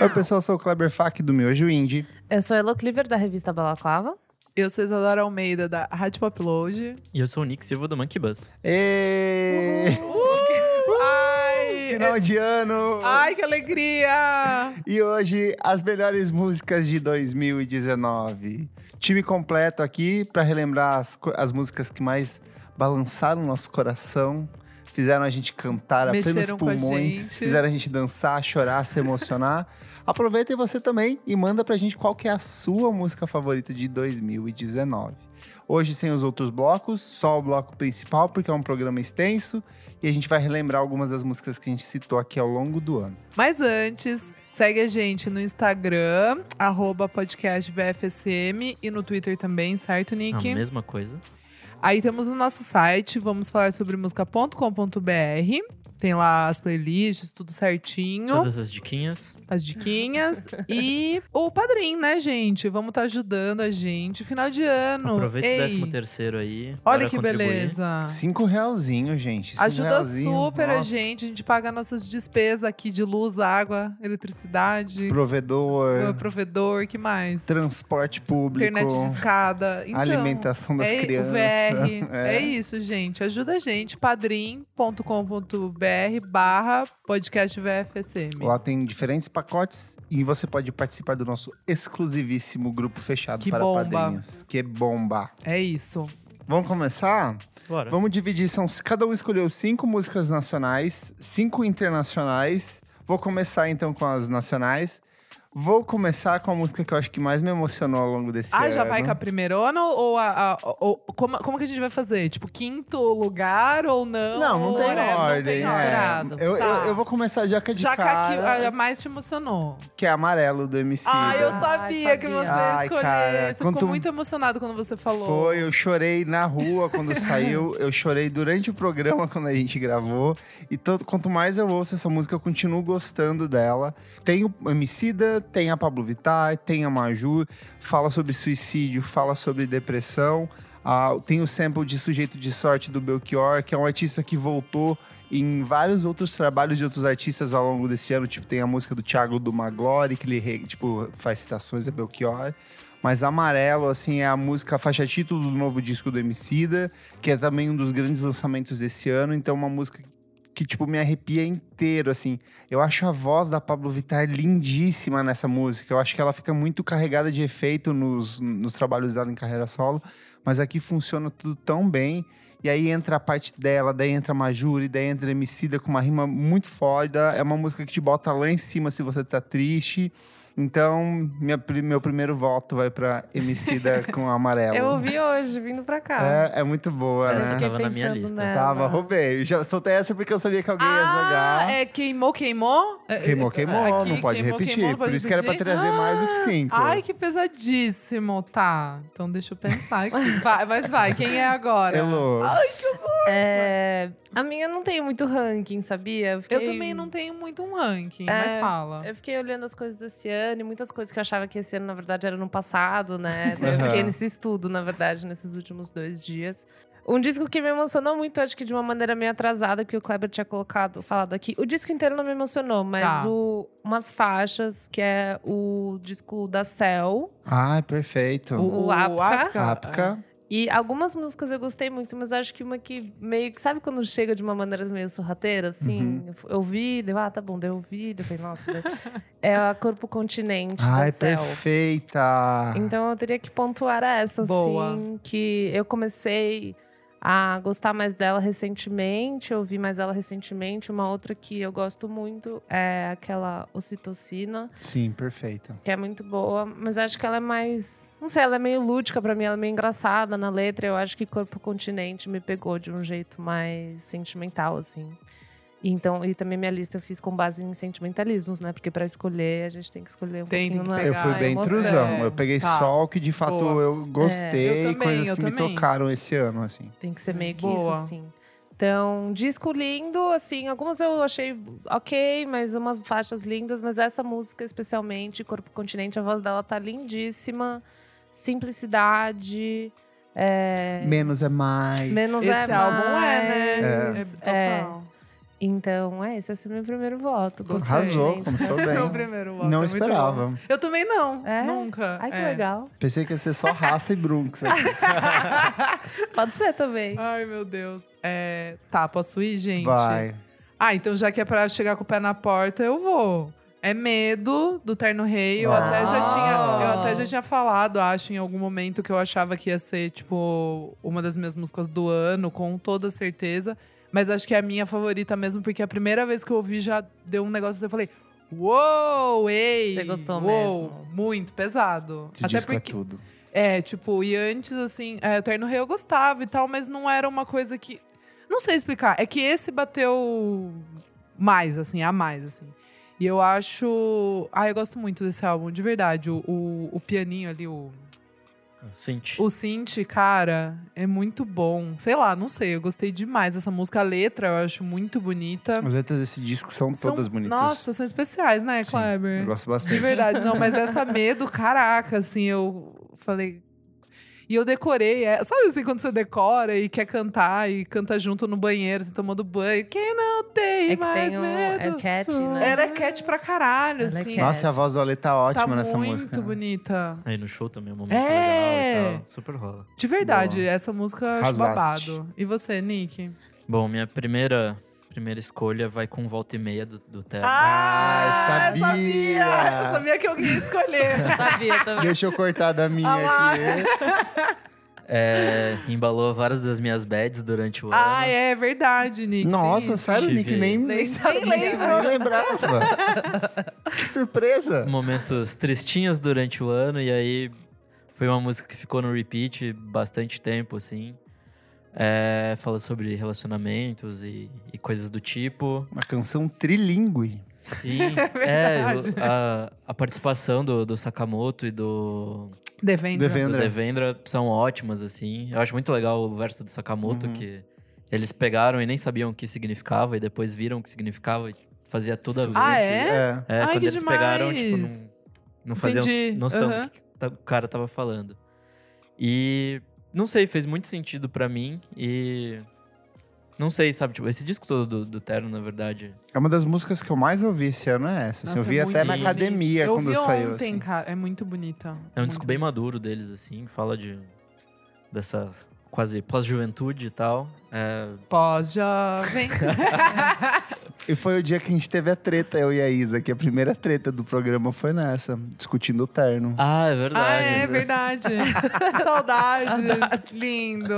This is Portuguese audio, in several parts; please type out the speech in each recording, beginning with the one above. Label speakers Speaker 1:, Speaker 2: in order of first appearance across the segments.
Speaker 1: Oi, pessoal, sou o Kleber Fak do Miojo Indie.
Speaker 2: Eu sou a Elo Cleaver, da revista Balaclava.
Speaker 3: Eu sou Isadora Almeida, da Rádio Popload.
Speaker 4: E eu sou o Nick Silva do Monkey Bus.
Speaker 1: E...
Speaker 3: Ai,
Speaker 1: Final de ano!
Speaker 3: ai, que alegria!
Speaker 1: E hoje, as melhores músicas de 2019. Time completo aqui para relembrar as, co- as músicas que mais balançaram nosso coração, fizeram a gente cantar a plenos
Speaker 3: Mexeram com a
Speaker 1: pulmões,
Speaker 3: gente.
Speaker 1: fizeram a gente dançar, chorar, se emocionar. Aproveita e você também e manda pra gente qual que é a sua música favorita de 2019. Hoje sem os outros blocos, só o bloco principal, porque é um programa extenso e a gente vai relembrar algumas das músicas que a gente citou aqui ao longo do ano.
Speaker 3: Mas antes, segue a gente no Instagram, arroba podcast VFSM, e no Twitter também, certo,
Speaker 4: A
Speaker 3: Nick?
Speaker 4: mesma coisa.
Speaker 3: Aí temos o nosso site, vamos falar sobre música.com.br. Tem lá as playlists, tudo certinho,
Speaker 4: Todas as diquinhas.
Speaker 3: as diquinhas. e o padrinho, né, gente? Vamos estar ajudando a gente. Final de ano.
Speaker 4: Aproveita
Speaker 3: Ei,
Speaker 4: o décimo terceiro aí.
Speaker 3: Olha
Speaker 4: bora
Speaker 3: que
Speaker 4: contribuir.
Speaker 3: beleza.
Speaker 1: Cinco realzinho, gente. Cinco é
Speaker 3: Ajuda
Speaker 1: um realzinho.
Speaker 3: super a
Speaker 1: Nossa.
Speaker 3: gente. A gente paga nossas despesas aqui de luz, água, eletricidade,
Speaker 1: Provedor,
Speaker 3: provedor, que mais?
Speaker 1: transporte é. público,
Speaker 3: Internet de escada. Então,
Speaker 1: alimentação das
Speaker 3: é,
Speaker 1: crianças.
Speaker 3: O VR.
Speaker 1: É.
Speaker 3: É. isso, gente. Ajuda a gente. padrim.com.br barra podcast VFSM.
Speaker 1: Lá tem diferentes pacotes e você pode participar do nosso exclusivíssimo grupo fechado
Speaker 3: Que
Speaker 1: para
Speaker 3: bomba.
Speaker 1: padrinhos. Que bomba!
Speaker 3: É isso.
Speaker 1: Vamos começar?
Speaker 4: Bora.
Speaker 1: Vamos dividir. São, cada um escolheu cinco músicas nacionais, cinco internacionais. Vou começar então com as nacionais. Vou começar com a música que eu acho que mais me emocionou ao longo desse ano.
Speaker 3: Ah, já vai com a primeirona ou, ou a. a- ou- como, como que a gente vai fazer? Tipo, quinto lugar ou não?
Speaker 1: Não, não tem
Speaker 3: Whatever, não
Speaker 1: ordem.
Speaker 3: tem
Speaker 1: é.
Speaker 2: estourado.
Speaker 1: Eu, eu,
Speaker 3: Tá.
Speaker 1: eu vou começar já que é de
Speaker 3: Já que a que
Speaker 1: cara,
Speaker 3: a mais te emocionou.
Speaker 1: que é amarelo do né? MC.
Speaker 3: Ah, eu
Speaker 2: Ai,
Speaker 3: sabia que
Speaker 2: sabia.
Speaker 3: você ia
Speaker 1: Ai,
Speaker 3: escolher.
Speaker 1: cara,
Speaker 3: você
Speaker 1: quando
Speaker 3: ficou
Speaker 1: tu-
Speaker 3: muito emocionado quando você falou.
Speaker 1: Foi, eu chorei na rua quando saiu, eu chorei durante o programa quando a gente gravou. E todo, quanto mais eu ouço essa música, eu continuo gostando dela. Tem o Emicida, tem a Pablo Vittar, tem a Maju, fala sobre suicídio, fala sobre depressão. Ah, tem o sample de Sujeito de Sorte do Belchior, que é um artista que voltou em vários outros trabalhos de outros artistas ao longo desse ano. Tipo, tem a música do Thiago do Maglore, que ele re- tipo, faz citações a Belchior. Mas Amarelo, assim, é a música, a faixa título do novo disco do Emicida, que é também um dos grandes lançamentos desse ano. Então, uma música que, tipo, me arrepia inteiro, assim. Eu acho a voz da Pablo Vittar lindíssima nessa música. Eu acho que ela fica muito carregada de efeito nos, nos trabalhos dela em carreira solo. Mas aqui funciona tudo tão bem. E aí entra a parte dela, daí entra a Majuri, daí entra a Emicida com uma rima muito foda. É uma música que te bota lá em cima se você tá triste. Então, minha pri- meu primeiro voto vai pra Emicida com amarelo.
Speaker 2: Eu ouvi hoje, vindo pra cá.
Speaker 1: É, é muito boa,
Speaker 4: Essa
Speaker 1: né?
Speaker 4: aqui tava na minha lista.
Speaker 1: Tava, roubei. Já soltei essa porque eu sabia que alguém ia
Speaker 3: Ah,
Speaker 1: jogar.
Speaker 3: é queimou, queimou? É,
Speaker 1: Queimou,
Speaker 3: é,
Speaker 1: queimou,
Speaker 3: aqui,
Speaker 1: não pode
Speaker 3: queimou,
Speaker 1: repetir.
Speaker 3: queimou, não pode
Speaker 1: Por isso que era pra
Speaker 3: repetir. Ah,
Speaker 1: trazer mais do que cinco.
Speaker 3: Ai, que pesadíssimo. Tá, então deixa eu pensar aqui. Vai, mas vai, quem é agora?
Speaker 1: Elô.
Speaker 2: É, a minha não tem muito ranking, sabia?
Speaker 3: Eu
Speaker 2: fiquei-
Speaker 3: também não tenho muito um ranking,
Speaker 2: É,
Speaker 3: mas fala.
Speaker 2: Eu fiquei olhando as coisas desse ano e muitas coisas que eu achava que esse ano, na verdade, era no passado, né? Daí Eu
Speaker 1: Aham.
Speaker 2: fiquei nesse estudo, na verdade, nesses últimos dois dias. Um disco que me emocionou muito, acho que de uma maneira meio atrasada, que o Kleber tinha colocado, falado aqui. O disco inteiro não me emocionou, mas
Speaker 3: Tá.
Speaker 2: o, umas faixas, que é o disco da Cell.
Speaker 1: Ai, perfeito.
Speaker 2: o Apca.
Speaker 1: Capca.
Speaker 2: E algumas músicas eu gostei muito, mas acho que uma que meio que. Sabe quando chega de uma maneira meio sorrateira, assim? Eu vi, deu, ah, tá bom, deu vi, deu, falei, nossa. deu. é a Corpo Continente
Speaker 1: Ai, ah.
Speaker 2: da Cell.
Speaker 1: perfeita.
Speaker 2: Então eu teria que pontuar essa,
Speaker 3: Boa.
Speaker 2: assim, que eu comecei a gostar mais dela recentemente, eu vi mais ela recentemente. Uma outra que eu gosto muito é aquela Ocitocina
Speaker 1: Sim, perfeita.
Speaker 2: que é muito boa, mas acho que ela é mais, não sei, ela é meio lúdica pra mim, ela é meio engraçada na letra. Eu acho que Corpo Continente me pegou de um jeito mais sentimental assim. E Então, e também minha lista eu fiz com base em sentimentalismos, né? Porque pra escolher a gente tem que escolher um
Speaker 3: Tem, tem
Speaker 2: pouquinho
Speaker 3: que
Speaker 2: na-
Speaker 1: Eu fui
Speaker 2: na
Speaker 1: bem
Speaker 2: emoção.
Speaker 1: intrusão. Eu peguei
Speaker 3: Tá.
Speaker 1: só o que de fato
Speaker 3: Boa.
Speaker 1: eu gostei
Speaker 3: É. Eu
Speaker 1: e
Speaker 3: também,
Speaker 1: coisas
Speaker 3: eu
Speaker 1: que me
Speaker 3: também.
Speaker 1: tocaram esse ano, assim.
Speaker 2: Tem que ser meio que
Speaker 3: Boa.
Speaker 2: isso, assim. Então, disco lindo, assim, algumas eu achei ok, mas umas faixas lindas, mas essa música especialmente, Corpo Continente, a voz dela tá lindíssima, simplicidade, é,
Speaker 1: Menos é mais.
Speaker 2: Menos
Speaker 3: Esse
Speaker 2: é
Speaker 3: álbum é,
Speaker 2: mais.
Speaker 3: né?
Speaker 2: É.
Speaker 3: total.
Speaker 2: Então, é, esse é o meu primeiro voto. Gostei,
Speaker 1: Arrasou,
Speaker 2: gente.
Speaker 1: começou bem.
Speaker 3: Meu primeiro voto,
Speaker 1: Não
Speaker 3: é muito bom.
Speaker 1: esperava.
Speaker 3: Eu também não,
Speaker 2: É?
Speaker 3: nunca.
Speaker 2: Ai, que
Speaker 3: é.
Speaker 2: legal.
Speaker 1: Pensei que ia ser só raça e Brunx. aqui.
Speaker 2: Pode ser também.
Speaker 3: Ai, meu Deus. É, tá, posso ir, gente?
Speaker 1: Vai.
Speaker 3: Ah, então já que é pra chegar com o pé na porta, eu vou. É medo do terno rei. Eu, até já
Speaker 1: Ah.
Speaker 3: tinha, eu até já tinha falado, acho, em algum momento que eu achava que ia ser, tipo, uma das minhas músicas do ano, com toda certeza. Mas acho que é a minha favorita mesmo, porque a primeira vez que eu ouvi já deu um negócio assim, eu falei. Uou, ei!
Speaker 2: Você gostou
Speaker 3: uou,
Speaker 2: mesmo.
Speaker 3: Muito pesado.
Speaker 1: Esse
Speaker 3: até
Speaker 1: disco é
Speaker 3: porque
Speaker 1: tudo.
Speaker 3: é, tipo, e antes, assim, é, o Terno Rei eu gostava e tal, mas não era uma coisa que. Não sei explicar. É que esse bateu mais, assim, a mais, assim. E eu acho. Ah, eu gosto muito desse álbum, de verdade. O, o, o pianinho ali, o.
Speaker 4: Sente.
Speaker 3: O synth, cara, é muito bom. Sei lá, não sei. Eu gostei demais dessa música. A letra eu acho muito bonita.
Speaker 1: As letras desse disco são,
Speaker 3: São-
Speaker 1: todas bonitas.
Speaker 3: Nossa, são especiais, né,
Speaker 1: Sim,
Speaker 3: Kleber?
Speaker 1: Eu gosto
Speaker 3: De
Speaker 1: bastante.
Speaker 3: verdade, não, mas essa medo, caraca, assim, eu falei. E eu decorei, é- sabe assim, quando você decora e quer cantar e canta junto no banheiro, assim, tomando banho. Quem não tem
Speaker 2: É que
Speaker 3: mais
Speaker 2: tem um-
Speaker 3: medo?
Speaker 2: é cat, né?
Speaker 3: Ela é cat pra caralho,
Speaker 2: Ela é
Speaker 3: assim.
Speaker 2: cat.
Speaker 1: Nossa, a voz do Ale tá
Speaker 3: tá
Speaker 1: ótima nessa
Speaker 3: muito
Speaker 1: música. né?
Speaker 3: bonita.
Speaker 4: Aí no show também, um momento
Speaker 3: É.
Speaker 4: legal e tal. Super rola.
Speaker 3: De verdade,
Speaker 1: Boa.
Speaker 3: essa música eu acho
Speaker 1: Arrasaste.
Speaker 3: babado. E você, Nick?
Speaker 4: Bom, minha primeira, primeira escolha vai com volta e meia do, do Theo.
Speaker 1: Ah,
Speaker 3: eu
Speaker 1: sabia!
Speaker 3: sabia! Eu sabia que alguém ia escolher.
Speaker 2: Sabia também.
Speaker 1: Deixa eu cortar da minha
Speaker 3: Ah lá.
Speaker 1: aqui.
Speaker 4: É, embalou várias das minhas bads durante o ano.
Speaker 3: ah, é verdade, Nick. tem
Speaker 1: Nossa,
Speaker 3: isso.
Speaker 1: sério,
Speaker 4: Tive.
Speaker 1: Nick? Nem,
Speaker 2: Nem
Speaker 1: nem,
Speaker 2: sabia.
Speaker 1: nem lembrava. que
Speaker 3: é.
Speaker 1: surpresa.
Speaker 4: Momentos tristinhos durante o ano, e aí foi uma música que ficou no repeat bastante tempo, assim. É, fala sobre relacionamentos e- e coisas do tipo.
Speaker 1: Uma canção trilingue.
Speaker 4: Sim, é,
Speaker 3: verdade.
Speaker 4: o- a, a participação do, do Sakamoto e do,
Speaker 3: Devendra.
Speaker 1: Devendra.
Speaker 4: do
Speaker 1: Devendra.
Speaker 4: Devendra são ótimas, assim. Eu acho muito legal o verso do Sakamoto,
Speaker 1: Uhum.
Speaker 4: que eles pegaram e nem sabiam o que significava, e depois viram o que significava e fazia tudo a ver.
Speaker 3: Ah, é?
Speaker 4: É,
Speaker 3: Ai,
Speaker 4: quando
Speaker 3: que
Speaker 4: eles pegaram, tipo,
Speaker 3: demais.
Speaker 4: não, não faziam
Speaker 3: Entendi,
Speaker 4: noção
Speaker 3: aham.
Speaker 4: do que que ta- o cara tava falando. E não sei, fez muito sentido pra mim e... Não sei, sabe? Tipo, esse disco todo do, do Terno, na verdade,
Speaker 1: É uma das músicas que eu mais ouvi esse ano, é essa. assim.
Speaker 3: Nossa,
Speaker 1: eu vi
Speaker 3: é
Speaker 1: até
Speaker 3: muito
Speaker 1: na
Speaker 4: bonita.
Speaker 1: academia
Speaker 3: Eu
Speaker 1: quando
Speaker 3: vi
Speaker 1: saiu.
Speaker 3: ontem,
Speaker 1: assim.
Speaker 3: cara. É muito bonita.
Speaker 4: É um
Speaker 3: Muito
Speaker 4: disco bem maduro deles, assim, que fala de. dessa quase pós-juventude e tal. É,
Speaker 3: Pós-jovem.
Speaker 1: E foi o dia que a gente teve a treta, eu e a Isa, que a primeira treta do programa foi nessa, discutindo o terno.
Speaker 4: Ah, é
Speaker 3: ah,
Speaker 4: verdade.
Speaker 3: é verdade. Saudades. Lindo.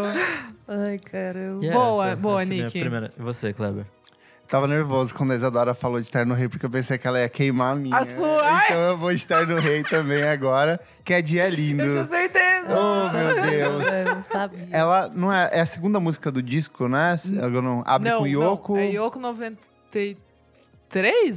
Speaker 2: Ai, caramba.
Speaker 4: E é
Speaker 3: Boa,
Speaker 4: essa-
Speaker 3: boa,
Speaker 4: essa é a minha
Speaker 3: Nick.
Speaker 4: primeira. E você, Kleber?
Speaker 1: Tava nervoso quando a Isadora falou de terno rei, porque eu pensei que ela ia queimar a minha.
Speaker 3: A sua?
Speaker 1: Então eu vou de terno rei também agora, que é dia lindo.
Speaker 3: Eu tinha certeza.
Speaker 1: Oh, meu Deus.
Speaker 2: Eu É, não sabia.
Speaker 1: Ela não é, é a segunda música do disco, né? Ela não abre
Speaker 3: não,
Speaker 1: com Yoko.
Speaker 3: não. É Yoko 93,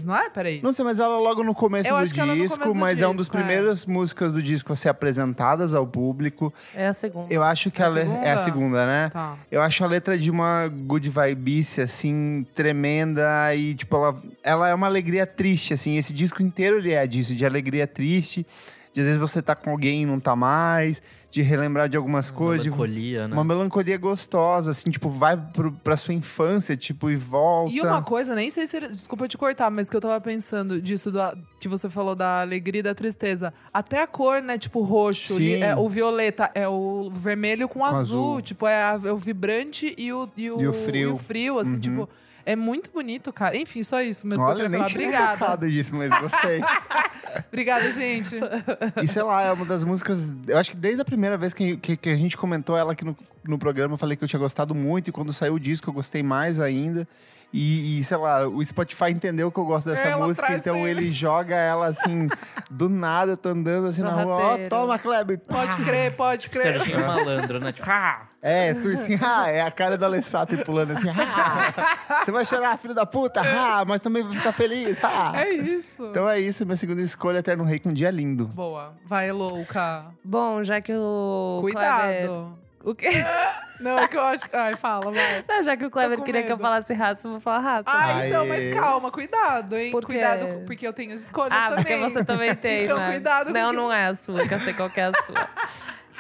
Speaker 3: não é? Peraí.
Speaker 1: Não sei, mas ela logo no começo
Speaker 3: Eu
Speaker 1: do
Speaker 3: acho que
Speaker 1: disco,
Speaker 3: ela no começo do
Speaker 1: mas é uma das
Speaker 3: disco, é.
Speaker 1: primeiras músicas do disco a ser apresentadas ao público.
Speaker 2: É a segunda.
Speaker 1: Eu acho que
Speaker 3: É a
Speaker 1: ela é a
Speaker 3: segunda?
Speaker 1: segunda, né?
Speaker 3: Tá.
Speaker 1: Eu acho a letra de uma good vibice, assim, tremenda. E, tipo, ela, ela é uma alegria triste, assim. Esse disco inteiro ele é disso, de alegria triste. De às vezes você tá com alguém e não tá mais. De relembrar de algumas coisas. de-
Speaker 4: Melancolia, né?
Speaker 1: uma melancolia gostosa, assim. Tipo, vai pro, pra sua infância, tipo, e volta.
Speaker 3: E uma coisa, nem sei se. era- Desculpa te cortar, mas que eu tava pensando disso do, que você falou da alegria e da tristeza. Até a cor, né? Tipo, roxo.
Speaker 1: Sim.
Speaker 3: li- é, o violeta é o vermelho com, azul,
Speaker 1: azul.
Speaker 3: Tipo, é, a- é o vibrante e o, e o,
Speaker 1: E o frio.
Speaker 3: e o frio, assim,
Speaker 1: Uhum.
Speaker 3: tipo. É muito bonito, cara. Enfim, só isso mesmo
Speaker 1: Olha, eu
Speaker 3: que eu
Speaker 1: nem
Speaker 3: queria
Speaker 1: tinha
Speaker 3: falar. Obrigada.
Speaker 1: tocado disso, mas gostei.
Speaker 3: Obrigada, gente.
Speaker 1: E sei lá, é uma das músicas. Eu acho que desde a primeira vez que, que, que a gente comentou ela aqui no, no programa, eu falei que eu tinha gostado muito. E quando saiu o disco, eu gostei mais ainda. E, e, sei lá, o Spotify entendeu que eu gosto dessa
Speaker 3: Ela
Speaker 1: música,
Speaker 3: traz
Speaker 1: então
Speaker 3: sempre.
Speaker 1: ele joga ela assim, do nada, eu tô andando assim na rua, ó,
Speaker 2: Sorrateiro.
Speaker 1: toma, Kleber!
Speaker 3: Pode crer, pode crer.
Speaker 4: Serginho Malandro, né? Tipo, ah!
Speaker 1: É, surcinho, ah, é a cara da Alessata e pulando assim, ah, você vai chorar, filho da puta, ah, mas também vai ficar feliz, ah.
Speaker 3: É isso.
Speaker 1: Então é isso, minha segunda escolha, Eterno Rei com um dia lindo.
Speaker 3: Boa. Vai, louca.
Speaker 2: Bom, já que o. Kleber-
Speaker 3: Cuidado.
Speaker 2: O quê?
Speaker 3: Não, é que eu acho. que- Ai, fala, vai.
Speaker 2: Não, já que o Kleber
Speaker 3: com
Speaker 2: queria que eu
Speaker 3: medo.
Speaker 2: falasse raça, eu vou falar raça.
Speaker 3: Ah, então,
Speaker 1: Aê.
Speaker 3: mas calma, cuidado, hein?
Speaker 2: Por quê?
Speaker 3: Cuidado, com- porque eu tenho escolhas
Speaker 2: é. Ah,
Speaker 3: também.
Speaker 2: porque você também tem,
Speaker 3: Então,
Speaker 2: né?
Speaker 3: cuidado com
Speaker 2: Não,
Speaker 3: que-
Speaker 2: não é a sua, que eu sei qual que é a sua.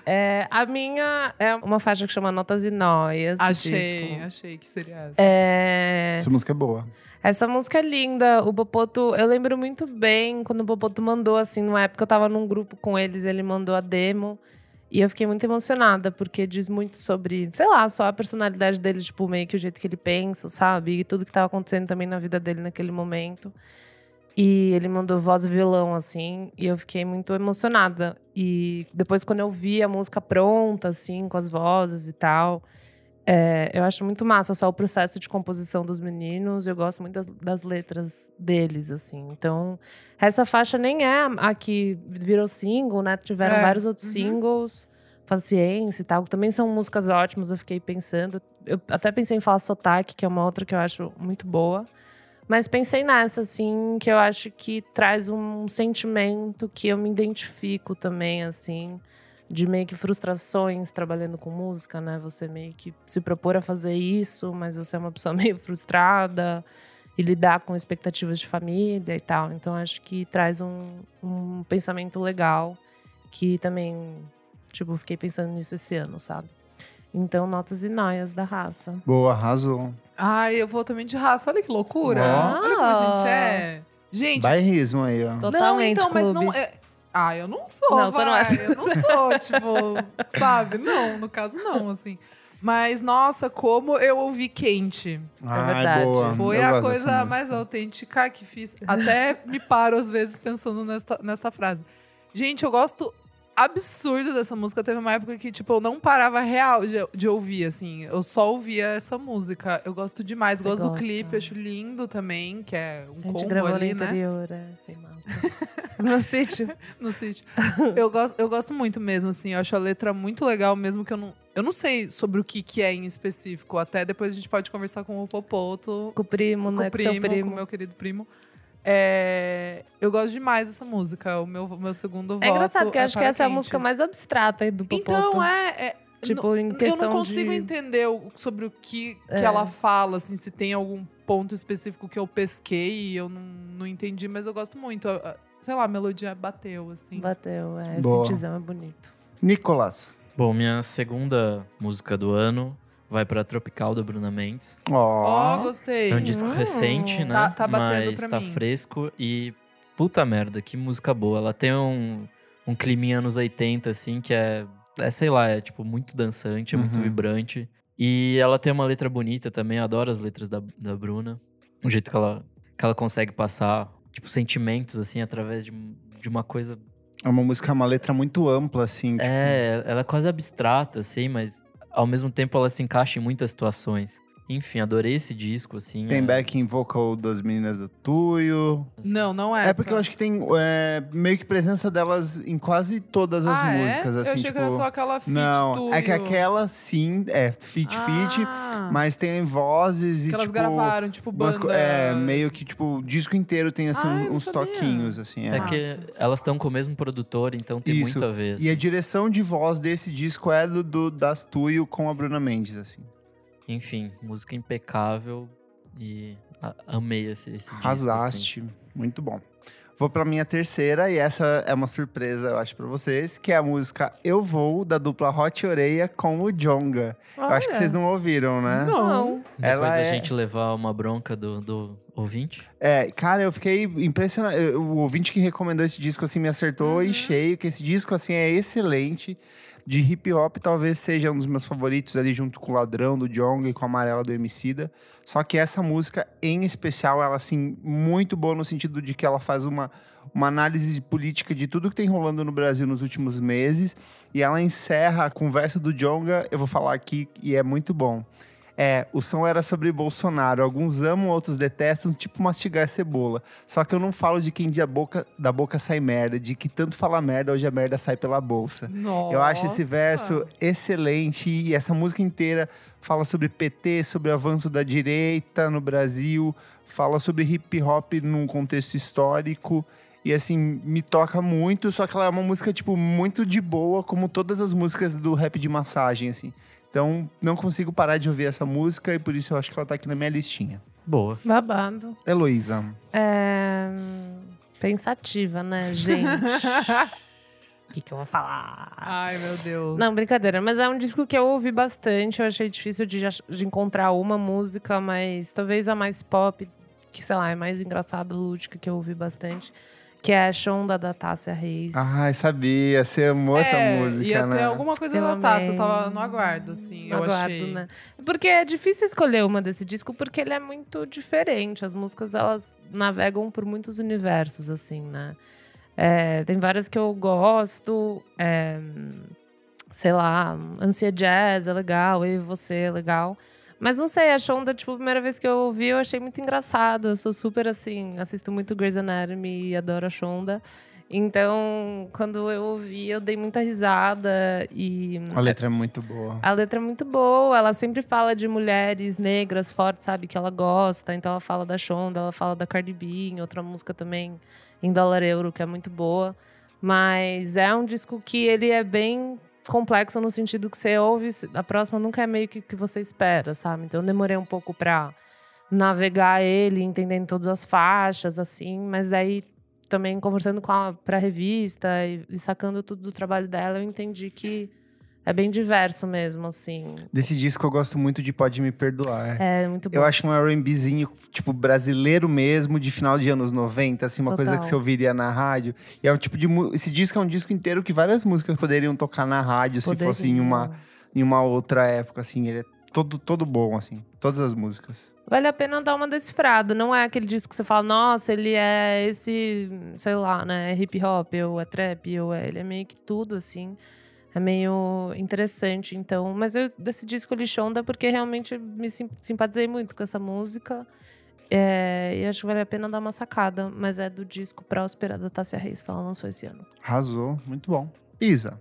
Speaker 2: É, a minha é uma faixa que chama Notas e Noias. do
Speaker 3: Achei,
Speaker 2: disco.
Speaker 3: achei que seria essa.
Speaker 2: É,
Speaker 1: Essa música é boa.
Speaker 2: Essa música é linda. O Bopoto, eu lembro muito bem quando o Bopoto mandou, assim, numa época eu tava num grupo com eles, ele mandou a demo. E eu fiquei muito emocionada, porque diz muito sobre, sei lá, só a personalidade dele, tipo, meio que o jeito que ele pensa, sabe? E tudo que tava acontecendo também na vida dele naquele momento. E ele mandou voz e violão, assim, e eu fiquei muito emocionada. E depois, quando eu vi a música pronta, assim, com as vozes e tal, é, eu acho muito massa só o processo de composição dos meninos. Eu gosto muito das, das letras deles, assim. Então, essa faixa nem é a que virou single, né? Tiveram
Speaker 3: É,
Speaker 2: vários outros
Speaker 3: uhum.
Speaker 2: singles, Paciência e tal, que também são músicas ótimas. Eu fiquei pensando. Eu até pensei em falar Sotaque, que é uma outra que eu acho muito boa. Mas pensei nessa, assim, que eu acho que traz um sentimento que eu me identifico também, assim de meio que frustrações trabalhando com música, né? Você meio que se propor a fazer isso, mas você é uma pessoa meio frustrada e lidar com expectativas de família e tal. Então acho que traz um, um pensamento legal que também, tipo, fiquei pensando nisso esse ano, sabe? Então, notas e noias da raça.
Speaker 1: Boa, arrasou.
Speaker 3: Ai, eu vou também de raça. Olha que loucura.
Speaker 1: Ó.
Speaker 3: Olha como a gente é. Gente,
Speaker 1: Bairrismo aí, ó.
Speaker 2: Totalmente
Speaker 3: não, então, mas
Speaker 2: clube.
Speaker 3: não. é- Ah, eu não sou,
Speaker 2: Não, você não é.
Speaker 3: vai. Eu não sou, tipo, sabe? Não, no caso, não, assim. Mas, nossa, como eu ouvi quente.
Speaker 1: Ai,
Speaker 2: verdade.
Speaker 1: boa.
Speaker 3: Foi
Speaker 1: Eu
Speaker 3: a
Speaker 1: gosto dessa
Speaker 3: coisa
Speaker 1: música.
Speaker 3: mais autêntica que fiz. Até me paro às vezes pensando nesta, nesta frase. Gente, eu gosto absurdo dessa música. Teve uma época que, tipo, eu não parava real de, de ouvir, assim. Eu só ouvia essa música. Eu gosto demais.
Speaker 2: Você
Speaker 3: gosto do
Speaker 2: gosta.
Speaker 3: clipe, acho lindo também, que é um
Speaker 2: A gente
Speaker 3: combo
Speaker 2: gravou
Speaker 3: ali,
Speaker 2: no
Speaker 3: né?
Speaker 2: interior, é, foi massa. tipo, no sítio.
Speaker 3: no sítio. Eu gosto, eu gosto muito mesmo, assim. Eu acho a letra muito legal, mesmo que eu não... Eu não sei sobre o que que é em específico. Até depois a gente pode conversar com o Popoto.
Speaker 2: Com o primo,
Speaker 3: Com
Speaker 2: né?
Speaker 3: o
Speaker 2: Com seu
Speaker 3: primo,
Speaker 2: primo.
Speaker 3: com o meu querido primo. É, eu gosto demais dessa música. O meu, meu segundo voto
Speaker 2: É engraçado, porque eu
Speaker 3: é
Speaker 2: acho que essa é a
Speaker 3: Paraquente.
Speaker 2: música mais abstrata aí do Popoto.
Speaker 3: Então, é... é-
Speaker 2: Tipo, em
Speaker 3: eu
Speaker 2: questão
Speaker 3: não consigo
Speaker 2: de... É.
Speaker 3: entender o- sobre o que, que ela fala, assim, se tem algum ponto específico que eu pesquei e eu não, não entendi, mas eu gosto muito. A- a- Sei lá, a melodia bateu, assim.
Speaker 2: Bateu, é,
Speaker 1: Boa.
Speaker 2: esse tizão é bonito.
Speaker 1: Nicolas.
Speaker 4: Bom, minha segunda música do ano vai pra Tropical da Bruna Mendes.
Speaker 1: Ó.
Speaker 3: Ó, gostei.
Speaker 4: É um disco
Speaker 2: Hum.
Speaker 4: recente, né?
Speaker 3: Tá- tá batendo
Speaker 4: Mas
Speaker 3: pra
Speaker 4: tá
Speaker 3: mim.
Speaker 4: fresco e puta merda, que música boa. Ela tem um, um climinha anos 80, assim, que é, é, sei lá, é tipo muito dançante, é muito
Speaker 1: Uhum.
Speaker 4: vibrante. E ela tem uma letra bonita também, eu adoro as letras da, da Bruna. O jeito que ela, que ela consegue passar, tipo, sentimentos, assim, através de, de uma coisa
Speaker 1: É uma música, uma letra muito ampla, assim. tipo,
Speaker 4: é, ela é quase abstrata, assim, mas ao mesmo tempo ela se encaixa em muitas situações. Enfim, adorei esse disco, assim.
Speaker 1: tipo, Tem
Speaker 4: é-
Speaker 1: backing vocal das meninas do Tuyo.
Speaker 3: Não, não é
Speaker 1: É porque eu acho que tem é, meio que presença delas em quase todas as
Speaker 3: ah,
Speaker 1: músicas,
Speaker 3: é?
Speaker 1: assim.
Speaker 3: Eu achei
Speaker 1: tipo,
Speaker 3: que era só aquela feat
Speaker 1: Não,
Speaker 3: do...
Speaker 1: é que aquela sim é fit fit,
Speaker 3: Ah,
Speaker 1: mas tem vozes e
Speaker 3: Que elas
Speaker 1: tipo.
Speaker 3: gravaram, tipo,
Speaker 1: umas co-
Speaker 3: banda...
Speaker 1: é, meio que tipo, o disco inteiro tem assim,
Speaker 3: Ah, eu não
Speaker 1: uns
Speaker 3: sabia.
Speaker 1: toquinhos, assim.
Speaker 4: É
Speaker 1: é.
Speaker 4: que
Speaker 3: Massa.
Speaker 4: elas estão com o mesmo produtor, então tem
Speaker 1: Isso.
Speaker 4: muito a ver. assim.
Speaker 1: E a direção de voz desse disco é do, do das Tuyo com a Bruna Mendes, assim.
Speaker 4: Enfim, música impecável e a- amei esse, esse disco. assim.
Speaker 1: Arrasaste. Muito bom. Vou pra minha terceira, e essa é uma surpresa, eu acho, pra vocês, que é a música Eu Vou, da dupla Hot Oreia com o Jonga. Eu acho que
Speaker 2: Olha.
Speaker 1: vocês não ouviram, né?
Speaker 2: Não.
Speaker 1: Ela
Speaker 4: Depois da
Speaker 1: é-
Speaker 4: gente levar uma bronca do, do ouvinte.
Speaker 1: É, cara, eu fiquei impressionado. Eu- O ouvinte que recomendou esse disco, assim, me acertou em cheio, que esse disco, assim, é excelente. De hip hop, talvez seja um dos meus favoritos ali, junto com o Ladrão, do Jong e com a Amarela, do Emicida. Só que essa música, em especial, ela, assim, muito boa no sentido de que ela faz uma, uma análise de política de tudo que tem rolando no Brasil nos últimos meses. E ela encerra com o verso do Jonga, eu vou falar aqui, e é muito bom. É, o som era sobre Bolsonaro. Alguns amam, outros detestam, tipo mastigar cebola. Só que eu não falo de quem de a boca, da boca sai merda, de que tanto fala merda, hoje a merda sai pela bolsa.
Speaker 3: Nossa.
Speaker 1: Eu acho esse verso excelente e essa música inteira fala sobre PT, sobre o avanço da direita no Brasil, fala sobre hip hop num contexto histórico. E assim, me toca muito, só que ela é uma música, tipo, muito de boa, como todas as músicas do rap de massagem, assim. Então, não consigo parar de ouvir essa música e por isso eu acho que ela tá aqui na minha listinha.
Speaker 4: Boa.
Speaker 2: Babado.
Speaker 1: Heloísa.
Speaker 2: hum, É... Pensativa, né, gente? O que, que eu vou falar?
Speaker 3: Ai, meu
Speaker 1: ah,
Speaker 3: Deus.
Speaker 2: Não, brincadeira. Mas é um disco que eu ouvi bastante. Eu achei difícil de, ach- de encontrar uma música, mas talvez a mais pop, que sei lá, é mais engraçada, lúdica, que eu ouvi bastante. Que é a Shonda da Tássia Reis.
Speaker 1: Ai, sabia. Você amou
Speaker 3: É,
Speaker 1: essa música,
Speaker 3: ia
Speaker 1: né?
Speaker 3: ter alguma coisa
Speaker 2: Eu
Speaker 3: da taça. Eu
Speaker 2: amei.
Speaker 3: tava no aguardo, assim. eu
Speaker 2: Aguardo,
Speaker 3: achei.
Speaker 2: né? Porque é difícil escolher uma desse disco, porque ele é muito diferente. As músicas, elas navegam por muitos universos, assim, né? É, tem várias que eu gosto. é, sei lá, Ansia Jazz é legal, Eu e Você é legal. Mas não sei, a Shonda, tipo, a primeira vez que eu ouvi, eu achei muito engraçado. Eu sou super, assim, assisto muito Grey's Anatomy e adoro a Shonda. Então, quando eu ouvi, eu dei muita risada e...
Speaker 1: A letra é muito boa.
Speaker 2: A letra é muito boa, ela sempre fala de mulheres negras fortes, sabe? Que ela gosta. Então ela fala da Shonda, ela fala da Cardi B, em outra música também, em dólar euro, que é muito boa. Mas é um disco que ele é bem complexo no sentido que você ouve, a próxima nunca é meio que o que você espera, sabe? Então eu demorei um pouco pra navegar ele, entendendo todas as faixas, assim, mas daí também conversando com a pra revista e, e sacando tudo do trabalho dela, eu entendi que é bem diverso mesmo, assim.
Speaker 1: Desse disco eu gosto muito de Pode Me Perdoar.
Speaker 2: É muito bom.
Speaker 1: Eu acho um R&Bzinho, tipo, brasileiro mesmo, de final de anos 90, assim, uma coisa que
Speaker 2: Total.
Speaker 1: você ouviria na rádio. E é um tipo de... mu- Esse disco é um disco inteiro que várias músicas poderiam tocar na rádio, se fosse em uma, em uma outra época, assim. Ele é todo, todo bom, assim. Todas as músicas.
Speaker 2: Vale a pena dar uma decifrada. Não é aquele disco que você fala, nossa, ele é esse, sei lá, né? É hip hop, ou é trap, ou é. Ele é meio que tudo, assim. É meio interessante, então. Mas eu desse disco ele Shonda porque realmente me sim- simpatizei muito com essa música. É, e acho que vale a pena dar uma sacada. Mas é do disco Próspera da Tássia Reis, que ela lançou esse ano.
Speaker 1: Arrasou. Muito bom. Isa.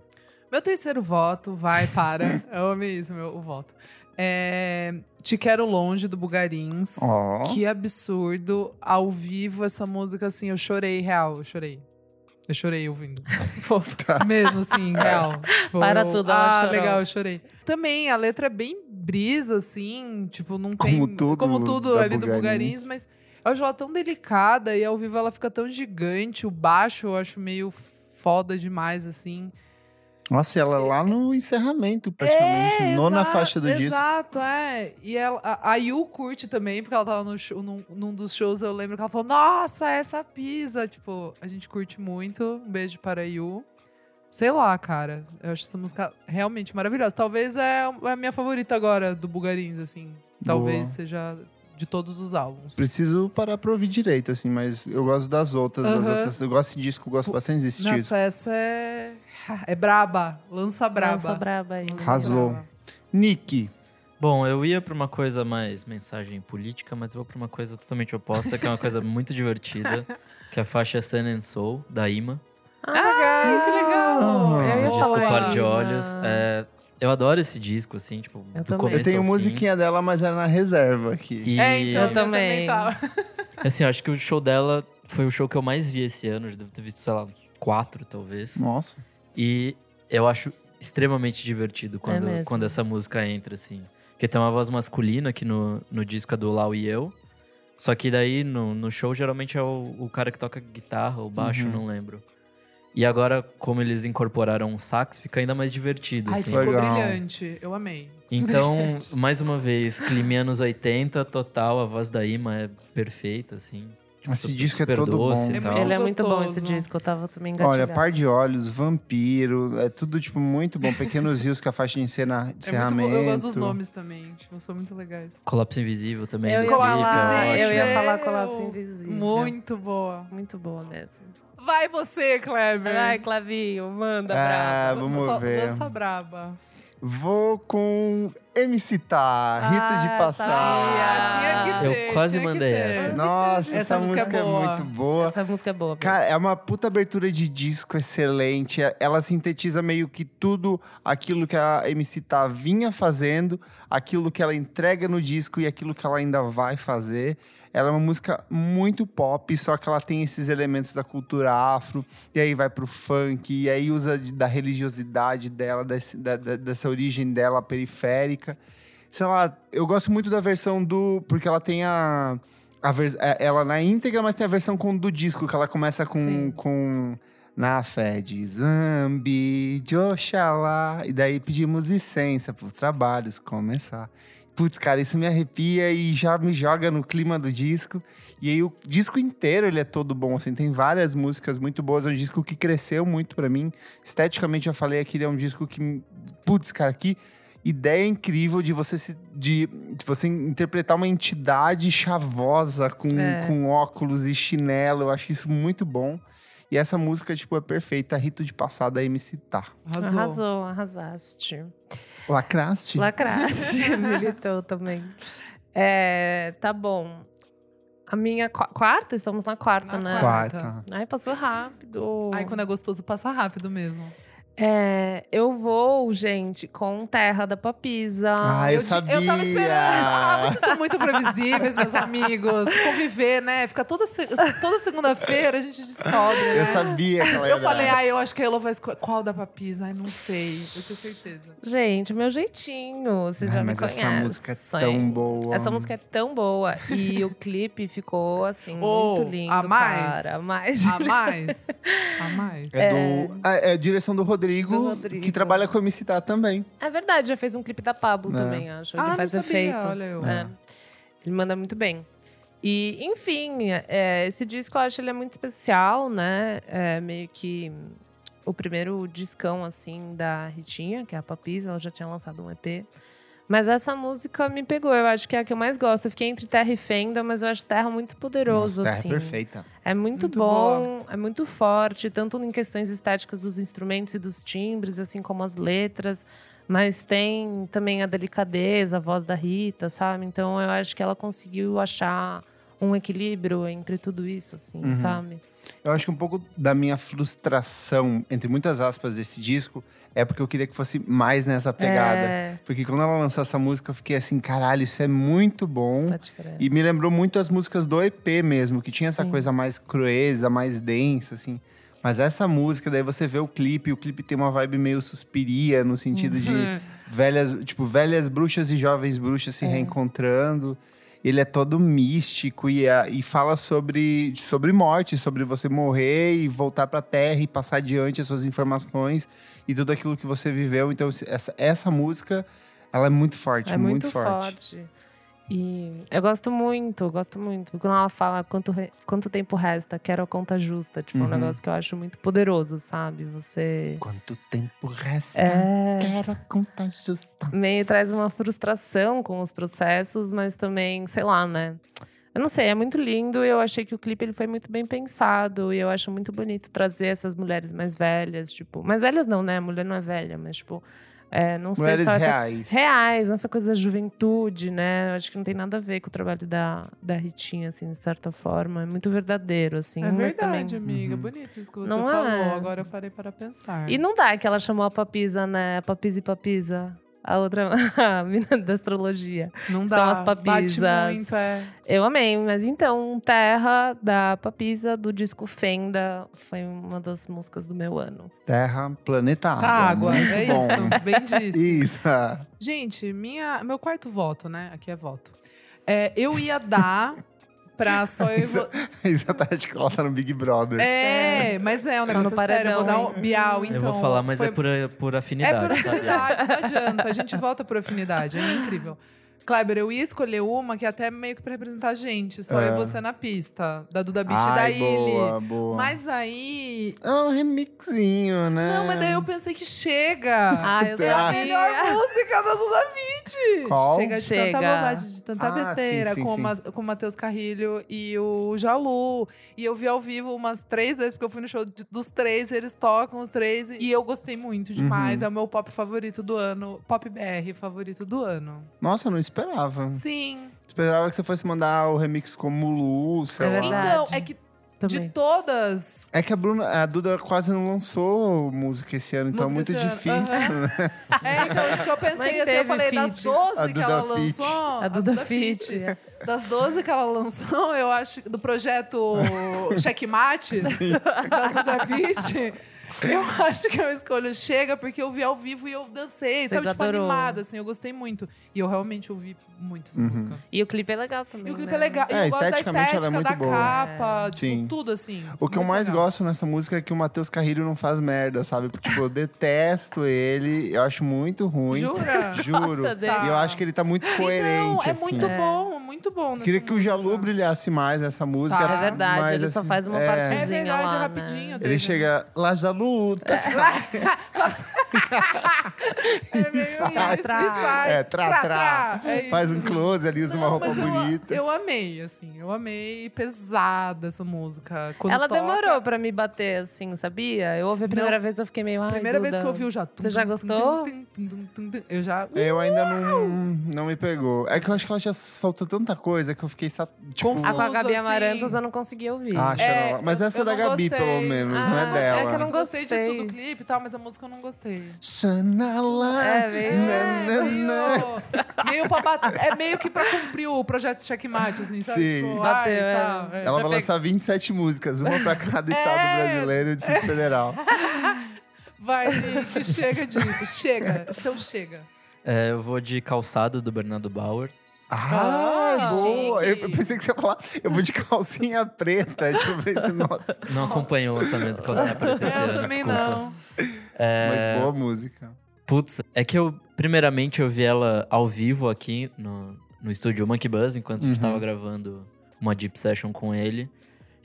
Speaker 3: Meu terceiro voto vai para. Eu amei isso, meu o voto. É, Te Quero Longe do Bugarins.
Speaker 1: Ó.
Speaker 3: Que absurdo. Ao vivo, essa música, assim, eu chorei, real, eu chorei. Eu chorei ouvindo.
Speaker 1: Tá.
Speaker 3: Mesmo assim, real. Tipo,
Speaker 2: É. Para
Speaker 3: eu-
Speaker 2: tudo, ela
Speaker 3: Ah,
Speaker 2: chorou.
Speaker 3: legal, eu chorei. Também, a letra é bem brisa, assim, tipo, não tem.
Speaker 1: Como tudo
Speaker 3: Como tudo
Speaker 1: da
Speaker 3: ali do
Speaker 1: Bugarins.
Speaker 3: Bugarins, mas eu acho ela tão delicada e ao vivo ela fica tão gigante. O baixo eu acho meio foda demais, assim.
Speaker 1: Nossa, e ela lá no encerramento, praticamente. Nona
Speaker 3: É, exato,
Speaker 1: faixa do disco.
Speaker 3: Exato, é. E ela, a, a Yu curte também, porque ela tava no show- num, num dos shows, eu lembro que ela falou, nossa, essa pisa. Tipo, a gente curte muito. Um beijo para a Yu. Sei lá, cara. Eu acho essa música realmente maravilhosa. Talvez é a minha favorita agora do Bugarins, assim. Talvez
Speaker 1: Boa.
Speaker 3: seja de todos os álbuns.
Speaker 1: Preciso parar pra ouvir direito, assim, mas eu gosto das outras, das
Speaker 3: Aham.
Speaker 1: outras. Eu gosto de disco, eu gosto bastante desse disco.
Speaker 3: Nossa, essa é. É braba. Lança braba.
Speaker 2: Nossa, braba aí.
Speaker 3: Lança
Speaker 1: Arrasou.
Speaker 3: braba.
Speaker 1: Nick.
Speaker 4: Bom, eu ia pra uma coisa mais mensagem política, mas eu vou pra uma coisa totalmente oposta, que é uma coisa muito divertida, que é a faixa Sun and Soul, da Ima.
Speaker 2: Ah,
Speaker 3: Ai, que legal!
Speaker 2: Eu ia
Speaker 4: Um disco
Speaker 2: falar
Speaker 4: par
Speaker 2: aí,
Speaker 4: de olhos.
Speaker 2: né?
Speaker 4: É, eu adoro esse disco, assim, tipo,
Speaker 2: Eu
Speaker 4: do
Speaker 2: também.
Speaker 4: começo
Speaker 1: Eu tenho
Speaker 4: ao fim.
Speaker 1: musiquinha dela, mas era na reserva aqui.
Speaker 4: E,
Speaker 3: É, então,
Speaker 2: Eu
Speaker 3: eu
Speaker 2: também.
Speaker 3: também. tava.
Speaker 4: assim, eu acho que o show dela foi o show que eu mais vi esse ano. Eu devo ter visto, sei lá, uns quatro, talvez.
Speaker 1: Nossa.
Speaker 4: E eu acho extremamente
Speaker 3: É
Speaker 4: divertido quando,
Speaker 2: mesmo.
Speaker 4: quando essa música entra, assim. Porque tem uma voz masculina que no, no disco é do Lau e eu. Só que daí no, no show geralmente é o, o cara que toca guitarra ou baixo,
Speaker 1: Uhum.
Speaker 4: não lembro. E agora, como eles incorporaram um sax, fica ainda mais divertido,
Speaker 3: Ai,
Speaker 4: assim.
Speaker 3: ficou
Speaker 1: Legal.
Speaker 3: brilhante. Eu amei.
Speaker 4: Então, mais uma vez, clima anos 80, total, a voz da Ima é perfeita, assim.
Speaker 1: Esse
Speaker 4: super-
Speaker 1: disco é
Speaker 4: super
Speaker 1: todo bom.
Speaker 4: doce e
Speaker 3: É
Speaker 4: tal.
Speaker 3: muito
Speaker 2: Ele é muito bom esse
Speaker 3: gostoso.
Speaker 2: disco, eu tava também
Speaker 1: Olha,
Speaker 2: engatilhada.
Speaker 1: par de olhos, vampiro, é tudo, tipo, muito bom. Pequenos rios com a faixa de encena-
Speaker 3: É muito bom.
Speaker 1: encerramento.
Speaker 3: Eu gosto dos nomes também. Tipo, são muito legais.
Speaker 4: Colapso Invisível também.
Speaker 2: Eu
Speaker 4: do
Speaker 2: ia,
Speaker 3: Colapso
Speaker 4: clipe, é
Speaker 2: falar,
Speaker 3: Invisível.
Speaker 2: eu
Speaker 4: ótimo.
Speaker 2: ia falar Colapso Invisível.
Speaker 3: Muito boa.
Speaker 2: Muito boa mesmo.
Speaker 3: Vai você, Kleber.
Speaker 2: Ai, Clavinho, manda
Speaker 1: Ah,
Speaker 2: pra.
Speaker 1: vamos
Speaker 3: Só-
Speaker 1: ver.
Speaker 3: Lança braba.
Speaker 1: Vou com MC Tá, Rita
Speaker 2: Ah,
Speaker 1: de Passar.
Speaker 2: sabia.
Speaker 3: tinha que
Speaker 4: Eu
Speaker 3: ter.
Speaker 4: quase
Speaker 3: tinha que
Speaker 4: mandei
Speaker 3: ter.
Speaker 4: essa.
Speaker 1: Nossa,
Speaker 3: Essa
Speaker 1: essa,
Speaker 3: música é
Speaker 1: música, é,
Speaker 3: boa.
Speaker 1: muito boa.
Speaker 2: Essa música é boa.
Speaker 1: Cara, é uma puta abertura de disco excelente. Ela sintetiza meio que tudo aquilo que a MC Tá vinha fazendo, aquilo que ela entrega no disco e aquilo que ela ainda vai fazer. Ela é uma música muito pop, só que ela tem esses elementos da cultura afro, e aí vai pro funk, e aí usa de- da religiosidade dela, desse- da- da- dessa origem dela periférica. Sei lá, eu gosto muito da versão do. Porque ela tem a. a vers- é- ela na íntegra, mas tem a versão com, do disco, que ela começa com,
Speaker 2: Sim.
Speaker 1: com na fé de Zambi, de Oxalá. E daí pedimos licença para os trabalhos começar. Putz, cara, isso me arrepia e já me joga no clima do disco. E aí o disco inteiro ele é todo bom, assim, tem várias músicas muito boas. É um disco que cresceu muito para mim. Esteticamente, já falei aqui, ele é um disco que, putz, cara, que ideia incrível de você se, de, de você interpretar uma entidade chavosa com,
Speaker 2: É.
Speaker 1: com óculos e chinelo. Eu acho isso muito bom. E essa música, tipo, é perfeita. Rito de passada MC tá.
Speaker 3: Arrasou.
Speaker 2: Arrasou, arrasaste.
Speaker 1: Lacraste?
Speaker 2: Lacraste, militou também. É, tá bom. A minha qua- quarta? Estamos na quarta,
Speaker 3: Na
Speaker 2: né?
Speaker 1: Quarta.
Speaker 2: Ai, passou rápido.
Speaker 3: Ai, quando é gostoso, passa rápido mesmo.
Speaker 2: É, eu vou, gente, com Terra da Papisa.
Speaker 1: Ah, eu,
Speaker 3: di-
Speaker 1: sabia.
Speaker 3: Eu tava esperando. Ah, vocês são muito previsíveis, meus amigos. Conviver, né? Fica toda, se- toda segunda-feira a gente descobre. né?
Speaker 1: Eu sabia que ela ia
Speaker 3: Eu falei,
Speaker 1: ganhar.
Speaker 3: ah, eu acho que a Elo vai escolher. Qual da papisa? Ai, não sei. Eu tinha certeza.
Speaker 2: Gente, meu jeitinho, vocês
Speaker 1: Ai,
Speaker 2: já me
Speaker 1: mas
Speaker 2: conhecem.
Speaker 1: essa música é tão boa.
Speaker 2: Essa música é tão boa. E o clipe ficou, assim,
Speaker 3: Oh,
Speaker 2: muito lindo,
Speaker 3: a mais?
Speaker 2: cara. A mais.
Speaker 3: A mais? A mais?
Speaker 1: É, do, ah, é a direção do Rodrigo,
Speaker 2: Do Rodrigo.
Speaker 1: que trabalha com o MC Tá também.
Speaker 2: É verdade, já fez um clipe da Pablo
Speaker 1: Né?
Speaker 2: também, acho.
Speaker 3: Ah,
Speaker 2: Ele
Speaker 3: não
Speaker 2: faz
Speaker 3: sabia,
Speaker 2: efeitos.
Speaker 3: olha eu.
Speaker 2: é. Ele manda muito bem. E, enfim, é, esse disco eu acho ele é muito especial, né? É meio que o primeiro discão, assim, da Ritinha, que é a Papis, ela já tinha lançado um EP. Mas essa música me pegou, eu acho que é a que eu mais gosto. Eu fiquei entre Terra e Fenda, mas eu acho Terra muito poderoso,
Speaker 1: Nossa, Terra é
Speaker 2: assim.
Speaker 1: perfeita.
Speaker 2: É muito,
Speaker 3: Muito
Speaker 2: bom, é muito forte, tanto em questões estéticas dos instrumentos e dos timbres, assim como as letras, mas tem também a delicadeza, a voz da Rita, sabe? Então eu acho que ela conseguiu achar um equilíbrio entre tudo isso, assim,
Speaker 1: Uhum.
Speaker 2: sabe?
Speaker 1: Eu acho que um pouco da minha frustração, entre muitas aspas, desse disco, é porque eu queria que fosse mais nessa pegada.
Speaker 2: É,
Speaker 1: Porque quando ela lançou essa música, eu fiquei assim, caralho, isso é muito bom.
Speaker 2: pode crer.
Speaker 1: E me lembrou muito as músicas do EP mesmo, que tinha essa
Speaker 2: Sim.
Speaker 1: coisa mais crueza, mais densa, assim. Mas essa música, daí você vê o clipe, o clipe tem uma vibe meio suspiria, no sentido
Speaker 2: Uhum.
Speaker 1: de velhas, tipo, velhas bruxas e jovens bruxas
Speaker 2: É.
Speaker 1: se reencontrando. Ele é todo místico e, a- e fala sobre, sobre morte, sobre você morrer e voltar pra terra e passar adiante as suas informações e tudo aquilo que você viveu. Então, esse- essa, essa música, ela é muito forte,
Speaker 2: É
Speaker 1: muito,
Speaker 2: muito
Speaker 1: forte.
Speaker 2: forte. E eu gosto muito, gosto muito. Quando ela fala quanto, re- quanto tempo resta, quero a conta justa. Tipo, é um
Speaker 1: Uhum.
Speaker 2: negócio que eu acho muito poderoso, sabe? Você.
Speaker 1: Quanto tempo resta?
Speaker 2: É.
Speaker 1: Quero a conta justa.
Speaker 2: meio traz uma frustração com os processos, mas também, sei lá, né? Eu não sei, é muito lindo. e Eu achei que o clipe ele foi muito bem pensado. E eu acho muito bonito trazer essas mulheres mais velhas, tipo. Mais velhas não, né? Mulher não é velha, mas, tipo, é, não
Speaker 1: Mulheres
Speaker 2: sei só essa.
Speaker 1: reais.
Speaker 2: Reais, essa coisa da juventude, né? Eu acho que não tem nada a ver com o trabalho da, da Ritinha, assim, de certa forma. É muito verdadeiro, assim.
Speaker 3: É
Speaker 2: mas também-
Speaker 3: verdade, amiga. Bonito isso que você
Speaker 2: Não é?
Speaker 3: falou. Agora eu parei para pensar.
Speaker 2: E não dá que ela chamou a Papisa, né? Papisa e Papisa. A outra, a mina da astrologia.
Speaker 3: Não
Speaker 2: São
Speaker 3: dá.
Speaker 2: as
Speaker 3: Bate
Speaker 2: papisas.
Speaker 3: muito, é.
Speaker 2: Eu amei, mas então, Terra da Papisa, do disco Fenda, foi uma das músicas do meu ano.
Speaker 1: Terra, planeta
Speaker 2: Ah,
Speaker 1: água.
Speaker 3: Tá água.
Speaker 1: Muito
Speaker 3: É
Speaker 1: bom.
Speaker 3: isso. Bem disso.
Speaker 1: Isso.
Speaker 3: Gente, minha, meu quarto voto, né? Aqui é voto. É, eu ia dar pra só eu. e
Speaker 1: Isso-
Speaker 3: vo-
Speaker 1: Isso a Tati que ela tá no Big Brother.
Speaker 3: É, mas é um negócio
Speaker 2: No
Speaker 3: sério. Eu vou dar
Speaker 2: paredão,
Speaker 3: um Bial, então.
Speaker 4: eu vou falar, mas
Speaker 3: foi-
Speaker 4: é por, por
Speaker 3: É por
Speaker 4: afinidade. tá? sabe?
Speaker 3: afinidade, não adianta. A gente volta por afinidade, é incrível. Kleber, eu ia escolher uma que é até meio que pra representar a gente. Só
Speaker 1: É.
Speaker 3: eu e você na pista. Da Duda Beat e da
Speaker 1: Ai,
Speaker 3: Illy.
Speaker 1: boa, boa.
Speaker 3: Mas aí.
Speaker 1: É um remixinho, né?
Speaker 3: Não, mas daí eu pensei que chega.
Speaker 2: Ah, eu
Speaker 1: É a
Speaker 2: sabia!
Speaker 3: música da Duda Beat.
Speaker 1: Qual?
Speaker 3: Chega de
Speaker 2: Chega.
Speaker 3: tanta bobagem, de tanta
Speaker 1: Ah,
Speaker 3: besteira
Speaker 1: sim, sim,
Speaker 3: com,
Speaker 1: sim.
Speaker 3: Mas- com o Matheus Carrilho e o Jalu. E eu vi ao vivo umas três vezes, porque eu fui no show de- dos três, eles tocam os três. E eu gostei muito demais.
Speaker 1: Uhum.
Speaker 3: É o meu pop favorito do ano. Pop BR favorito do ano.
Speaker 1: Nossa, eu não esperava.
Speaker 3: Sim.
Speaker 1: Esperava que você fosse mandar o remix como Lu, sei
Speaker 2: É
Speaker 1: lá.
Speaker 2: verdade.
Speaker 3: Então, é que de
Speaker 2: Também.
Speaker 3: todas.
Speaker 1: É que a Bruna, a Duda quase não lançou música esse ano, então
Speaker 3: Música
Speaker 1: é muito
Speaker 3: esse ano,
Speaker 1: difícil. né?
Speaker 3: É, então, isso que eu pensei.
Speaker 2: Mas
Speaker 3: Assim, eu
Speaker 2: teve
Speaker 3: falei, das
Speaker 2: feat.
Speaker 3: 12
Speaker 1: A
Speaker 3: que
Speaker 1: Duda
Speaker 3: ela
Speaker 1: feat.
Speaker 3: lançou.
Speaker 2: A Duda Fit.
Speaker 3: feat. Das 12 que ela lançou, eu acho, do projeto Checkmate, da Duda Beat, Eu acho que eu escolho Chega, porque eu vi ao vivo e eu dancei,
Speaker 2: Você
Speaker 3: sabe? Tipo,
Speaker 2: adorou.
Speaker 3: animada, assim, eu gostei muito. E eu realmente ouvi muito essa
Speaker 1: Uhum.
Speaker 3: música.
Speaker 2: E o clipe é legal também.
Speaker 3: E o clipe
Speaker 2: né?
Speaker 3: é legal.
Speaker 1: É,
Speaker 3: eu gosto da estética,
Speaker 1: esteticamente ela é muito
Speaker 3: da
Speaker 1: boa.
Speaker 3: capa, tipo,
Speaker 1: Sim.
Speaker 3: tudo assim.
Speaker 1: O que eu
Speaker 3: muito
Speaker 1: mais
Speaker 3: legal.
Speaker 1: gosto nessa música é que o Matheus Carrilho não faz merda, sabe? Porque, tipo, eu detesto ele, eu acho muito ruim.
Speaker 3: Jura?
Speaker 1: Juro.
Speaker 2: Nossa,
Speaker 1: E eu acho que ele tá muito coerente,
Speaker 3: Então, é
Speaker 1: assim.
Speaker 3: muito
Speaker 2: É.
Speaker 3: bom, muito bom. nessa
Speaker 1: Queria que o
Speaker 3: música.
Speaker 1: Jalu brilhasse mais nessa música.
Speaker 3: Tá.
Speaker 2: É verdade,
Speaker 1: mas,
Speaker 2: ele só
Speaker 1: assim,
Speaker 2: faz uma
Speaker 1: é,
Speaker 2: partida.
Speaker 3: É verdade,
Speaker 2: lá,
Speaker 3: é
Speaker 2: né?
Speaker 3: rapidinho.
Speaker 1: Ele chega, lá Jalu, tá
Speaker 3: É meio isso,
Speaker 1: sai.
Speaker 3: e sai.
Speaker 1: É, trá, trá.
Speaker 3: É
Speaker 1: Faz
Speaker 3: isso.
Speaker 1: um close ali, usa uma
Speaker 3: Não,
Speaker 1: roupa
Speaker 3: mas eu a-
Speaker 1: bonita.
Speaker 3: Eu, amei, assim. Eu amei pesada essa música. Quando
Speaker 2: Ela
Speaker 3: toca-
Speaker 2: demorou pra me bater, assim, sabia? Eu ouvi a primeira vez, eu fiquei meio. Ai,
Speaker 3: Primeira vez
Speaker 2: Duda.
Speaker 3: que eu ouvi o já.
Speaker 2: Você já gostou?
Speaker 3: Eu já.
Speaker 1: Eu ainda não, não me pegou. É que eu acho que ela já soltou tanta coisa que eu fiquei, sa- tipo...
Speaker 3: Confuso.
Speaker 2: A tá com a Gabi
Speaker 3: assim.
Speaker 2: Amarantos eu não consegui ouvir.
Speaker 1: Ah,
Speaker 3: É,
Speaker 1: xarola. Mas
Speaker 3: eu-
Speaker 1: essa
Speaker 3: eu
Speaker 1: é da
Speaker 3: não
Speaker 1: Gabi,
Speaker 3: gostei.
Speaker 1: pelo menos,
Speaker 2: Ah,
Speaker 1: não é dela.
Speaker 2: eu gostei, é que eu não
Speaker 3: gostei de
Speaker 2: gostei.
Speaker 3: tudo o clipe e tal, mas a música eu não gostei.
Speaker 1: Xanala.
Speaker 2: É,
Speaker 3: É,
Speaker 2: veio-
Speaker 1: na,
Speaker 3: meio,
Speaker 1: na, na. né.
Speaker 3: meio pra bat- é meio que pra cumprir o projeto checkmate, assim, sabe?
Speaker 1: Sim.
Speaker 3: Tipo,
Speaker 2: Bateu,
Speaker 3: ai,
Speaker 2: é.
Speaker 3: tá, é.
Speaker 1: Ela
Speaker 2: Pra
Speaker 1: vai lançar 27 músicas, uma pra cada estado
Speaker 3: É.
Speaker 1: brasileiro e o Distrito Federal.
Speaker 3: Vai, Nick, chega disso, chega. Então chega.
Speaker 4: É, eu vou de calçado do Bernardo Bauer.
Speaker 1: Ah,
Speaker 3: Ah,
Speaker 1: boa!
Speaker 3: chique.
Speaker 1: Eu pensei que você ia falar, eu vou de calcinha preta. Tipo, eu pensei, nossa.
Speaker 4: Não acompanho o lançamento do calçado para esse
Speaker 3: Eu
Speaker 4: ano,
Speaker 3: também
Speaker 4: desculpa.
Speaker 3: não.
Speaker 1: Mas boa música.
Speaker 4: Putz, é que eu, primeiramente, eu vi ela ao vivo aqui no, no estúdio Monkey Buzz, enquanto a gente
Speaker 1: Uhum.
Speaker 4: tava gravando uma deep session com ele.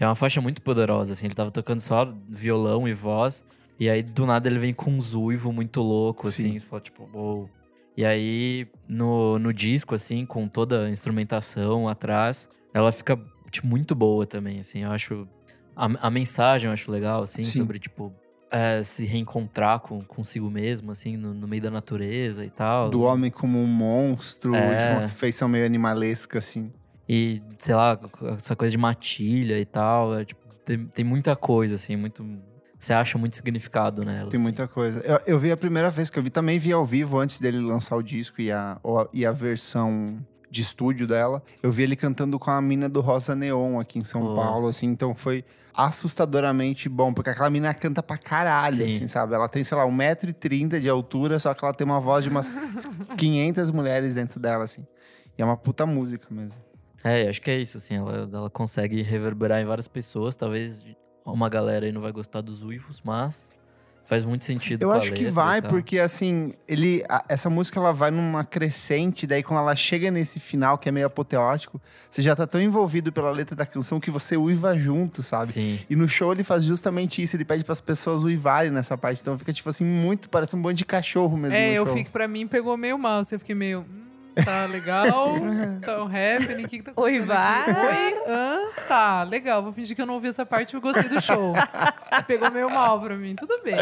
Speaker 4: É uma faixa muito poderosa, assim, ele tava tocando só violão e voz, e aí do nada ele vem com um zuivo muito louco, assim,
Speaker 1: Sim.
Speaker 4: você fala tipo, uou. E aí no, no disco, assim, com toda a instrumentação atrás, ela fica tipo, muito boa também, assim, eu acho. A, a mensagem eu acho legal, assim,
Speaker 1: Sim.
Speaker 4: sobre, tipo, é, se reencontrar com, consigo mesmo, assim, no, no meio da natureza e tal.
Speaker 1: Do homem como um monstro,
Speaker 4: É.
Speaker 1: de uma feição meio animalesca, assim.
Speaker 4: E, sei lá, essa coisa de matilha e tal. é, tipo, tem, tem muita coisa, assim, muito. Você acha muito significado nela.
Speaker 1: Tem
Speaker 4: assim.
Speaker 1: muita coisa. Eu, eu vi a primeira vez que eu vi, também vi ao vivo antes dele lançar o disco e a, ou a- e a versão de estúdio dela. Eu vi ele cantando com a mina do Rosa Neon aqui em São
Speaker 4: Pô.
Speaker 1: Paulo, assim, então foi assustadoramente bom, porque aquela mina canta pra caralho,
Speaker 4: Sim.
Speaker 1: assim, sabe? Ela tem, sei lá, 1,30m de altura, só que ela tem uma voz de umas 500 mulheres dentro dela, assim. E é uma puta música mesmo.
Speaker 4: É, eu acho que é isso, assim. Ela, ela consegue reverberar em várias pessoas. Talvez uma galera aí não vai gostar dos uivos, mas faz muito sentido.
Speaker 1: Eu
Speaker 4: com a
Speaker 1: acho que
Speaker 4: letra e
Speaker 1: vai,
Speaker 4: tal.
Speaker 1: porque assim, ele, a- essa música ela vai numa crescente, daí quando ela chega nesse final, que é meio apoteótico, você já tá tão envolvido pela letra da canção que você uiva junto, sabe?
Speaker 4: Sim.
Speaker 1: E no show ele faz justamente isso, ele pede pras pessoas uivarem nessa parte, então fica tipo assim, muito, parece um bando de cachorro mesmo
Speaker 3: É,
Speaker 1: no
Speaker 3: eu
Speaker 1: show.
Speaker 3: fico, pra mim, pegou meio mal. Assim, eu fiquei meio. hum, tá legal. tá um happening. O que, que tá acontecendo?
Speaker 2: Oi, vai.
Speaker 3: aqui? Oi, hã? Tá, legal. Vou fingir que eu não ouvi essa parte e gostei do show. pegou meio mal pra mim. Tudo bem.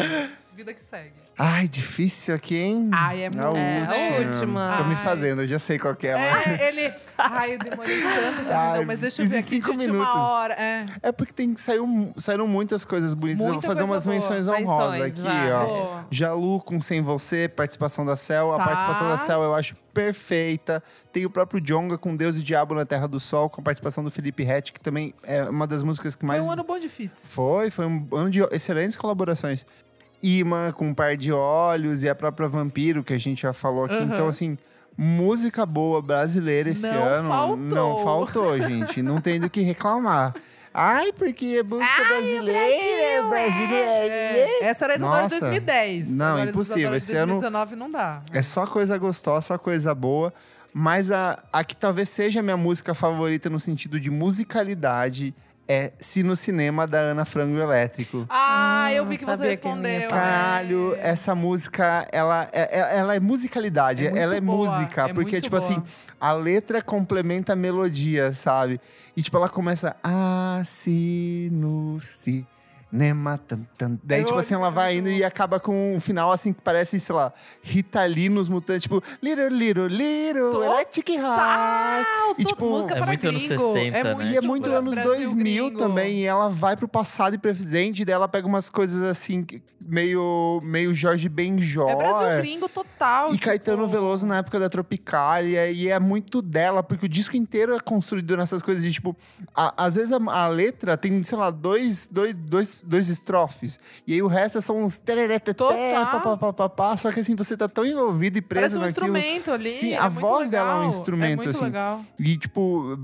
Speaker 3: Vida que segue.
Speaker 1: Ai, difícil aqui, hein?
Speaker 3: Ai, é muito,
Speaker 2: É, a
Speaker 3: né?
Speaker 2: última.
Speaker 1: Tô me
Speaker 3: Ai.
Speaker 1: fazendo, eu já sei qual que é, mas...
Speaker 3: É, ele. Ai, eu demorei tanto,
Speaker 1: Ai,
Speaker 3: entendeu? Mas deixa eu ver aqui de
Speaker 1: 15
Speaker 3: última
Speaker 1: minutos.
Speaker 3: hora. É.
Speaker 1: É porque tem, saiu, saíram muitas coisas bonitas. eu vou
Speaker 3: Muita
Speaker 1: fazer
Speaker 3: coisa
Speaker 1: umas
Speaker 3: boa.
Speaker 1: menções honrosas
Speaker 2: Menções,
Speaker 1: aqui,
Speaker 2: vai.
Speaker 1: ó. é,
Speaker 3: Boa.
Speaker 1: Jalu com Sem Você, participação da Cel.
Speaker 3: Tá.
Speaker 1: A participação da Cel eu acho perfeita. Tem o próprio Jonga com Deus e Diabo na Terra do Sol, com a participação do Felipe Rett, que também é uma das músicas que mais.
Speaker 3: Foi um ano bom de fits.
Speaker 1: Foi, foi um ano de excelentes colaborações. Imã com um par de olhos e a própria Vampiro, que a gente já falou aqui.
Speaker 3: Uhum.
Speaker 1: Então, assim, música boa brasileira esse
Speaker 3: Não
Speaker 1: ano.
Speaker 3: faltou.
Speaker 1: Não faltou, gente. Não tem do que reclamar. Ai, porque é música brasileira, brasileira.
Speaker 3: É, essa era a Isadora de
Speaker 1: Nossa.
Speaker 3: 2010.
Speaker 1: Não,
Speaker 3: Agora a
Speaker 1: impossível.
Speaker 3: Isadora de
Speaker 1: Esse ano-
Speaker 3: 2019 não dá.
Speaker 1: É só coisa gostosa, só coisa boa. Mas a, a que talvez seja a minha música favorita no sentido de musicalidade é Se no Cinema, da Ana Frango Elétrico.
Speaker 3: Ah,
Speaker 2: Ah,
Speaker 3: eu vi que você
Speaker 2: sabia que não ia
Speaker 3: respondeu. É.
Speaker 2: falar.
Speaker 1: Caralho, essa música, ela é, é- ela é musicalidade,
Speaker 3: É muito
Speaker 1: ela é
Speaker 3: boa,
Speaker 1: música.
Speaker 3: é
Speaker 1: porque,
Speaker 3: muito
Speaker 1: tipo
Speaker 3: boa.
Speaker 1: assim, a letra complementa a melodia, sabe? E, tipo, ela começa... Ah, se no cinema... né, Tan, tan. Daí,
Speaker 3: Eu é
Speaker 1: tipo assim, ela vai indo
Speaker 3: amo.
Speaker 1: e acaba com um final, assim, que parece, sei lá, Ritalinos Mutantes. Tipo... Little, little, little,
Speaker 3: Total!
Speaker 1: electric heart.
Speaker 3: Total,
Speaker 1: E, tipo,
Speaker 3: música
Speaker 4: É
Speaker 3: para
Speaker 4: muito anos
Speaker 3: gringo.
Speaker 4: 60, né?
Speaker 1: E é muito
Speaker 3: Bra-
Speaker 1: anos
Speaker 3: Tipo, Brasil
Speaker 1: 2000
Speaker 3: gringo.
Speaker 1: também, e ela vai pro passado e presente, daí ela pega umas coisas assim, que- meio, meio Jorge Benjó.
Speaker 3: É Brasil gringo total.
Speaker 1: E Caetano
Speaker 3: tipo.
Speaker 1: Veloso na época da Tropicália, e é muito dela, porque o disco inteiro é construído nessas coisas de tipo. a- às vezes a, a letra tem, sei lá, dois, dois, dois dois estrofes. E aí o resto são uns terereteté,
Speaker 3: Total.
Speaker 1: pá, pá, pá, pá, pá. Só que assim, você tá tão envolvido e
Speaker 3: Parece
Speaker 1: preso
Speaker 3: um
Speaker 1: naquilo.
Speaker 3: instrumento ali.
Speaker 1: Sim,
Speaker 3: é
Speaker 1: a
Speaker 3: muito
Speaker 1: voz dela é um
Speaker 3: legal,
Speaker 1: instrumento,
Speaker 3: muito
Speaker 1: assim.
Speaker 3: legal.
Speaker 1: E, tipo,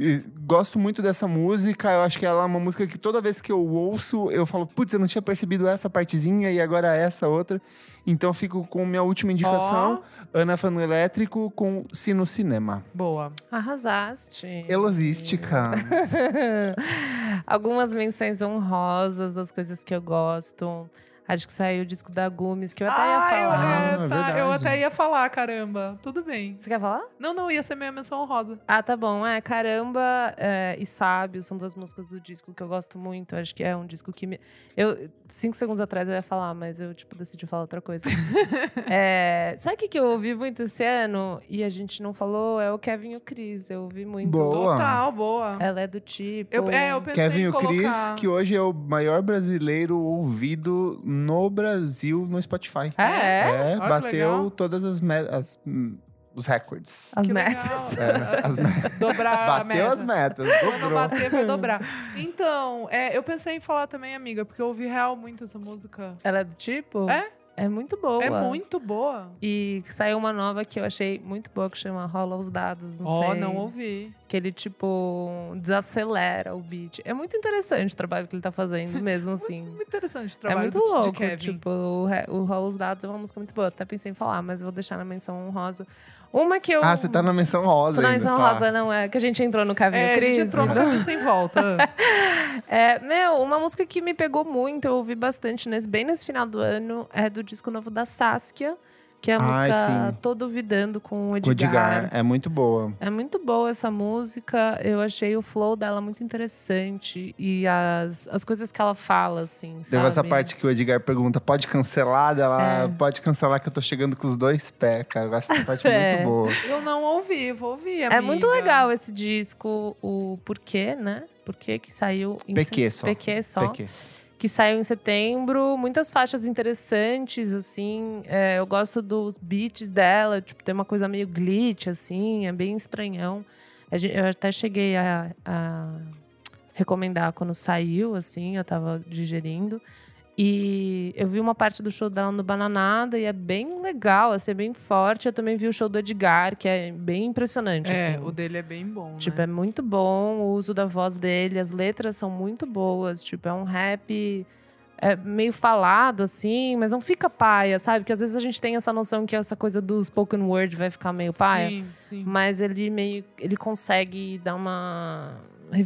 Speaker 1: eh, gosto muito dessa música. Eu acho que ela é uma música que toda vez que eu ouço, eu falo, putz, eu não tinha percebido essa partezinha e agora é essa outra. Então, fico com minha última indicação, Ana Fano Elétrico, com Sino Cinema.
Speaker 3: Boa.
Speaker 2: Arrasaste.
Speaker 1: Elosística.
Speaker 2: Algumas menções honrosas das coisas que eu gosto. Acho que saiu o disco da Gumes, que eu até ia
Speaker 3: Ah,
Speaker 2: falar.
Speaker 3: eu- é,
Speaker 1: Ah,
Speaker 3: tá,
Speaker 1: verdade.
Speaker 3: eu até ia falar, caramba. Tudo bem.
Speaker 2: Você quer falar?
Speaker 3: Não, não, ia ser minha menção honrosa.
Speaker 2: Ah, tá bom. É, Caramba é, e Sábio são duas músicas do disco que eu gosto muito. Acho que é um disco que me. Eu, cinco segundos atrás eu ia falar, mas eu, tipo, decidi falar outra coisa. É, sabe o que, que eu ouvi muito esse ano? E a gente não falou? É o Kevin e o Chris. Eu ouvi muito.
Speaker 1: Boa.
Speaker 3: Total, boa.
Speaker 2: Ela é do tipo.
Speaker 3: Eu, é, eu pensei
Speaker 1: Kevin
Speaker 3: em
Speaker 1: o Chris,
Speaker 3: colocar...
Speaker 1: que hoje é o maior brasileiro ouvido no Brasil no Spotify.
Speaker 2: Ah, é?
Speaker 3: Olha que legal.
Speaker 1: bateu todas as, me- as- hum, os recordes.
Speaker 2: As
Speaker 3: Que
Speaker 2: metas.
Speaker 3: legal.
Speaker 1: É, as metas.
Speaker 3: Dobrar a
Speaker 1: Bateu
Speaker 3: meta.
Speaker 1: as metas,
Speaker 3: Quando
Speaker 1: dobrou.
Speaker 3: bater, vai dobrar. Então, é, eu pensei em falar também, amiga, porque eu ouvi real muito essa música.
Speaker 2: Ela é do tipo?
Speaker 3: É.
Speaker 2: É muito boa.
Speaker 3: É muito boa.
Speaker 2: E saiu uma nova que eu achei muito boa, que chama Rola os Dados. Não
Speaker 3: Ó,
Speaker 2: sei.
Speaker 3: não ouvi.
Speaker 2: que ele, tipo, desacelera o beat. É muito interessante o trabalho que ele tá fazendo mesmo,
Speaker 3: Muito,
Speaker 2: assim.
Speaker 3: muito interessante o
Speaker 2: É
Speaker 3: trabalho
Speaker 2: muito
Speaker 3: do,
Speaker 2: louco,
Speaker 3: de Kevin.
Speaker 2: tipo, o, Re- o Rola os Dados é uma música muito boa. Até pensei em falar, mas vou deixar na menção honrosa. Uma que eu...
Speaker 1: Ah, você tá na menção
Speaker 2: Tô
Speaker 1: rosa
Speaker 2: na
Speaker 1: ainda,
Speaker 2: menção
Speaker 1: tá.
Speaker 2: honrosa, não, é que a gente entrou no caminho
Speaker 3: é, a
Speaker 2: Cris.
Speaker 3: gente entrou no caminho sem volta.
Speaker 2: É, meu, uma música que me pegou muito, eu ouvi bastante nesse, bem nesse final do ano, é do disco novo da Saskia, que é a
Speaker 1: Ai,
Speaker 2: música
Speaker 1: sim.
Speaker 2: Tô Duvidando com o
Speaker 1: Com o
Speaker 2: Edgar.
Speaker 1: Edgar, é muito boa.
Speaker 2: É muito boa essa música. Eu achei o flow dela muito interessante. E as, as coisas que ela fala, assim.
Speaker 1: Deu
Speaker 2: sabe? É.
Speaker 1: essa parte que o Edgar pergunta, pode cancelar? Ela, pode cancelar que eu tô chegando com os dois pés, cara. Eu acho essa parte
Speaker 2: É.
Speaker 1: muito boa.
Speaker 3: Eu não ouvi, vou ouvir,
Speaker 2: É muito legal esse disco, o Porquê, né? Porquê que saiu em
Speaker 1: Pequê
Speaker 2: se-
Speaker 1: só.
Speaker 2: Pequê só.
Speaker 1: Pequê.
Speaker 2: Que saiu em setembro. Muitas faixas interessantes, assim. É, eu gosto dos beats dela. Tipo, tem uma coisa meio glitch, assim. É bem estranhão. A gen- Eu até cheguei a, a recomendar quando saiu, assim, eu tava digerindo. E eu vi uma parte do show dela no Bananada e é bem legal, assim, é bem forte. Eu também vi o show do Edgar, que é bem impressionante,
Speaker 3: É,
Speaker 2: assim.
Speaker 3: o dele é bem bom,
Speaker 2: Tipo,
Speaker 3: né?
Speaker 2: é muito bom o uso da voz dele, as letras são muito boas, tipo, é um rap é, meio falado, assim, mas não fica paia, sabe? Que às vezes a gente tem essa noção que essa coisa do spoken word vai ficar meio paia.
Speaker 3: Sim, sim.
Speaker 2: Mas ele meio. ele consegue dar uma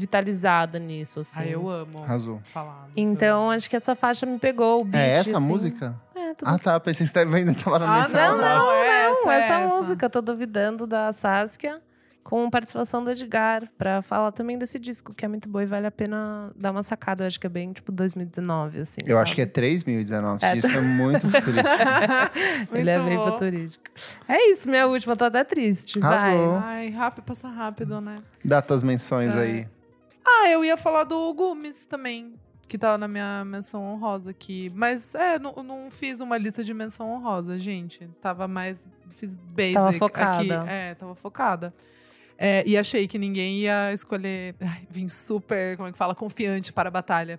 Speaker 2: revitalizada nisso, assim.
Speaker 3: Ah, eu amo. né?
Speaker 1: Arrasou.
Speaker 3: Falado.
Speaker 2: Então acho que essa faixa me pegou o beat.
Speaker 1: É essa a
Speaker 2: assim.
Speaker 1: música?
Speaker 2: É, tô
Speaker 1: Ah, tá. Pensei que você ainda tava na
Speaker 3: Ah,
Speaker 1: menção
Speaker 2: não,
Speaker 1: rosa.
Speaker 2: não,
Speaker 3: é
Speaker 2: não,
Speaker 3: essa, é
Speaker 2: essa,
Speaker 3: essa.
Speaker 2: música, tô duvidando da Saskia. Com participação do Edgar, pra falar também desse disco, que é muito bom e vale a pena dar uma sacada. Eu acho que é bem, tipo, 2019, assim.
Speaker 1: Eu acho que é 3019.
Speaker 2: É.
Speaker 1: Isso é muito triste.
Speaker 3: Muito
Speaker 2: Ele é bem
Speaker 3: bom.
Speaker 2: futurístico. É isso, minha última, tô até triste.
Speaker 1: Arrasou.
Speaker 2: Vai.
Speaker 3: Ai, rápido, passa rápido, né?
Speaker 1: Dá tuas menções
Speaker 3: É.
Speaker 1: aí.
Speaker 3: Ah, eu ia falar do Gumes também, que tava na minha menção honrosa aqui. Mas é, não, não fiz uma lista de menção honrosa, gente. Tava mais. Fiz basic
Speaker 2: Tava focada.
Speaker 3: aqui. É, tava focada. É, e achei que ninguém ia escolher. Ai, vim super, como é que fala? Confiante para a batalha.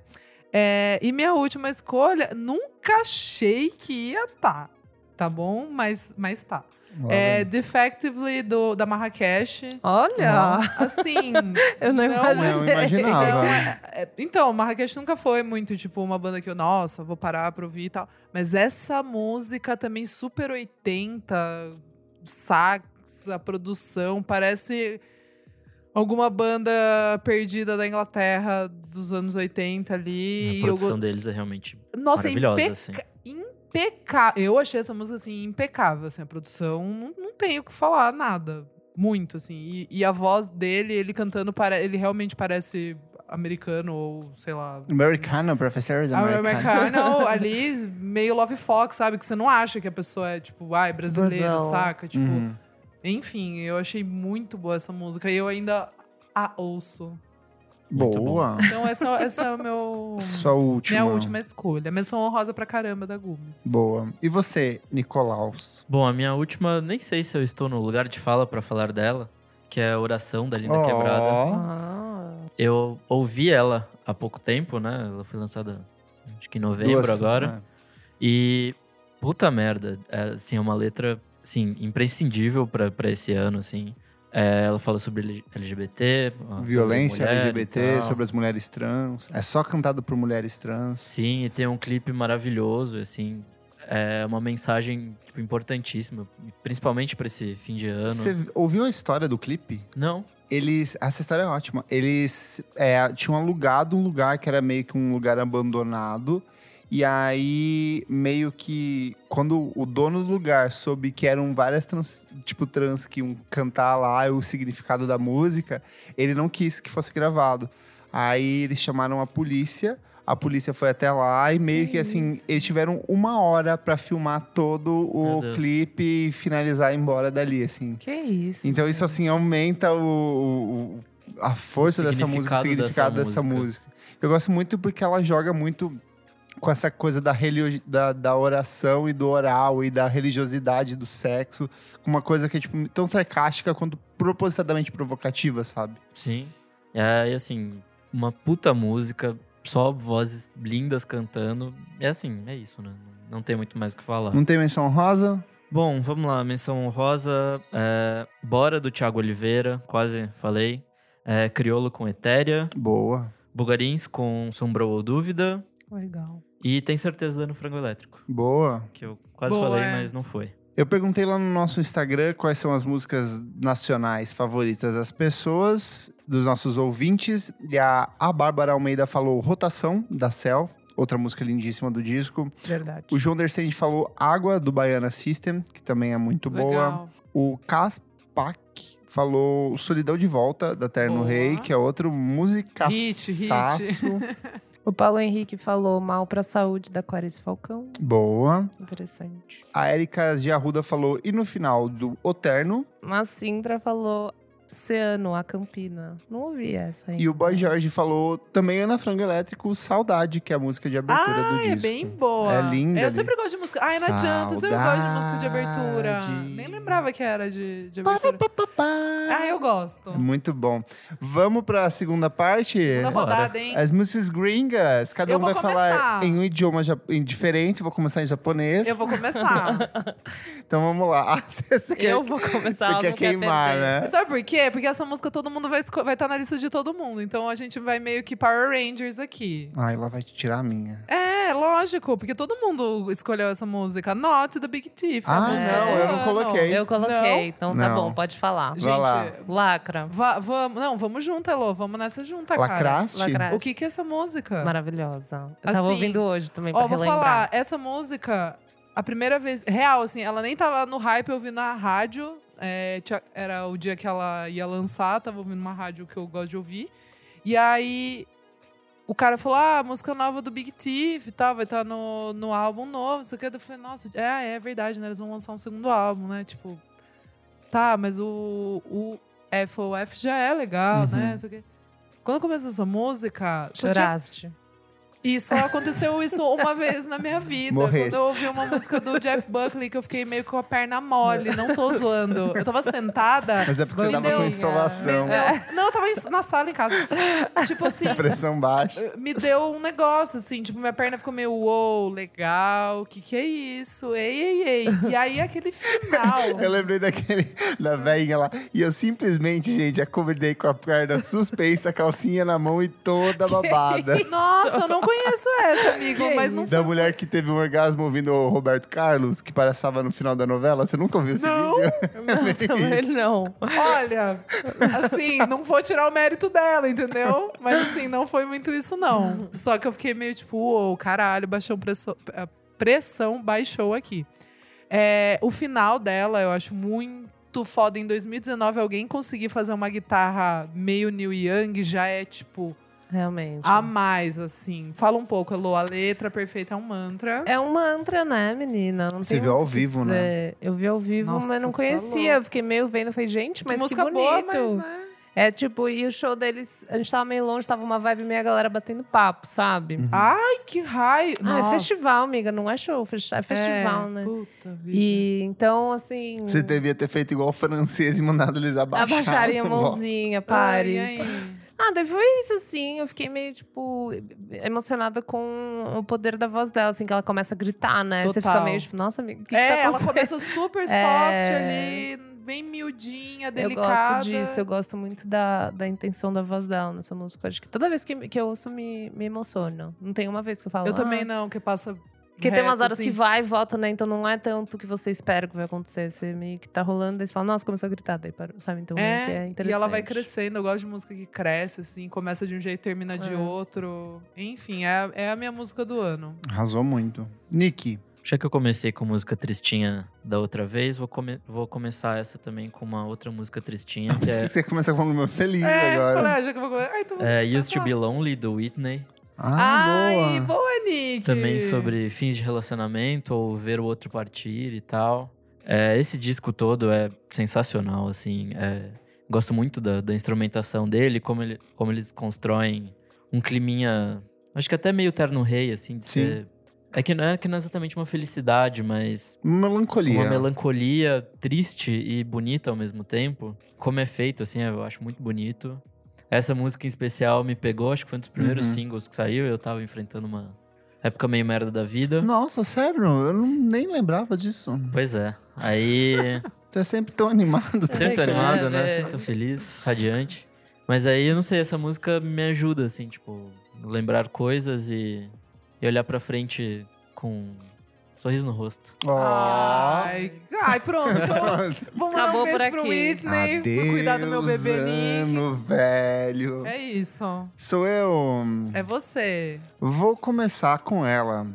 Speaker 3: É, e minha última escolha, nunca achei que ia tá. Tá bom? Mas, mas tá.
Speaker 1: Lá
Speaker 3: É
Speaker 1: vem.
Speaker 3: Defectively do, da Marrakech.
Speaker 2: Olha,
Speaker 3: Assim.
Speaker 2: eu não,
Speaker 3: Não,
Speaker 2: imaginei.
Speaker 1: Não imaginava.
Speaker 3: Então, é- é- então, Marrakech nunca foi muito, tipo, uma banda que eu, nossa, vou parar pra ouvir e tal. Mas essa música também super 80, sax, a produção, parece alguma banda perdida da Inglaterra dos anos 80 ali.
Speaker 4: A
Speaker 3: E eu go-
Speaker 4: produção deles é realmente
Speaker 3: Nossa, é
Speaker 4: maravilhosa,
Speaker 3: impeca-
Speaker 4: assim.
Speaker 3: impecável. Eu achei essa música, assim, impecável, assim, a produção. Não, não tem o que falar, nada. Muito, assim. E, e a voz dele, ele cantando, para, ele realmente parece americano ou, sei lá...
Speaker 1: Americano,
Speaker 2: Ah,
Speaker 1: professores americanos.
Speaker 3: Americano ali, meio Love Fox, sabe? Que você não acha que a pessoa é, tipo, ai, brasileiro,
Speaker 2: Brasil.
Speaker 3: saca? Tipo,
Speaker 1: Uhum.
Speaker 3: enfim, eu achei muito boa essa música. E eu ainda a ouço.
Speaker 4: Muito
Speaker 1: Boa.
Speaker 3: Então, essa, essa é o meu...
Speaker 1: Sua última.
Speaker 3: Minha última escolha. Menção honrosa pra caramba da Gumes.
Speaker 1: Boa. E você, Nicolaus?
Speaker 4: Bom, a minha última, nem sei se eu estou no lugar de fala pra falar dela, que é a Oração da Linda
Speaker 1: Ó.
Speaker 4: Quebrada.
Speaker 2: Ah,
Speaker 4: Eu ouvi ela há pouco tempo, né? Ela foi lançada acho que em novembro
Speaker 1: Duas,
Speaker 4: agora.
Speaker 1: né?
Speaker 4: E puta merda, é, assim, é uma letra assim, imprescindível pra pra esse ano, assim. É, ela fala sobre LGBT, ó, sobre
Speaker 1: Violência
Speaker 4: mulher e
Speaker 1: LGBT,
Speaker 4: tal.
Speaker 1: sobre as mulheres trans. É só cantado por mulheres trans.
Speaker 4: Sim, e tem um clipe maravilhoso, assim, é uma mensagem tipo, importantíssima, principalmente pra esse fim de ano.
Speaker 1: Você ouviu a história do clipe?
Speaker 4: Não,
Speaker 1: Eles. Essa história é ótima. Eles é, tinham alugado um lugar que era meio que um lugar abandonado. E aí, meio que. Quando o dono do lugar soube que eram várias trans, tipo trans que iam cantar lá o significado da música, ele não quis que fosse gravado. Aí eles chamaram a polícia. A polícia foi até lá e meio que, assim, eles tiveram uma hora pra filmar todo
Speaker 4: Meu
Speaker 1: o
Speaker 4: Deus.
Speaker 1: clipe e finalizar e ir embora dali, assim.
Speaker 2: Que isso.
Speaker 1: Então isso assim aumenta o, o- o- a força
Speaker 4: O
Speaker 1: dessa música, o
Speaker 4: significado
Speaker 1: significado dessa,
Speaker 4: dessa
Speaker 1: música. Eu gosto muito porque ela joga muito com essa coisa da, religi- da, da oração e do oral e da religiosidade do sexo, com uma coisa que é tipo tão sarcástica quanto propositadamente provocativa, sabe?
Speaker 4: sim. É, e assim, uma puta música, só vozes lindas cantando. É assim, é isso, né? Não tem muito mais o que falar.
Speaker 1: Não tem menção rosa?
Speaker 4: Bom, vamos lá. Menção rosa. É, Bora do Thiago Oliveira, quase falei. É, Criolo com Etéria.
Speaker 1: Boa,
Speaker 4: Bugarins com Sombrou ou Dúvida.
Speaker 2: Legal.
Speaker 4: E Tem Certeza dando Frango Elétrico,
Speaker 1: boa.
Speaker 4: que eu quase
Speaker 3: Boa,
Speaker 4: falei,
Speaker 3: é.
Speaker 4: mas não foi.
Speaker 1: Eu perguntei lá no nosso Instagram quais são as músicas nacionais favoritas das pessoas, dos nossos ouvintes, e a, a Bárbara Almeida falou Rotação, da Cell, outra música lindíssima do disco.
Speaker 2: Verdade.
Speaker 1: O João Dercendi falou Água, do Baiana System, que também é muito boa.
Speaker 3: Legal.
Speaker 1: O Kaspak falou Solidão de Volta, da Terno
Speaker 3: Boa.
Speaker 1: Rei, que é outro música
Speaker 3: Hit, hit.
Speaker 2: O Paulo Henrique falou mal pra saúde da Clarice Falcão.
Speaker 1: Boa.
Speaker 2: Interessante.
Speaker 1: A Erika de Arruda falou E no final do Oterno.
Speaker 2: A Sintra falou Ceano, a Campina. Não ouvi
Speaker 3: É
Speaker 2: essa ainda.
Speaker 1: E o Boy George falou também Ana Frango Elétrico, Saudade, que é a música de abertura do
Speaker 3: Ah, é
Speaker 1: disco.
Speaker 3: bem boa.
Speaker 1: É linda,
Speaker 3: Eu
Speaker 1: né?
Speaker 3: sempre gosto de música. Ai, não adianta, eu sempre gosto de música de abertura.
Speaker 1: Saudade.
Speaker 3: Nem lembrava que era de, de abertura. Ah, eu gosto.
Speaker 1: É Muito bom. Vamos pra segunda parte?
Speaker 3: Na rodada, hein?
Speaker 1: As músicas gringas, cada
Speaker 3: Eu
Speaker 1: um vai
Speaker 3: vou
Speaker 1: falar
Speaker 3: começar.
Speaker 1: em um idioma ja- em diferente. Vou começar em japonês.
Speaker 3: Eu vou começar.
Speaker 1: Então vamos lá. Ah, Você quer,
Speaker 2: Eu vou começar.
Speaker 1: você quer
Speaker 2: eu não quero
Speaker 1: queimar,
Speaker 2: perder.
Speaker 1: né?
Speaker 3: Sabe por quê? Porque essa música todo mundo vai estar vai tá na lista de todo mundo. Então a gente vai meio que Power Rangers aqui.
Speaker 1: Ai, ela vai tirar a minha.
Speaker 3: É, lógico, porque todo mundo escolheu essa música. Not the Big Thief. a
Speaker 1: Ah,
Speaker 3: música
Speaker 2: não,
Speaker 3: do
Speaker 1: eu não
Speaker 3: ano.
Speaker 1: coloquei.
Speaker 2: Eu coloquei,
Speaker 3: Não?
Speaker 2: então tá
Speaker 1: né? Não.
Speaker 2: bom, pode falar.
Speaker 1: Vai lá.
Speaker 3: Gente,
Speaker 2: Lacra.
Speaker 3: va- vamos. Não, vamos junto, Elô. Vamos nessa junta, cara.
Speaker 1: Lacraste?
Speaker 2: Lacraste.
Speaker 3: O que, que é essa música?
Speaker 2: Maravilhosa. Eu
Speaker 3: Assim,
Speaker 2: tava ouvindo hoje também, pra
Speaker 3: Ó, vou falar,
Speaker 2: relembrar.
Speaker 3: essa música, a primeira vez, real, assim, ela nem tava no hype, eu vi na rádio. é, tinha- era o dia que ela ia lançar, tava ouvindo uma rádio que eu gosto de ouvir. E aí o cara falou: Ah, música nova do Big Thief e tal, vai estar no, no álbum novo, não sei o que. Eu falei, nossa, é, é verdade, né? Eles vão lançar um segundo álbum, né? Tipo, tá, mas o, o FOF já é legal, né? Não sei o quê. Quando começou essa música, só tinha
Speaker 2: Choraste.
Speaker 3: e só aconteceu isso uma vez na minha vida.
Speaker 1: Morresse.
Speaker 3: Quando eu ouvi uma música do Jeff Buckley que eu fiquei meio com a perna mole, não tô zoando. Eu tava sentada.
Speaker 1: Mas é porque você
Speaker 3: Me
Speaker 1: tava
Speaker 3: deu-
Speaker 1: com insolação,
Speaker 3: Não, eu tava em- na sala em casa. Tipo assim,
Speaker 1: pressão baixa.
Speaker 3: me deu um negócio, assim, tipo, minha perna ficou meio, uou, legal, o que que é isso? Ei, ei, ei. E aí, aquele final.
Speaker 1: Eu lembrei daquele da velhinha lá. E eu simplesmente, gente, acordei com a perna suspensa, calcinha na mão e toda babada.
Speaker 3: Nossa, eu não conheço essa, amigo,
Speaker 2: Que
Speaker 3: mas não
Speaker 1: Da mulher que teve um orgasmo ouvindo o Roberto Carlos, que passava no final da novela. Você nunca ouviu esse
Speaker 3: Não.
Speaker 1: vídeo?
Speaker 2: Não, também não.
Speaker 3: Olha, assim, não vou tirar o mérito dela, entendeu? Mas assim, não foi muito isso, não. Só que eu fiquei meio tipo, uou, caralho, baixou pressão, a pressão baixou aqui. É, o final dela, eu acho muito foda. Em 2019, alguém conseguir fazer uma guitarra meio New Young já é, tipo,
Speaker 2: Realmente.
Speaker 3: a mais, assim. Fala um pouco, Elô, a letra perfeita é um mantra.
Speaker 2: É um mantra, né, menina? Não
Speaker 1: Você
Speaker 2: tem
Speaker 1: viu
Speaker 2: muito
Speaker 1: ao
Speaker 2: o que
Speaker 1: vivo, né?
Speaker 2: dizer. Eu vi ao vivo,
Speaker 3: Nossa,
Speaker 2: mas não
Speaker 3: tá
Speaker 2: conhecia. Eu Fiquei meio vendo, falei, gente, mas que,
Speaker 3: música
Speaker 2: bonito.
Speaker 3: boa, mas, né?
Speaker 2: É tipo, e o show deles, a gente tava meio longe, tava uma vibe meio a galera batendo papo, sabe?
Speaker 1: Uhum.
Speaker 3: Ai, que raio!
Speaker 2: Ah, é
Speaker 3: Nossa.
Speaker 2: festival, amiga, não é show, festi- é festival,
Speaker 3: É,
Speaker 2: né?
Speaker 3: Puta vida.
Speaker 2: E então, assim,
Speaker 1: Você devia ter feito igual o francês e mandado eles abaixar.
Speaker 2: abaixarem a
Speaker 1: Bom,
Speaker 2: mãozinha, pare.
Speaker 3: Ai, ai.
Speaker 2: Ah, daí foi isso, assim. Eu fiquei meio, tipo, emocionada com o poder da voz dela, assim, que ela começa a gritar, né? Você
Speaker 3: Total.
Speaker 2: fica meio, tipo, nossa, amiga, o que, que
Speaker 3: é,
Speaker 2: tá
Speaker 3: ela
Speaker 2: acontecendo?
Speaker 3: começa super soft
Speaker 2: É.
Speaker 3: ali, bem miudinha,
Speaker 2: Eu
Speaker 3: delicada.
Speaker 2: gosto disso, eu gosto muito da, da intenção da voz dela nessa música. Acho que toda vez que, que eu ouço, me, me emociono. Não tem uma vez que eu falo.
Speaker 3: Eu
Speaker 2: "Ah,
Speaker 3: também não, que passa.
Speaker 2: Porque tem umas
Speaker 3: reto,
Speaker 2: horas
Speaker 3: assim.
Speaker 2: que vai e volta, né? Então não é tanto o que você espera que vai acontecer. Você meio que tá rolando, daí você fala, nossa, começou a gritar, daí parou, sabe? Então meio que é
Speaker 3: É,
Speaker 2: interessante.
Speaker 3: e ela vai crescendo. Eu gosto de música que cresce, assim, começa de um jeito e termina de
Speaker 2: É.
Speaker 3: outro. Enfim, é, é a minha música do ano.
Speaker 1: Arrasou muito. Nick,
Speaker 4: Já que eu comecei com música tristinha da outra vez, vou, come- vou começar essa também com uma outra música tristinha, que
Speaker 1: pensei
Speaker 4: é,
Speaker 1: que você começa com uma feliz
Speaker 3: É, eu falei,
Speaker 1: agora.
Speaker 3: ah, já que eu vou. Ai, então vou
Speaker 4: é Used to
Speaker 3: passar.
Speaker 4: Be Lonely, do Whitney.
Speaker 1: Ah,
Speaker 3: Ai, boa, Nick.
Speaker 4: Também sobre fins de relacionamento ou ver o outro partir e tal. É, esse disco todo é sensacional, assim. é, gosto muito da, da instrumentação dele, como, ele- como eles constroem um climinha. Acho que até meio terno rei, assim, de
Speaker 1: Sim.
Speaker 4: ser. É que não é, que não é exatamente uma felicidade, mas
Speaker 1: boa. Melancolia.
Speaker 4: uma melancolia triste e bonita ao mesmo tempo. Como é feito, assim, eu acho muito bonito. Essa música em especial me pegou, acho que foi um dos primeiros
Speaker 1: Uhum.
Speaker 4: singles que saiu. Eu tava enfrentando uma época meio merda da vida.
Speaker 1: Nossa, sério? Eu não, nem lembrava disso.
Speaker 4: Pois é. Aí.
Speaker 1: Você é sempre tão animado.
Speaker 4: sempre tô
Speaker 2: cara,
Speaker 4: animado, né?
Speaker 2: é.
Speaker 4: Sempre tô feliz, radiante. Mas aí, eu não sei, essa música me ajuda, assim, tipo, lembrar coisas e, e olhar pra frente com um sorriso no rosto.
Speaker 1: Ó.
Speaker 3: Ai, ai, pronto. Então, vou mandar
Speaker 2: Acabou
Speaker 3: um
Speaker 2: por
Speaker 3: beijo pro
Speaker 2: aqui.
Speaker 3: Whitney, por cuidar do meu bebê Nick.
Speaker 1: ano, velho.
Speaker 3: É isso.
Speaker 1: Sou eu.
Speaker 3: É você.
Speaker 1: Vou começar com ela.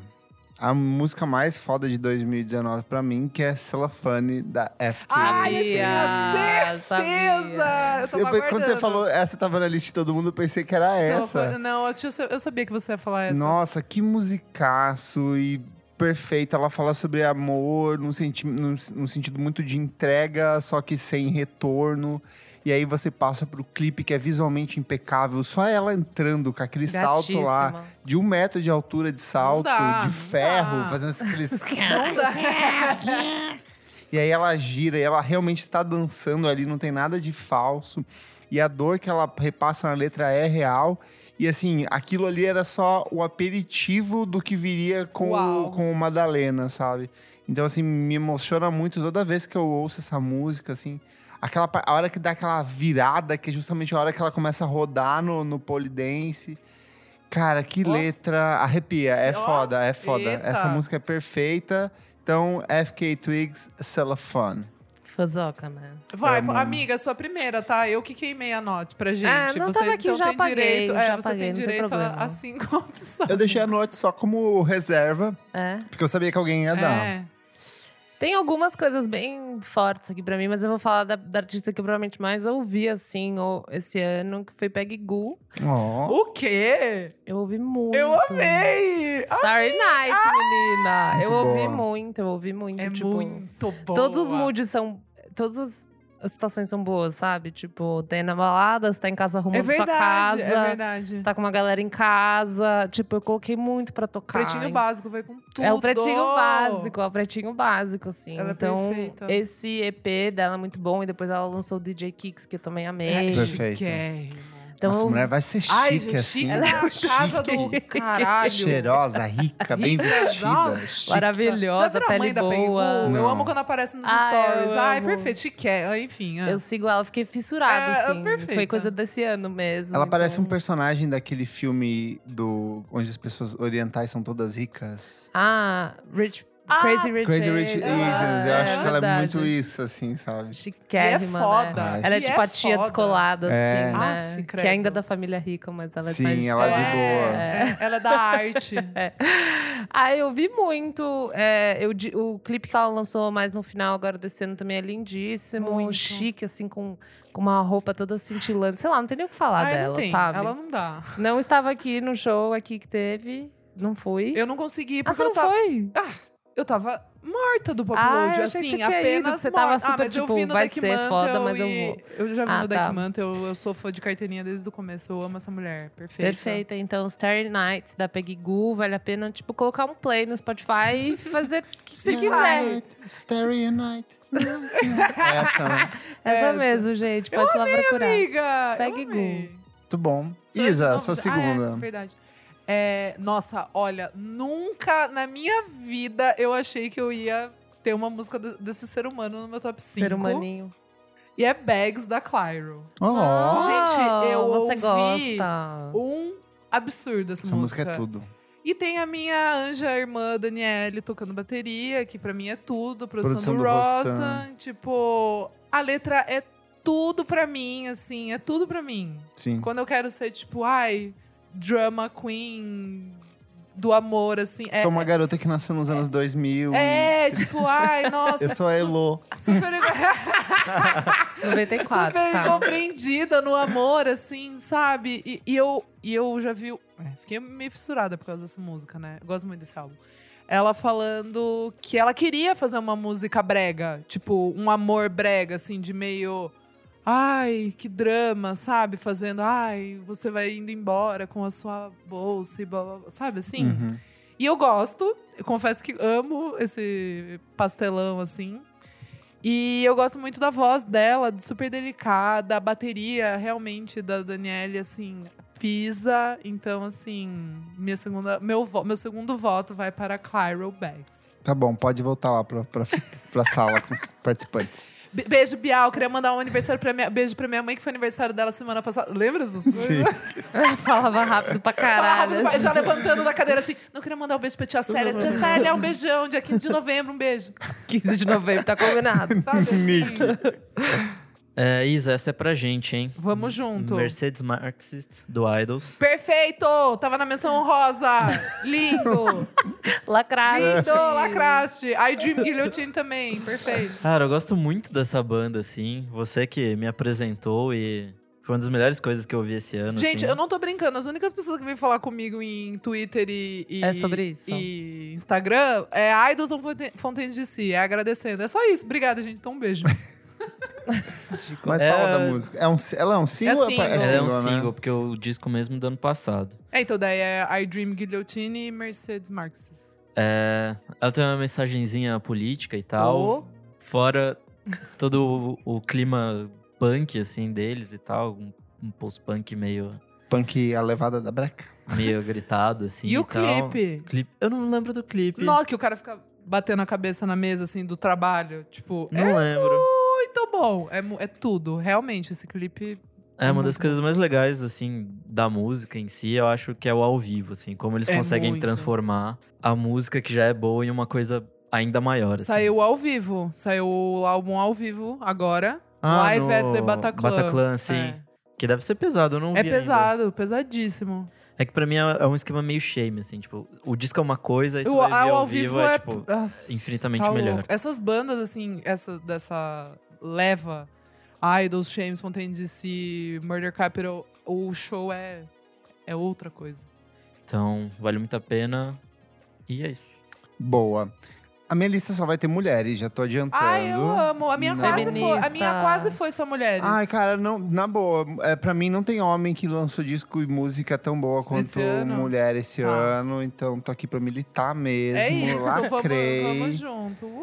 Speaker 1: A música mais foda de 2019 pra mim, que é Celofane, da FK.
Speaker 3: Ai, eu tinha
Speaker 2: Ah,
Speaker 3: certeza!
Speaker 2: sabia.
Speaker 3: Eu só
Speaker 1: Eu
Speaker 3: tava
Speaker 1: pe- quando você
Speaker 3: aguardando.
Speaker 1: falou essa tava na lista de todo mundo, eu pensei que era
Speaker 3: Você
Speaker 1: essa.
Speaker 3: falou- Não, eu, tinha- eu sabia que você ia falar essa.
Speaker 1: Nossa, que musicaço e perfeita. Ela fala sobre amor num, senti num- num sentido muito de entrega, só que sem retorno. E aí você passa pro clipe que é visualmente impecável. Só ela entrando com aquele salto lá
Speaker 2: Gatíssima.
Speaker 1: de um metro de altura de salto,
Speaker 3: dá, não
Speaker 1: de ferro,
Speaker 3: dá.
Speaker 1: fazendo aqueles.
Speaker 3: Não dá.
Speaker 2: é?
Speaker 1: E aí ela gira e ela realmente tá dançando ali, não tem nada de falso. E a dor que ela repassa na letra é real. E assim, aquilo ali era só o aperitivo do que viria com, o,
Speaker 3: Uau.
Speaker 1: com o Madalena, sabe? Então, assim, me emociona muito toda vez que eu ouço essa música, assim. Aquela, pa- a hora que dá aquela virada, que é justamente a hora que ela começa a rodar no, no polidense. Cara, que
Speaker 3: Ó.
Speaker 1: letra arrepia. É
Speaker 3: Ó,
Speaker 1: foda, é foda.
Speaker 3: eita.
Speaker 1: Essa música é perfeita. Então, FK Twigs, Cellophane.
Speaker 2: Fãzoca, né?
Speaker 3: Vai,
Speaker 1: Amo.
Speaker 3: amiga, a sua primeira, tá? Eu que queimei a note pra gente.
Speaker 2: Ah, não
Speaker 3: você
Speaker 2: tava aqui,
Speaker 3: então
Speaker 2: já
Speaker 3: tem
Speaker 2: apaguei,
Speaker 3: direito.
Speaker 2: já
Speaker 3: é, você
Speaker 2: apaguei,
Speaker 3: tem
Speaker 2: não tem
Speaker 3: direito a,
Speaker 2: problema.
Speaker 3: a cinco opções.
Speaker 1: Eu deixei a noite só como reserva,
Speaker 2: É.
Speaker 1: porque eu sabia que alguém ia dar.
Speaker 3: É.
Speaker 2: Tem algumas coisas bem fortes aqui pra mim, mas eu vou falar da, da artista que eu provavelmente mais ouvi, assim, ou- esse ano, que foi Peggy Goo.
Speaker 1: Ó.
Speaker 3: O quê?
Speaker 2: Eu ouvi muito.
Speaker 3: Eu amei! Ah!
Speaker 2: Starry Night, menina. eu
Speaker 1: Muito
Speaker 2: ouvi
Speaker 1: boa.
Speaker 2: muito, eu ouvi muito.
Speaker 3: É
Speaker 2: tipo,
Speaker 3: muito bom.
Speaker 2: Todos os moods são. Todas as- as situações são boas, sabe? Tipo, tem na balada, você tá em casa arrumando
Speaker 3: É
Speaker 2: sua
Speaker 3: verdade,
Speaker 2: casa.
Speaker 3: é verdade.
Speaker 2: Você tá com uma galera em casa. Tipo, eu coloquei muito pra tocar.
Speaker 3: Pretinho básico, vai com tudo.
Speaker 2: É o pretinho básico, é o pretinho básico, assim.
Speaker 3: Ela é
Speaker 2: então,
Speaker 3: perfeita.
Speaker 2: esse EP dela é muito bom. E depois ela lançou o DJ Kicks, que eu também amei.
Speaker 3: É,
Speaker 1: Perfeito.
Speaker 3: chiquérrimo.
Speaker 2: Então,
Speaker 1: Nossa, a mulher vai ser chique,
Speaker 3: Ai, gente,
Speaker 1: assim.
Speaker 3: chique na casa do caralho.
Speaker 1: Cheirosa, rica, bem
Speaker 3: Rica,
Speaker 1: vestida.
Speaker 3: nossa.
Speaker 1: chique.
Speaker 2: maravilhosa,
Speaker 3: Já virou a
Speaker 2: pele
Speaker 3: mãe da
Speaker 2: boa.
Speaker 3: Pegu? Eu
Speaker 1: Não.
Speaker 3: amo quando aparece nos
Speaker 2: Ah, eu
Speaker 3: stories. Ai,
Speaker 2: amo.
Speaker 3: perfeito, chiquérrimo. Enfim. é.
Speaker 2: eu sigo ela, fiquei fissurada,
Speaker 3: É,
Speaker 2: assim.
Speaker 3: perfeita.
Speaker 2: Foi coisa desse ano mesmo.
Speaker 1: Ela parece um
Speaker 2: então-
Speaker 1: personagem daquele filme do onde as pessoas orientais são todas ricas.
Speaker 2: Ah, Rich.
Speaker 3: Ah,
Speaker 2: Crazy Rich
Speaker 1: um Crazy Rich
Speaker 2: Asians.
Speaker 1: Asians,
Speaker 3: Ah,
Speaker 1: eu acho que ela é
Speaker 2: verdade.
Speaker 1: muito isso, assim, sabe?
Speaker 2: Chiquérrima,
Speaker 3: E é foda.
Speaker 2: Né?
Speaker 1: Ai,
Speaker 2: Ela é
Speaker 3: que
Speaker 2: tipo
Speaker 3: é
Speaker 2: a tia
Speaker 3: foda.
Speaker 2: descolada,
Speaker 1: É.
Speaker 2: assim, né?
Speaker 3: Aff,
Speaker 2: que
Speaker 3: credo.
Speaker 2: ainda é da família rica, mas ela é
Speaker 1: Sim,
Speaker 2: mais...
Speaker 1: ela é de boa.
Speaker 3: É, ela é da arte.
Speaker 2: É. Ah, eu vi muito. É, eu di- o clipe que ela lançou mais no final agora desse ano também é lindíssimo.
Speaker 3: Muito.
Speaker 2: Chique, assim, com, com uma roupa toda cintilante. Sei lá, não tem nem o que falar
Speaker 3: Ai,
Speaker 2: dela,
Speaker 3: não tem.
Speaker 2: sabe?
Speaker 3: Ela não dá.
Speaker 2: Não estava aqui no show aqui que teve. Não fui.
Speaker 3: Eu não consegui,
Speaker 2: ah,
Speaker 3: porque
Speaker 2: você
Speaker 3: eu,
Speaker 2: não
Speaker 3: tava,
Speaker 2: foi?
Speaker 3: eu tava morta do pop
Speaker 2: Ah,
Speaker 3: load,
Speaker 2: eu achei que
Speaker 3: assim,
Speaker 2: você tinha
Speaker 3: apenas
Speaker 2: ido, que você
Speaker 3: morta.
Speaker 2: tava
Speaker 3: ah,
Speaker 2: super,
Speaker 3: mas eu vi
Speaker 2: tipo,
Speaker 3: no
Speaker 2: vai
Speaker 3: Deck
Speaker 2: ser
Speaker 3: Mantel
Speaker 2: foda, mas eu
Speaker 3: e-
Speaker 2: vou.
Speaker 3: Eu já vi
Speaker 2: Ah,
Speaker 3: no
Speaker 2: tá.
Speaker 3: Deck Mantel, eu, eu sou fã de carteirinha desde o começo, eu amo essa mulher, perfeita.
Speaker 2: Perfeita. Então, Starry Night da Peggy Goo, vale a pena, tipo, colocar um play no Spotify e fazer o que você quiser.
Speaker 1: Night, Starry Night. Essa, né?
Speaker 2: Essa
Speaker 3: Essa. é,
Speaker 2: mesmo, É gente. Pode ir lá procurar.
Speaker 3: Amiga,
Speaker 2: Segue
Speaker 3: eu amei.
Speaker 1: Muito bom.
Speaker 3: Sou eu de
Speaker 1: Isa,
Speaker 3: novo?
Speaker 1: sua
Speaker 3: Ah,
Speaker 1: segunda.
Speaker 3: é, verdade. É, nossa, olha, nunca na minha vida eu achei que eu ia ter uma música de- desse ser humano no meu top 5.
Speaker 2: Ser humaninho.
Speaker 3: E é Bags da Clyro.
Speaker 1: Ó,
Speaker 3: Gente, eu
Speaker 2: Você
Speaker 3: ouvi-
Speaker 2: gosta.
Speaker 3: Um absurdo essa,
Speaker 1: essa música é tudo.
Speaker 3: E tem a minha anja irmã Daniele tocando bateria, que pra mim é tudo, produção,
Speaker 1: Produção
Speaker 3: do,
Speaker 1: do
Speaker 3: Rostam.
Speaker 1: Rostam.
Speaker 3: Tipo, a letra é tudo pra mim, assim, é tudo pra mim.
Speaker 1: Sim.
Speaker 3: Quando eu quero ser, tipo, ai, drama queen do amor, assim. É,
Speaker 1: sou uma garota que nasceu nos anos 2000.
Speaker 3: é, tipo, ai, nossa.
Speaker 1: Eu sou a
Speaker 3: su-
Speaker 1: Elo.
Speaker 3: Super,
Speaker 2: 94,
Speaker 3: super
Speaker 2: tá?
Speaker 3: compreendida no amor, assim, sabe? E, e eu, e eu já vi. o- é, fiquei meio fissurada por causa dessa música, né? Eu gosto muito desse álbum. Ela falando que ela queria fazer uma música brega, tipo, um amor brega, assim, de meio. Ai, que drama, sabe? Fazendo, ai, você vai indo embora com a sua bolsa e blá blá blá, sabe assim?
Speaker 1: Uhum.
Speaker 3: E eu gosto, eu confesso que amo esse pastelão assim. E eu gosto muito da voz dela, de super delicada, a bateria realmente da Daniele, assim, pisa. Então, assim, minha segunda, meu, vo- meu segundo voto vai para Clyro Bags.
Speaker 1: Tá bom, pode voltar lá pra, pra, pra sala com os participantes.
Speaker 3: Be- beijo, Bial. Queria mandar um aniversário pra minha, beijo pra minha mãe, que foi aniversário dela semana passada. Lembra dessas coisas?
Speaker 1: Sim.
Speaker 2: tá? Falava rápido pra
Speaker 3: Fala
Speaker 2: caralho. assim.
Speaker 3: rápido, vai, já levantando da cadeira assim. Não queria mandar um beijo pra tia Célia. Tia Célia, um beijão. Dia 15 de novembro, um beijo.
Speaker 2: 15 de novembro, tá combinado.
Speaker 3: Sabe assim?
Speaker 1: Nick.
Speaker 4: É, Isa, essa é pra gente, hein?
Speaker 3: Vamos junto.
Speaker 4: Mercedes Marxist, do Idols.
Speaker 3: Perfeito! Tava na menção honrosa. Lindo!
Speaker 2: Lacrado.
Speaker 3: Lindo, lacraste. I Dream Guillotine também. Perfeito.
Speaker 4: Cara, eu gosto muito dessa banda, assim. Você que me apresentou e foi uma das melhores coisas que eu vi esse ano.
Speaker 3: Gente,
Speaker 4: assim.
Speaker 3: eu não tô brincando. As únicas pessoas que vêm falar comigo em Twitter e, e-
Speaker 2: É sobre isso.
Speaker 3: e Instagram é Idols ou Fonte- Fontaine de Si. É agradecendo. É só isso. Obrigada, gente. Então, um beijo.
Speaker 1: Mas
Speaker 4: É-
Speaker 1: fala da música. É um, ela é um single? ou
Speaker 3: single.
Speaker 1: É,
Speaker 4: Ela
Speaker 1: single,
Speaker 4: é um
Speaker 1: né?
Speaker 4: single, porque o disco mesmo do ano passado.
Speaker 3: É, então daí é I Dream Guillotine e Mercedes Marxist.
Speaker 4: É, ela tem uma mensagenzinha política e tal.
Speaker 3: Ô.
Speaker 4: Fora todo o, o clima punk, assim, deles e tal. Um, um post-punk meio,
Speaker 1: Punk A Levada da Breca.
Speaker 4: meio gritado, assim.
Speaker 3: E, o
Speaker 4: tal.
Speaker 3: clipe?
Speaker 4: Clipe- Eu não lembro do clipe.
Speaker 3: Nossa, que o cara fica batendo a cabeça na mesa, assim, do trabalho. Tipo, é
Speaker 4: Não lembro.
Speaker 3: muito bom. É, mu- é tudo. Realmente, esse clipe.
Speaker 4: É uma
Speaker 3: Muito
Speaker 4: das coisas mais legais, assim, da música em si, eu acho que é o ao vivo, assim, como eles
Speaker 3: É
Speaker 4: conseguem
Speaker 3: muito.
Speaker 4: transformar a música que já é boa em uma coisa ainda maior. assim.
Speaker 3: Saiu ao vivo. Saiu o álbum ao vivo agora.
Speaker 4: Ah,
Speaker 3: Live
Speaker 4: no
Speaker 3: at the Bataclan.
Speaker 4: Bataclan, sim.
Speaker 3: É,
Speaker 4: Que deve ser pesado, eu não
Speaker 3: É
Speaker 4: vi ainda.
Speaker 3: pesado, pesadíssimo.
Speaker 4: É que pra mim é é um esquema meio shame, assim, tipo, o disco é uma coisa, aí você
Speaker 3: O,
Speaker 4: vai ver
Speaker 3: ao,
Speaker 4: ao,
Speaker 3: vivo
Speaker 4: é,
Speaker 3: é.
Speaker 4: tipo,
Speaker 3: Nossa,
Speaker 4: infinitamente
Speaker 3: tá
Speaker 4: melhor.
Speaker 3: louco. Essas bandas, assim, essa, dessa leva, Idols, Shames, Fontaine DC, Murder Capital, o show é, é outra coisa.
Speaker 4: Então, vale muito a pena. E é isso.
Speaker 1: Boa. A minha lista só vai ter mulheres, já tô adiantando.
Speaker 3: Ai, eu amo. A minha,
Speaker 1: Não.
Speaker 3: quase foi, a
Speaker 2: Feminista.
Speaker 3: minha quase foi só mulheres.
Speaker 1: Ai, cara, não, na boa, é, pra mim não tem homem que lançou disco e música tão boa quanto
Speaker 3: Esse ano?
Speaker 1: mulher esse
Speaker 3: Tá.
Speaker 1: ano, então tô aqui pra militar mesmo,
Speaker 3: é isso,
Speaker 1: lacrei.
Speaker 3: vamos, vamos junto. Uh!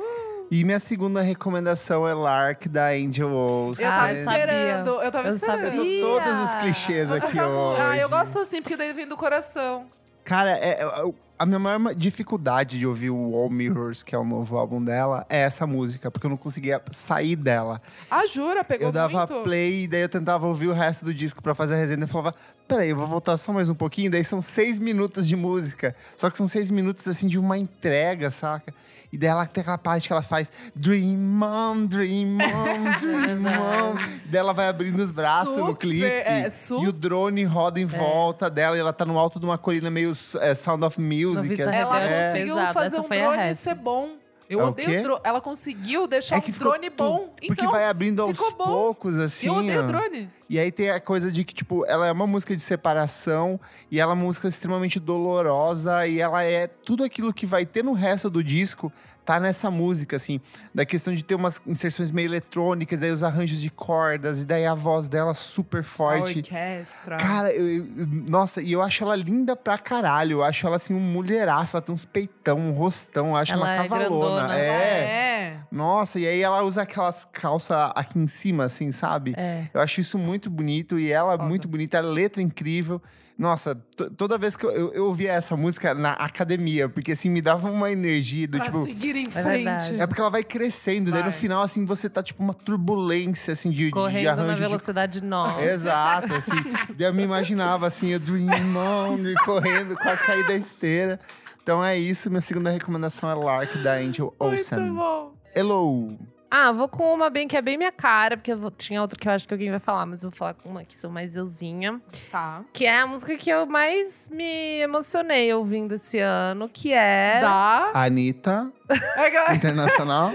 Speaker 1: E minha segunda recomendação é Lark da Angel Olsen.
Speaker 3: Eu
Speaker 2: Ah,
Speaker 3: tava
Speaker 2: eu sabia.
Speaker 3: esperando, eu tava
Speaker 2: Eu
Speaker 3: esperando.
Speaker 1: Eu
Speaker 2: sabia.
Speaker 1: tô todos os clichês aqui hoje.
Speaker 3: Ah, eu gosto assim, porque daí vem do coração.
Speaker 1: Cara, é- é- eu- a minha maior dificuldade de ouvir o All Mirrors, que é o novo álbum dela, é essa música, porque eu não conseguia sair dela.
Speaker 3: Ah, jura? Pegou
Speaker 1: Eu dava
Speaker 3: muito?
Speaker 1: play, daí eu tentava ouvir o resto do disco pra fazer a resenha e falava: peraí, eu vou voltar só mais um pouquinho, daí são seis minutos de música. Só que são seis minutos assim de uma entrega, saca? E daí ela tem aquela parte que ela faz Dream on, Dream on, Dream on. daí ela vai abrindo os braços no
Speaker 3: Super,
Speaker 1: clipe.
Speaker 3: é,
Speaker 1: e
Speaker 3: super.
Speaker 1: o drone roda em volta dela e ela tá no alto de uma colina meio é, Sound of Music.
Speaker 2: Noviça
Speaker 1: assim.
Speaker 3: Ela
Speaker 2: É.
Speaker 3: conseguiu
Speaker 2: Pesado,
Speaker 3: fazer
Speaker 2: essa
Speaker 3: um
Speaker 2: foi a
Speaker 3: drone
Speaker 2: rap.
Speaker 3: ser bom. Eu
Speaker 1: É o
Speaker 3: odeio
Speaker 1: quê?
Speaker 3: drone. Ela conseguiu deixar
Speaker 1: É
Speaker 3: um
Speaker 1: ficou
Speaker 3: drone
Speaker 1: tudo,
Speaker 3: bom.
Speaker 1: Porque
Speaker 3: Então,
Speaker 1: vai abrindo aos
Speaker 3: ficou bom.
Speaker 1: poucos, assim.
Speaker 3: eu odeio
Speaker 1: ó.
Speaker 3: drone.
Speaker 1: E aí tem a coisa de que, tipo, ela é uma música de separação e ela é uma música extremamente dolorosa e ela é tudo aquilo que vai ter no resto do disco tá nessa música, assim. Da questão de ter umas inserções meio eletrônicas, daí os arranjos de cordas e daí a voz dela super forte.
Speaker 3: Orquestra.
Speaker 1: Cara, eu- eu- nossa, e eu acho ela linda pra caralho. Eu acho ela assim um mulheraço, ela tem uns peitão, um rostão, eu acho
Speaker 2: Ela
Speaker 1: uma
Speaker 2: é
Speaker 1: cavalona.
Speaker 2: grandona.
Speaker 3: é.
Speaker 1: Nossa, e aí ela usa aquelas calças aqui em cima, assim, sabe?
Speaker 2: É.
Speaker 1: Eu acho isso muito bonito e ela é
Speaker 3: Foda.
Speaker 1: muito bonita, a letra é incrível. Nossa, to- toda vez que eu, eu, eu ouvia essa música na academia, porque assim, me dava uma energia do
Speaker 3: Pra
Speaker 1: tipo.
Speaker 3: seguir em
Speaker 2: verdade.
Speaker 3: frente.
Speaker 1: É porque ela vai crescendo, daí no
Speaker 3: Vai.
Speaker 1: final, assim, você tá tipo uma turbulência, assim, de, de
Speaker 2: Correndo na
Speaker 1: arranjo de
Speaker 2: velocidade 9.
Speaker 1: Exato, assim. Daí eu me imaginava assim, eu Dream On, e correndo, quase caí da esteira. Então é isso, minha segunda recomendação é Lark da Angel
Speaker 3: Muito
Speaker 1: Olsen.
Speaker 3: bom.
Speaker 1: Hello!
Speaker 2: Ah, vou com uma bem que é bem minha cara, porque eu vou- tinha outra que eu acho que alguém vai falar, mas eu vou falar com uma que sou mais euzinha.
Speaker 3: Tá.
Speaker 2: Que é a música que eu mais me emocionei ouvindo esse ano, que é
Speaker 3: Dá.
Speaker 1: Anitta,
Speaker 3: É que-
Speaker 1: internacional.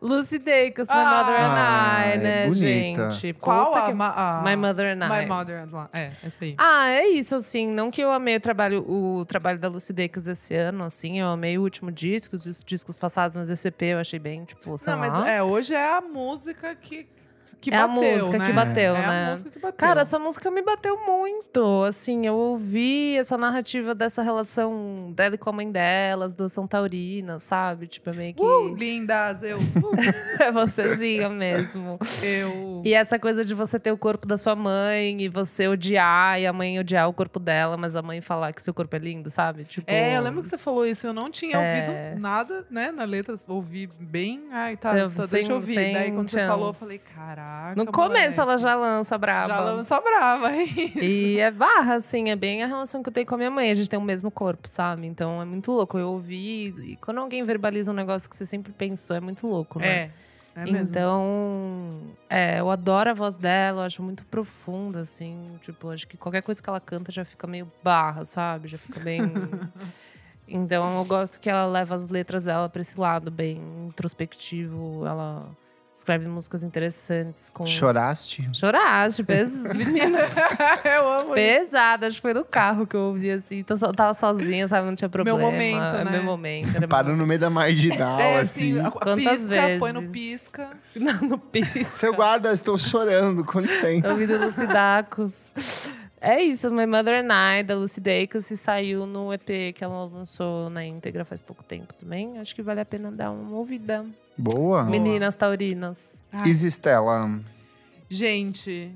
Speaker 2: Lucy Day, com My
Speaker 3: Ah.
Speaker 2: Mother and
Speaker 1: Ah,
Speaker 2: I,
Speaker 1: é
Speaker 2: né,
Speaker 1: bonita.
Speaker 2: gente?
Speaker 3: Qual
Speaker 2: Puta
Speaker 3: a,
Speaker 2: que-
Speaker 3: ma- a-
Speaker 2: My Mother and I.
Speaker 3: My Mother and I. É, essa aí.
Speaker 2: Ah, é isso, assim. Não que eu amei o trabalho, o trabalho da Lucy Dacus esse ano, assim. Eu amei o último disco, os discos passados, mas esse EP eu achei bem, tipo, sei
Speaker 3: Não,
Speaker 2: lá.
Speaker 3: mas é, hoje é a música que, que
Speaker 2: É a
Speaker 3: bateu,
Speaker 2: música
Speaker 3: né?
Speaker 2: que bateu,
Speaker 3: é
Speaker 2: né?
Speaker 3: a música que bateu.
Speaker 2: Cara, essa música me bateu muito. Assim, eu ouvi essa narrativa dessa relação dela e com a mãe dela, as duas são taurinas, sabe? Tipo, é meio que
Speaker 3: Uh, lindas, eu, uh,
Speaker 2: é vocêzinha mesmo.
Speaker 3: eu...
Speaker 2: E essa coisa de você ter o corpo da sua mãe e você odiar, e a mãe odiar o corpo dela, mas a mãe falar que seu corpo é lindo, sabe? Tipo.
Speaker 3: É, eu lembro que você falou isso, eu não tinha
Speaker 2: É.
Speaker 3: ouvido nada, né, na letra, ouvi bem, ai, tá,
Speaker 2: Você-
Speaker 3: tá, deixa eu ouvir.
Speaker 2: sem-
Speaker 3: Daí quando
Speaker 2: sem
Speaker 3: você falou, eu
Speaker 2: chance.
Speaker 3: falei, caraca,
Speaker 2: No começo
Speaker 3: moleque.
Speaker 2: ela já lança braba.
Speaker 3: né? Já lança brava, é isso.
Speaker 2: E é barra, assim, é bem a relação que eu tenho com a minha mãe. A gente tem o mesmo corpo, sabe? Então é muito louco. Eu ouvi. E quando alguém verbaliza um negócio que você sempre pensou, é muito louco, né?
Speaker 3: É, é mesmo.
Speaker 2: Então, é, eu adoro a voz dela, eu acho muito profunda, assim. Tipo, acho que qualquer coisa que ela canta já fica meio barra, sabe? Já fica bem. então, eu gosto que ela leva as letras dela pra esse lado bem introspectivo. Ela escreve músicas interessantes com.
Speaker 1: Choraste?
Speaker 2: Choraste, pes... menina,
Speaker 3: eu amo isso.
Speaker 2: pesada. Acho que foi no carro que eu ouvi assim. Então, eu tava sozinha, sabe? Não tinha problema.
Speaker 3: momento,
Speaker 2: É
Speaker 3: né?
Speaker 2: Meu momento. Era meu
Speaker 1: Parou no meio da marginal,
Speaker 3: É,
Speaker 1: assim.
Speaker 3: assim, a- a
Speaker 2: Quantas
Speaker 3: pisca, põe no
Speaker 2: vezes?
Speaker 3: pisca.
Speaker 2: momento. Não, no piso.
Speaker 1: Seu guarda, estou chorando, com licença.
Speaker 2: Ouvindo Lucy Dacus. É isso, My Mother and I, da Lucy Dacus, e saiu no EP que ela lançou na íntegra faz pouco tempo também. Acho que vale a pena dar uma ouvida.
Speaker 1: Boa.
Speaker 2: Meninas taurinas.
Speaker 3: Ai,
Speaker 1: Easy Stella.
Speaker 3: Gente,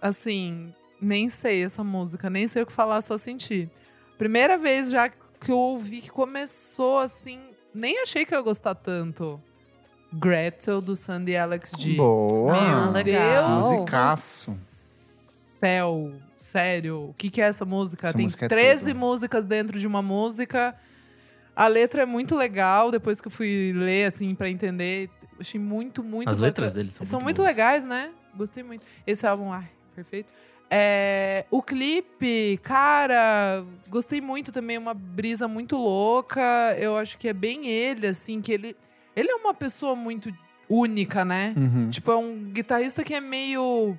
Speaker 3: assim, nem sei essa música, nem sei o que falar, só senti. Primeira vez já que eu ouvi que começou assim, nem achei que eu ia gostar tanto. Gretel do Sandy Alex G.
Speaker 4: Ah,
Speaker 1: Boa.
Speaker 2: Meu
Speaker 3: Deus!
Speaker 2: Legal.
Speaker 1: Musicaço.
Speaker 3: do Céu, sério. O que, que é essa música?
Speaker 1: Essa
Speaker 3: Tem
Speaker 1: música é
Speaker 3: 13
Speaker 1: tudo.
Speaker 3: músicas dentro de uma música. A letra é muito legal, depois que eu fui ler, assim, pra entender. Achei muito, muito
Speaker 4: As
Speaker 3: letra-
Speaker 4: letras deles são,
Speaker 3: são
Speaker 4: muito,
Speaker 3: muito, legais, né? Gostei muito. Esse álbum, ai, perfeito. É, o clipe, cara, gostei muito também, uma brisa muito louca. Eu acho que é bem ele, assim, que ele. Ele é uma pessoa muito única, né?
Speaker 1: Uhum.
Speaker 3: Tipo, é um guitarrista que é meio,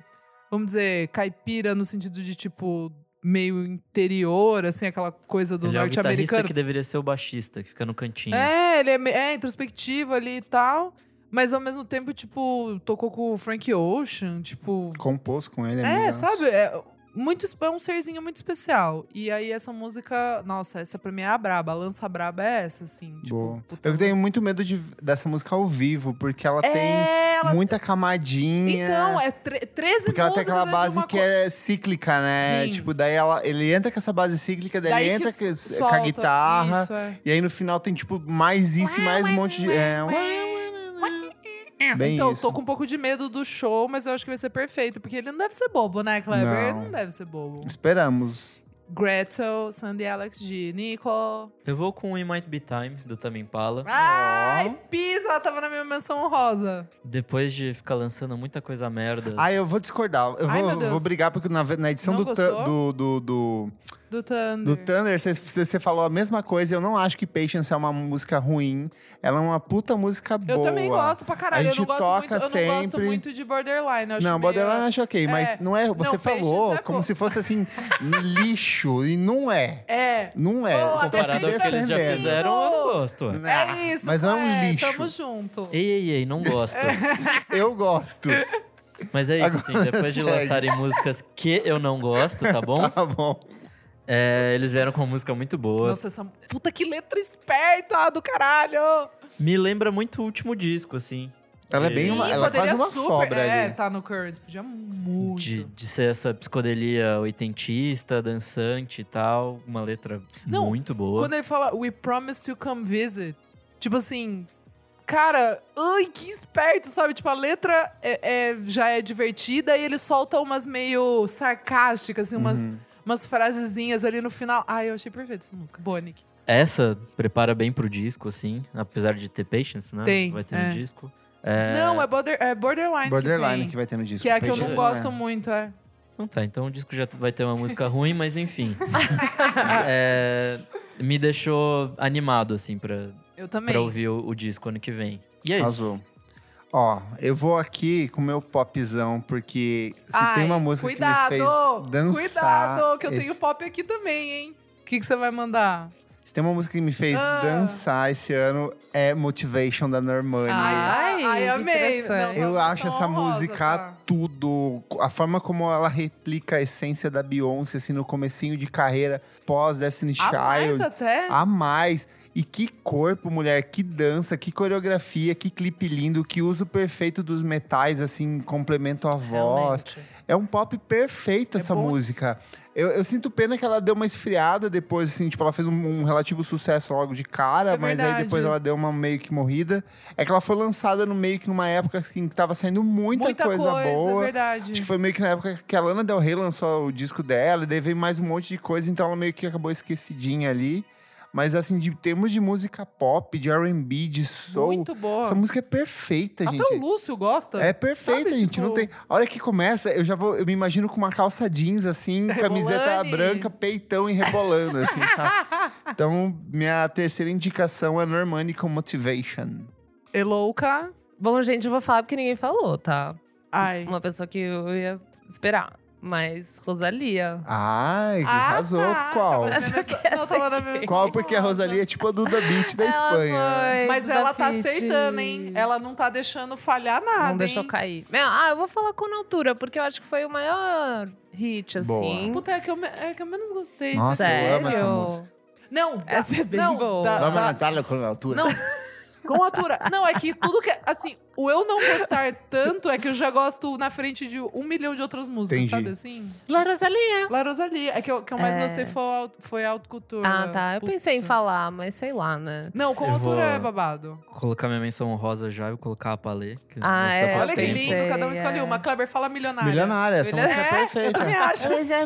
Speaker 3: vamos dizer, caipira no sentido de, tipo, meio interior, assim, aquela coisa do
Speaker 4: Ele é o guitarrista
Speaker 3: norte-americano.
Speaker 4: que deveria ser o baixista, que fica no cantinho.
Speaker 3: É, ele é, me- é introspectivo ali e tal. Mas ao mesmo tempo, tipo, tocou com o Frank Ocean, tipo.
Speaker 1: Compôs com ele,
Speaker 3: É,
Speaker 1: amigaço.
Speaker 3: sabe? É, muito, es- é um serzinho muito especial. E aí essa música, nossa, essa pra mim é a braba. A lança braba é essa, assim. Tipo,
Speaker 1: Boa.
Speaker 3: puta,
Speaker 1: Eu tenho muito medo de- dessa música ao vivo, porque ela
Speaker 3: É,
Speaker 1: tem
Speaker 3: ela-
Speaker 1: muita camadinha.
Speaker 3: Então, é tre- 13
Speaker 1: Porque
Speaker 3: músicas.
Speaker 1: ela tem aquela
Speaker 3: dentro de
Speaker 1: base
Speaker 3: uma
Speaker 1: que
Speaker 3: co-
Speaker 1: é cíclica, né?
Speaker 3: Sim.
Speaker 1: Tipo, daí ela, ele entra com essa base cíclica, daí,
Speaker 3: Daí
Speaker 1: ele
Speaker 3: que
Speaker 1: entra com,
Speaker 3: s-
Speaker 1: com a
Speaker 3: solta.
Speaker 1: guitarra.
Speaker 3: Isso, é.
Speaker 1: E aí no final tem, tipo, mais isso e mais um monte de. É, bem
Speaker 3: então,
Speaker 1: isso.
Speaker 3: eu tô com um pouco de medo do show, mas eu acho que vai ser perfeito. Porque ele não deve ser bobo, né, Kleber?
Speaker 1: Não.
Speaker 3: Ele não deve ser bobo.
Speaker 1: Esperamos.
Speaker 3: Gretel, Sandy Alex G, Nico.
Speaker 4: Eu vou com It Might Be Time, do Tame Impala.
Speaker 3: Ai, pisa, ela tava na minha menção rosa.
Speaker 4: Depois de ficar lançando muita coisa merda.
Speaker 1: Ah, eu vou discordar. Eu
Speaker 3: Ai,
Speaker 1: vou,
Speaker 3: meu Deus.
Speaker 1: vou brigar, porque na, na edição
Speaker 3: Não
Speaker 1: do, Tan- do,
Speaker 3: gostou?
Speaker 1: do, do,
Speaker 3: Do Thunder.
Speaker 1: do Thunder, você- você você falou a mesma coisa. Eu não acho que Patience é uma música ruim. Ela é uma puta música boa.
Speaker 3: eu também gosto pra caralho.
Speaker 1: A
Speaker 3: Eu não
Speaker 1: gente
Speaker 3: gosto,
Speaker 1: toca
Speaker 3: muito, eu não gosto
Speaker 1: sempre.
Speaker 3: muito de Borderline. eu acho
Speaker 1: Não,
Speaker 3: meio-
Speaker 1: Borderline eu acho ok, mas
Speaker 3: É.
Speaker 1: não é. Você
Speaker 3: Não, Patience
Speaker 1: falou
Speaker 3: é
Speaker 1: como
Speaker 3: bom.
Speaker 1: se fosse assim, lixo. E não é.
Speaker 3: É.
Speaker 1: Não é.
Speaker 3: Boa,
Speaker 1: Eu tô
Speaker 4: Comparado ao que eles já
Speaker 1: defendendo.
Speaker 4: fizeram, eu não gosto. ué.
Speaker 1: Ah,
Speaker 3: É isso,
Speaker 1: Mas não é um
Speaker 3: Clé,
Speaker 1: lixo.
Speaker 3: Tamo junto.
Speaker 4: Ei, ei, ei, não gosto.
Speaker 1: Eu gosto.
Speaker 4: Hum? Mas é isso, assim, depois de
Speaker 1: Agora segue.
Speaker 4: lançarem músicas que eu não gosto, tá bom?
Speaker 1: Tá bom.
Speaker 4: É, eles vieram com uma música muito boa.
Speaker 3: Nossa, essa puta que letra esperta do caralho!
Speaker 4: Me lembra muito o último disco, assim.
Speaker 1: Ela é bem
Speaker 4: Sim,
Speaker 1: uma, ela é
Speaker 3: Poderia
Speaker 1: quase uma
Speaker 3: super-
Speaker 1: sobra
Speaker 3: é,
Speaker 1: ali.
Speaker 3: tá no Curds. Podia muito.
Speaker 4: De, de ser essa psicodelia oitentista, dançante e tal. Uma letra
Speaker 3: Não,
Speaker 4: muito boa.
Speaker 3: Quando é- ele fala We promise to come visit, tipo assim. Cara, ai, que esperto, sabe? Tipo, a letra é, é- já é divertida e ele solta umas meio sarcásticas, assim, umas,
Speaker 1: Uhum.
Speaker 3: umas frasezinhas ali no final. Ai, eu achei perfeita essa música. Boa, Nick.
Speaker 4: Essa prepara bem pro disco, assim. Apesar de ter Patience, né?
Speaker 3: Tem,
Speaker 4: Vai ter
Speaker 3: é.
Speaker 4: no disco. É,
Speaker 3: Não, é, border, é Borderline.
Speaker 1: Borderline que,
Speaker 3: que, tem,
Speaker 1: vai ter no disco.
Speaker 3: que é a que eu não
Speaker 1: Patience
Speaker 3: gosto
Speaker 1: é.
Speaker 3: muito, é.
Speaker 4: Então tá, então o disco já vai ter uma música ruim, mas enfim. É, me deixou animado, assim, pra,
Speaker 3: Eu também.
Speaker 4: pra ouvir o, o disco ano que vem. E é isso.
Speaker 1: Azul. Ó, eu vou aqui com meu popzão, porque se
Speaker 3: Ai,
Speaker 1: tem uma música
Speaker 3: cuidado,
Speaker 1: que me fez dançar...
Speaker 3: Cuidado, que eu
Speaker 1: esse-
Speaker 3: tenho pop aqui também, hein? O que, que você vai mandar?
Speaker 1: Se tem uma música que me fez
Speaker 3: Ah.
Speaker 1: dançar esse ano, é Motivation da Normani.
Speaker 2: Ai,
Speaker 3: ai, amei.
Speaker 2: interessante.
Speaker 3: Não,
Speaker 1: Eu
Speaker 3: nossa,
Speaker 1: acho
Speaker 3: só
Speaker 1: essa
Speaker 3: honrosa,
Speaker 1: música
Speaker 3: tá?
Speaker 1: tudo. A forma como ela replica a essência da Beyoncé, assim, no comecinho de carreira, pós Destiny
Speaker 3: A mais
Speaker 1: Child.
Speaker 3: até?
Speaker 1: A mais. E que corpo, mulher, que dança, que coreografia, que clipe lindo, que uso perfeito dos metais, assim, complemento a voz.
Speaker 2: Realmente.
Speaker 1: É um pop perfeito
Speaker 3: É
Speaker 1: essa
Speaker 3: bom.
Speaker 1: música. Eu, eu sinto pena que ela deu uma esfriada depois, assim, tipo, ela fez um, um relativo sucesso logo de cara,
Speaker 3: É
Speaker 1: mas aí
Speaker 3: verdade.
Speaker 1: depois ela deu uma meio que morrida. É que ela foi lançada no meio que numa época assim, que tava saindo muita, coisa, boa.
Speaker 3: é verdade.
Speaker 1: Acho que foi meio que na época que a Lana Del Rey lançou o disco dela, e daí veio mais um monte de coisa, então ela meio que acabou esquecidinha ali. Mas assim, de termos de música pop, de R&B, de soul,
Speaker 3: Muito boa.
Speaker 1: essa música é perfeita,
Speaker 3: Até
Speaker 1: gente.
Speaker 3: o Lúcio gosta.
Speaker 1: É perfeita,
Speaker 3: Sabe,
Speaker 1: gente.
Speaker 3: tipo-
Speaker 1: Não tem. A hora que começa, eu já vou. Eu me imagino com uma calça jeans, assim, camiseta
Speaker 3: Rebolando.
Speaker 1: branca, peitão e rebolando, assim, tá? Então, minha terceira indicação é Normani com Motivation.
Speaker 3: É louca.
Speaker 2: Bom, gente, eu vou falar porque ninguém falou, tá?
Speaker 3: Ai.
Speaker 2: Uma pessoa que eu ia esperar. Mas Rosalia.
Speaker 1: Ai,
Speaker 3: Ah,
Speaker 1: arrasou.
Speaker 3: tá.
Speaker 1: Qual?
Speaker 3: Tava
Speaker 2: Acho
Speaker 3: vendo essa-
Speaker 2: que essa
Speaker 3: Não, tava na mesma-
Speaker 1: Qual? Porque a Rosalia é tipo a Duda Beat da
Speaker 2: Ela
Speaker 1: Espanha.
Speaker 2: foi
Speaker 3: Mas
Speaker 2: da
Speaker 3: ela tá
Speaker 2: Pitty.
Speaker 3: acertando, hein? Ela não tá deixando falhar nada,
Speaker 2: Não deixou
Speaker 3: hein?
Speaker 2: cair. Não, Ah, eu vou falar com a altura, porque eu acho que foi o maior hit, assim.
Speaker 3: Puta, é que eu, me- é que eu menos gostei.
Speaker 1: Nossa,
Speaker 3: sério.
Speaker 1: eu amo essa música.
Speaker 3: Não, da-
Speaker 2: Essa é bem
Speaker 3: não,
Speaker 2: boa.
Speaker 3: da-
Speaker 1: Vamos
Speaker 3: da-
Speaker 1: lançá-la com a altura.
Speaker 3: Não, com altura. Não, é que tudo que. Assim, o eu não gostar tanto é que eu já gosto na frente de um milhão de outras músicas,
Speaker 1: Entendi.
Speaker 3: sabe assim? La Rosalia. La Rosalia. É que eu- que eu mais gostei foi, o Alt- foi Alto Couture.
Speaker 2: Ah, tá. Eu pensei em falar, mas sei lá, né?
Speaker 3: Não, com
Speaker 4: Eu
Speaker 3: altura
Speaker 4: vou-
Speaker 3: é babado.
Speaker 4: Vou colocar minha menção honrosa já, vou colocar a Palê. que
Speaker 2: Ah,
Speaker 4: vai estar
Speaker 2: é,
Speaker 4: por
Speaker 2: eu
Speaker 3: Olha que
Speaker 4: tempo.
Speaker 3: lindo, cada um
Speaker 2: pensei,
Speaker 3: escolhe
Speaker 2: é.
Speaker 3: uma. Kleber, fala milionária.
Speaker 1: Milionária, essa
Speaker 2: Milionária.
Speaker 1: música é perfeita.
Speaker 3: Eu também acho. é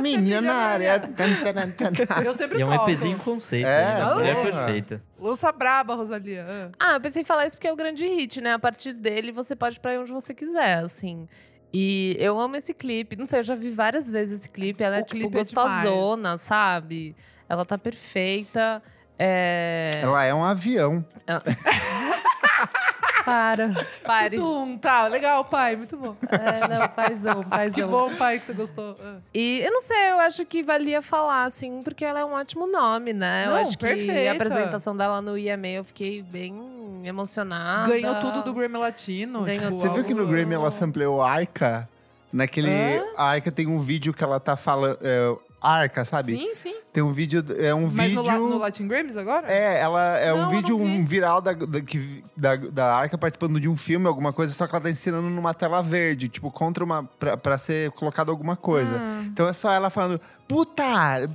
Speaker 1: Milionária.
Speaker 3: Eu sempre
Speaker 4: E é um
Speaker 3: toco.
Speaker 4: EPzinho conceito,
Speaker 1: É,
Speaker 4: ainda. a mulher
Speaker 1: boa.
Speaker 4: perfeita.
Speaker 3: Lança braba, Rosalia. Ah.
Speaker 2: Ah, eu pensei em falar isso porque é o grande hit, né? A partir dele, você pode ir pra onde você quiser, assim. E eu amo esse clipe. Não sei, eu já vi várias vezes esse clipe. Ela é,
Speaker 3: O
Speaker 2: tipo,
Speaker 3: clipe é
Speaker 2: gostosona, sabe? Ela tá perfeita. É...
Speaker 1: Ela é um avião.
Speaker 2: Para, pare.
Speaker 3: Tum, tá, legal, pai. Muito bom.
Speaker 2: É, não, faz um, faz
Speaker 3: Que
Speaker 2: um.
Speaker 3: bom, pai, que você gostou. Ah.
Speaker 2: E eu não sei, eu acho que valia falar, assim, porque ela é um ótimo nome, né?
Speaker 3: Não,
Speaker 2: eu acho que
Speaker 3: perfeita.
Speaker 2: a apresentação dela no IMA eu fiquei bem emocionada.
Speaker 3: Ganhou tudo do Grammy Latino.
Speaker 2: Ah, tá. Ganhou
Speaker 3: tipo,
Speaker 1: Você viu que no
Speaker 3: algo-
Speaker 1: Grammy ela sampleou Arca? Naquele.
Speaker 3: Hã?
Speaker 1: A Arca tem um vídeo que ela tá falando. é, Arca, sabe?
Speaker 3: Sim, sim.
Speaker 1: Tem um vídeo. É um
Speaker 3: Mas
Speaker 1: vídeo.
Speaker 3: no, La- no Latin Grammys agora?
Speaker 1: É, ela é
Speaker 3: Não, eu
Speaker 1: um vídeo,
Speaker 3: não vi.
Speaker 1: um viral da, da, que- da, da Arca participando de um filme, alguma coisa, só que ela tá ensinando numa tela verde, tipo, contra uma. pra, pra ser colocado alguma coisa.
Speaker 3: Ah.
Speaker 1: Então é só ela falando, puta,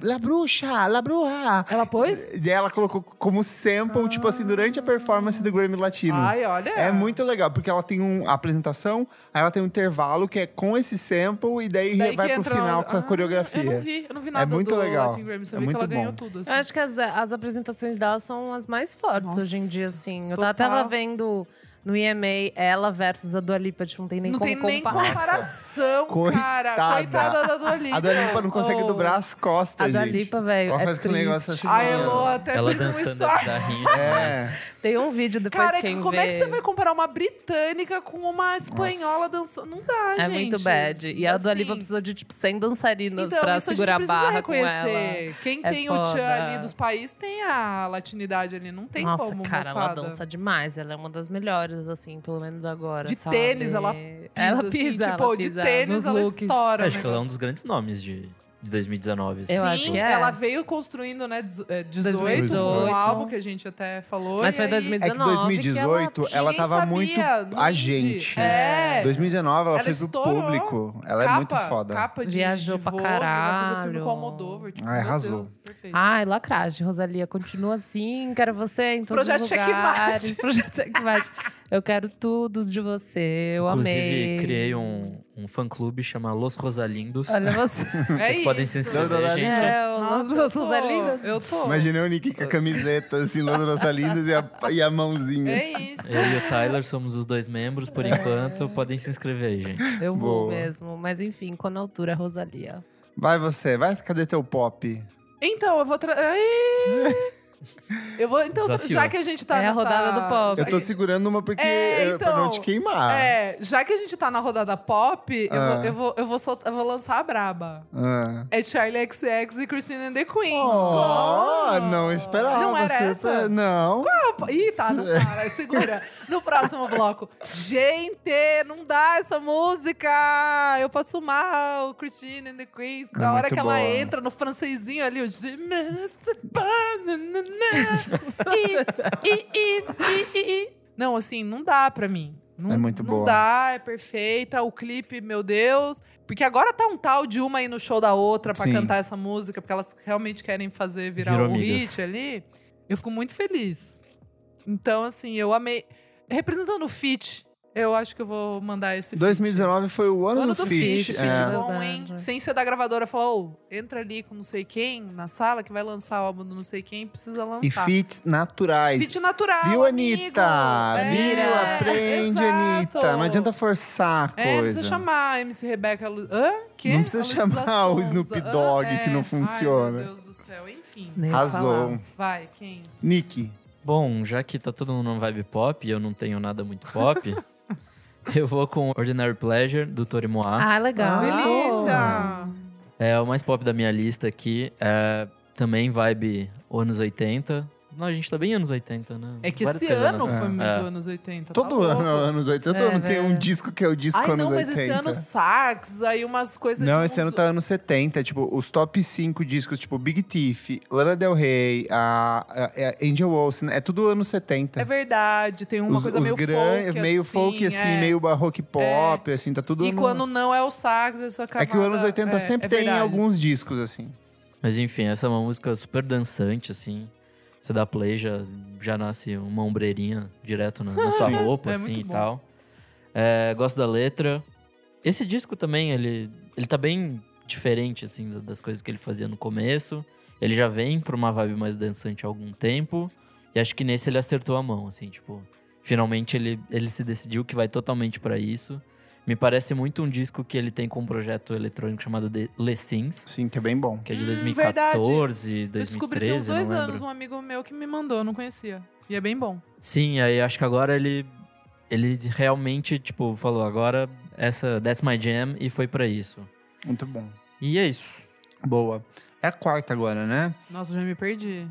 Speaker 1: la bruxa, la bruxa.
Speaker 3: Ela pôs?
Speaker 1: E ela colocou como sample, tipo assim, durante a performance do Grammy Latino.
Speaker 3: Ai, olha.
Speaker 1: É muito legal, porque ela tem um, a apresentação, aí ela tem um intervalo que é com esse sample e daí,
Speaker 3: Daí
Speaker 1: vai
Speaker 3: que
Speaker 1: pro
Speaker 3: entra-
Speaker 1: final com a
Speaker 3: Ah,
Speaker 1: coreografia. É
Speaker 3: Eu não vi, eu não vi nada
Speaker 1: muito
Speaker 3: do
Speaker 1: legal.
Speaker 3: Latin Grammy. Sabia
Speaker 1: É
Speaker 3: que ela
Speaker 1: muito
Speaker 3: ganhou
Speaker 1: bom.
Speaker 3: tudo. assim.
Speaker 2: Eu acho que as, da- as apresentações dela são as mais fortes
Speaker 3: Nossa,
Speaker 2: hoje em dia, assim. Eu
Speaker 3: total.
Speaker 2: tava, tava vendo no IMA ela versus a Dua Lipa, tipo, não tem nem
Speaker 3: não
Speaker 2: como
Speaker 3: tem nem
Speaker 2: comparar.
Speaker 3: comparação, cara.
Speaker 1: Coitada.
Speaker 3: Coitada da Dua Lipa.
Speaker 1: A Dua Lipa não consegue
Speaker 2: Oh.
Speaker 1: dobrar as costas,
Speaker 2: A Dua
Speaker 1: gente.
Speaker 2: Lipa, velho,
Speaker 1: Ela
Speaker 2: é
Speaker 1: faz aquele
Speaker 2: triste.
Speaker 1: negócio assim,
Speaker 3: A
Speaker 1: ó.
Speaker 3: Elo até
Speaker 4: Ela
Speaker 3: fez um
Speaker 4: dançando
Speaker 3: story.
Speaker 4: bizarrinho.
Speaker 1: É.
Speaker 2: Tem um vídeo depois
Speaker 3: Cara,
Speaker 2: quem
Speaker 3: como
Speaker 2: vê.
Speaker 3: é que você vai comparar uma britânica com uma espanhola dançando? Não dá,
Speaker 2: É
Speaker 3: gente.
Speaker 2: muito bad. E a Dua
Speaker 3: Assim,
Speaker 2: Lipa precisou de, tipo, 100 dançarinas
Speaker 3: então,
Speaker 2: pra
Speaker 3: isso
Speaker 2: segurar
Speaker 3: a,
Speaker 2: a,
Speaker 3: gente precisa
Speaker 2: barra com ela.
Speaker 3: reconhecer. Quem
Speaker 2: É
Speaker 3: tem o tchan
Speaker 2: foda.
Speaker 3: ali dos países tem a latinidade ali. Não tem
Speaker 2: Nossa,
Speaker 3: como,
Speaker 2: cara, ela
Speaker 3: moçada.
Speaker 2: dança demais. Ela é uma das melhores, assim, pelo menos agora.
Speaker 3: De
Speaker 2: sabe?
Speaker 3: tênis, ela
Speaker 2: Ela
Speaker 3: assim,
Speaker 2: pisa,
Speaker 3: tipo,
Speaker 2: ela
Speaker 3: de
Speaker 2: pisa
Speaker 3: tênis
Speaker 2: nos
Speaker 3: ela
Speaker 2: looks.
Speaker 3: estoura.
Speaker 4: Acho que
Speaker 3: né?
Speaker 4: ela é um dos grandes nomes de, de 2019. assim.
Speaker 2: Eu
Speaker 3: Sim,
Speaker 2: acho que é.
Speaker 3: ela veio construindo, né, dezo- é, 18,
Speaker 2: 2018.
Speaker 3: um álbum que a gente até falou.
Speaker 2: Mas
Speaker 3: e
Speaker 2: foi
Speaker 3: aí
Speaker 2: 2019.
Speaker 1: É que 2018
Speaker 2: que
Speaker 1: ela
Speaker 3: ninguém
Speaker 1: tava
Speaker 3: sabia,
Speaker 1: muito
Speaker 3: não
Speaker 1: agente.
Speaker 3: É.
Speaker 1: 2019 ela,
Speaker 3: Ela
Speaker 1: fez
Speaker 3: estourou.
Speaker 1: o público. Ela é
Speaker 3: Capa-
Speaker 1: muito foda.
Speaker 3: Capa de,
Speaker 2: Viajou
Speaker 3: de
Speaker 2: pra
Speaker 3: Vogue, Vai fazer filme
Speaker 2: caralho. Ah.
Speaker 3: com Almodóvar. Tipo,
Speaker 1: Ah,
Speaker 3: meu
Speaker 1: arrasou.
Speaker 3: Deus, perfeito.
Speaker 2: Ai, lacragem, Rosalia. Continua assim, quero você em todos
Speaker 3: Projeto
Speaker 2: os lugares.
Speaker 3: Checkmate.
Speaker 2: Projeto Checkmate. Eu quero tudo de você, eu
Speaker 4: Inclusive,
Speaker 2: amei.
Speaker 4: criei um, um fã-clube chama Los Rosalindos.
Speaker 2: Olha você.
Speaker 3: É
Speaker 4: Vocês podem se
Speaker 3: isso.
Speaker 4: inscrever, gente.
Speaker 2: É, o
Speaker 3: Nossa,
Speaker 2: Nossa,
Speaker 3: eu
Speaker 2: Susan
Speaker 3: tô.
Speaker 2: Lindas.
Speaker 3: Eu tô.
Speaker 1: Imaginei o Nick com a camiseta, assim, Lona Rosalinas e a, e a mãozinha. assim.
Speaker 3: É isso.
Speaker 4: Eu e o Tyler somos os dois membros,
Speaker 3: É.
Speaker 4: por enquanto. Podem se inscrever aí, gente.
Speaker 2: Eu vou
Speaker 1: Boa.
Speaker 2: mesmo. Mas enfim, quando a altura, Rosalia.
Speaker 1: Vai você, vai, cadê teu pop?
Speaker 3: Então, eu vou... Tra... Ai! Eu vou... Então,
Speaker 4: Desafiou.
Speaker 3: já que a gente tá
Speaker 2: É a
Speaker 3: nessa-
Speaker 2: rodada do pop.
Speaker 3: já
Speaker 1: Eu tô
Speaker 3: que-
Speaker 1: segurando uma porque
Speaker 3: É,
Speaker 1: eh, pra não
Speaker 3: então,
Speaker 1: te queimar.
Speaker 3: É, já que a gente tá na rodada pop, eu,
Speaker 1: Ah.
Speaker 3: vou, eu, vou, eu, vou soltar- eu vou lançar a braba.
Speaker 1: Ah.
Speaker 3: É Charlie XX e Christina and the Queen.
Speaker 1: Oh, não esperava.
Speaker 3: Não era
Speaker 1: você- tá
Speaker 3: essa?
Speaker 1: Não.
Speaker 3: Opa, Ih, tá, não para, segura. No próximo bloco. Gente, não dá essa música! Eu passo mal, Christine and the Queens.
Speaker 1: É
Speaker 3: A hora
Speaker 1: muito
Speaker 3: que ela
Speaker 1: boa.
Speaker 3: entra no francesinho ali, o de masturbar, nananá. E, e, e, e, e, e. Não, assim, não dá pra mim. Não,
Speaker 1: É muito
Speaker 3: não
Speaker 1: boa.
Speaker 3: dá, é perfeita. O clipe, meu Deus. Porque agora tá um tal de uma aí no show da outra pra
Speaker 1: Sim.
Speaker 3: cantar essa música, porque elas realmente querem fazer virar
Speaker 4: Virou
Speaker 3: um
Speaker 4: amigas.
Speaker 3: hit ali. Eu fico muito feliz. Então, assim, eu amei. Representando o Fit, eu acho que eu vou mandar esse feat.
Speaker 1: 2019 foi o ano,
Speaker 3: Ano do Fit.
Speaker 1: feat.
Speaker 3: Fit
Speaker 1: é.
Speaker 3: bom, hein?
Speaker 2: Verdade.
Speaker 3: Sem ser da gravadora. Falar, ô, entra ali com não sei quem na sala que vai lançar o álbum do não sei quem, precisa
Speaker 1: E
Speaker 3: lançar.
Speaker 1: feats naturais.
Speaker 3: Fit natural.
Speaker 1: Viu,
Speaker 3: amigo?
Speaker 1: Anitta?
Speaker 3: É,
Speaker 1: Viu? Aprende,
Speaker 3: exato.
Speaker 1: Anitta. Não adianta forçar a
Speaker 3: É, não precisa
Speaker 1: coisa.
Speaker 3: chamar a MC Rebeca. Lu... Hã? Que?
Speaker 1: Não precisa
Speaker 3: A Luísa
Speaker 1: chamar o
Speaker 3: Sonza.
Speaker 1: Snoop
Speaker 3: Hã?
Speaker 1: Dogg se não
Speaker 3: Ai,
Speaker 1: funciona.
Speaker 3: meu Deus do céu. Enfim.
Speaker 2: Nem
Speaker 1: Arrasou.
Speaker 2: falar.
Speaker 3: Vai, quem?
Speaker 1: Nick.
Speaker 4: Bom, já que tá todo mundo numa vibe pop e eu não tenho nada muito pop, eu vou com Ordinary Pleasure, do Tori Moá.
Speaker 2: Ah, legal.
Speaker 3: Delícia!
Speaker 4: É o mais pop da minha lista aqui. É, também vibe anos 80. Não, a gente tá bem anos 80, né?
Speaker 3: É que
Speaker 4: Várias
Speaker 3: esse
Speaker 4: coisas
Speaker 3: ano
Speaker 4: anos-
Speaker 3: foi muito
Speaker 4: É.
Speaker 3: anos 80. tá
Speaker 1: Todo ano, um
Speaker 3: louco?
Speaker 1: anos 80,
Speaker 2: É,
Speaker 1: não tem um
Speaker 2: velho.
Speaker 1: disco que é o disco
Speaker 3: Ai,
Speaker 1: anos
Speaker 3: não, mas
Speaker 1: 80.
Speaker 3: esse ano sax, aí umas coisas.
Speaker 1: Não,
Speaker 3: de
Speaker 1: esse ano
Speaker 3: uns-
Speaker 1: tá anos 70. Tipo, os top 5 discos, tipo Big Thief, Lana Del Rey, a, a- a Angel Olsen, é tudo anos 70.
Speaker 3: É verdade, tem uma
Speaker 1: os,
Speaker 3: coisa
Speaker 1: os
Speaker 3: meio
Speaker 1: gran-
Speaker 3: folk.
Speaker 1: meio
Speaker 3: assim,
Speaker 1: folk, assim,
Speaker 3: é.
Speaker 1: meio baroque pop, assim, tá tudo
Speaker 3: E
Speaker 1: no-
Speaker 3: quando não é o sax, essa camada...
Speaker 1: É que o anos 80
Speaker 3: é,
Speaker 1: sempre
Speaker 3: é
Speaker 1: tem
Speaker 3: verdade.
Speaker 1: alguns discos, assim.
Speaker 4: Mas enfim, essa é uma música super dançante, assim. Você dá play, já, já nasce uma ombreirinha direto na, na sua
Speaker 1: Sim.
Speaker 4: roupa,
Speaker 3: É
Speaker 4: assim
Speaker 3: muito
Speaker 4: e
Speaker 3: bom.
Speaker 4: tal. É, gosto da letra. Esse disco também, ele, ele tá bem diferente, assim, da- das coisas que ele fazia no começo. Ele já vem pra uma vibe mais dançante há algum tempo. E acho que nesse ele acertou a mão, assim, tipo... Finalmente ele, ele se decidiu que vai totalmente pra isso. Me parece muito um disco que ele tem com um projeto eletrônico chamado The Les Sims
Speaker 1: Sim, que é bem bom.
Speaker 4: que é de
Speaker 3: Hum,
Speaker 4: 2014,
Speaker 3: Eu descobri tem uns
Speaker 4: 2013,
Speaker 3: dois
Speaker 4: não lembro.
Speaker 3: anos um amigo meu que me mandou, eu não conhecia. E é bem bom.
Speaker 4: Sim, aí acho que agora ele ele realmente, tipo, falou agora essa That's My Jam e foi pra isso.
Speaker 1: Muito bom.
Speaker 4: E é isso.
Speaker 1: Boa. É a quarta agora, né?
Speaker 3: Nossa, já me perdi.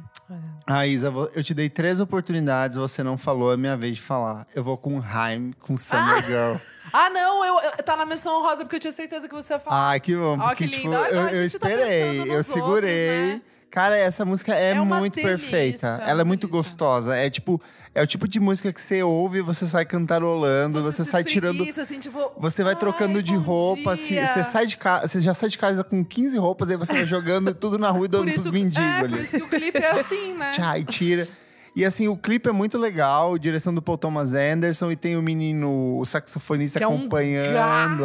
Speaker 1: Ah, Isa, vo- eu te dei três oportunidades, você não falou, é minha vez de falar. Eu vou com Haim, com Summer Girl.
Speaker 3: Ah, não, eu, eu- tá na menção rosa porque eu tinha certeza que você ia falar.
Speaker 1: Ah, que bom.
Speaker 3: Ó,
Speaker 1: Porque,
Speaker 3: que
Speaker 1: tipo,
Speaker 3: lindo. Ah, não,
Speaker 1: eu,
Speaker 3: a
Speaker 1: eu
Speaker 3: gente tá
Speaker 1: esperei,
Speaker 3: pensando
Speaker 1: eu
Speaker 3: nos
Speaker 1: segurei.
Speaker 3: outros, né?
Speaker 1: Cara, essa música é,
Speaker 3: É uma
Speaker 1: muito
Speaker 3: delícia,
Speaker 1: perfeita.
Speaker 3: uma
Speaker 1: Ela é muito
Speaker 3: delícia.
Speaker 1: gostosa. É tipo, é o tipo de música que você ouve, você sai cantarolando, você,
Speaker 3: se
Speaker 1: sai tirando.
Speaker 3: espreguiça, Assim, tipo,
Speaker 1: Você vai
Speaker 3: "Ai,
Speaker 1: trocando de
Speaker 3: bom
Speaker 1: roupa, assim,
Speaker 3: dia."
Speaker 1: você sai de casa, você já sai de casa com 15 roupas, aí você vai jogando tudo na rua e
Speaker 3: Por
Speaker 1: dando
Speaker 3: isso,
Speaker 1: pros mendigos
Speaker 3: é,
Speaker 1: ali.
Speaker 3: por isso que o clipe é assim, né?
Speaker 1: Tchai, tira. E assim, o clipe é muito legal, direção do Paul Thomas Anderson, e tem o menino, o saxofonista
Speaker 3: Que é um
Speaker 1: acompanhando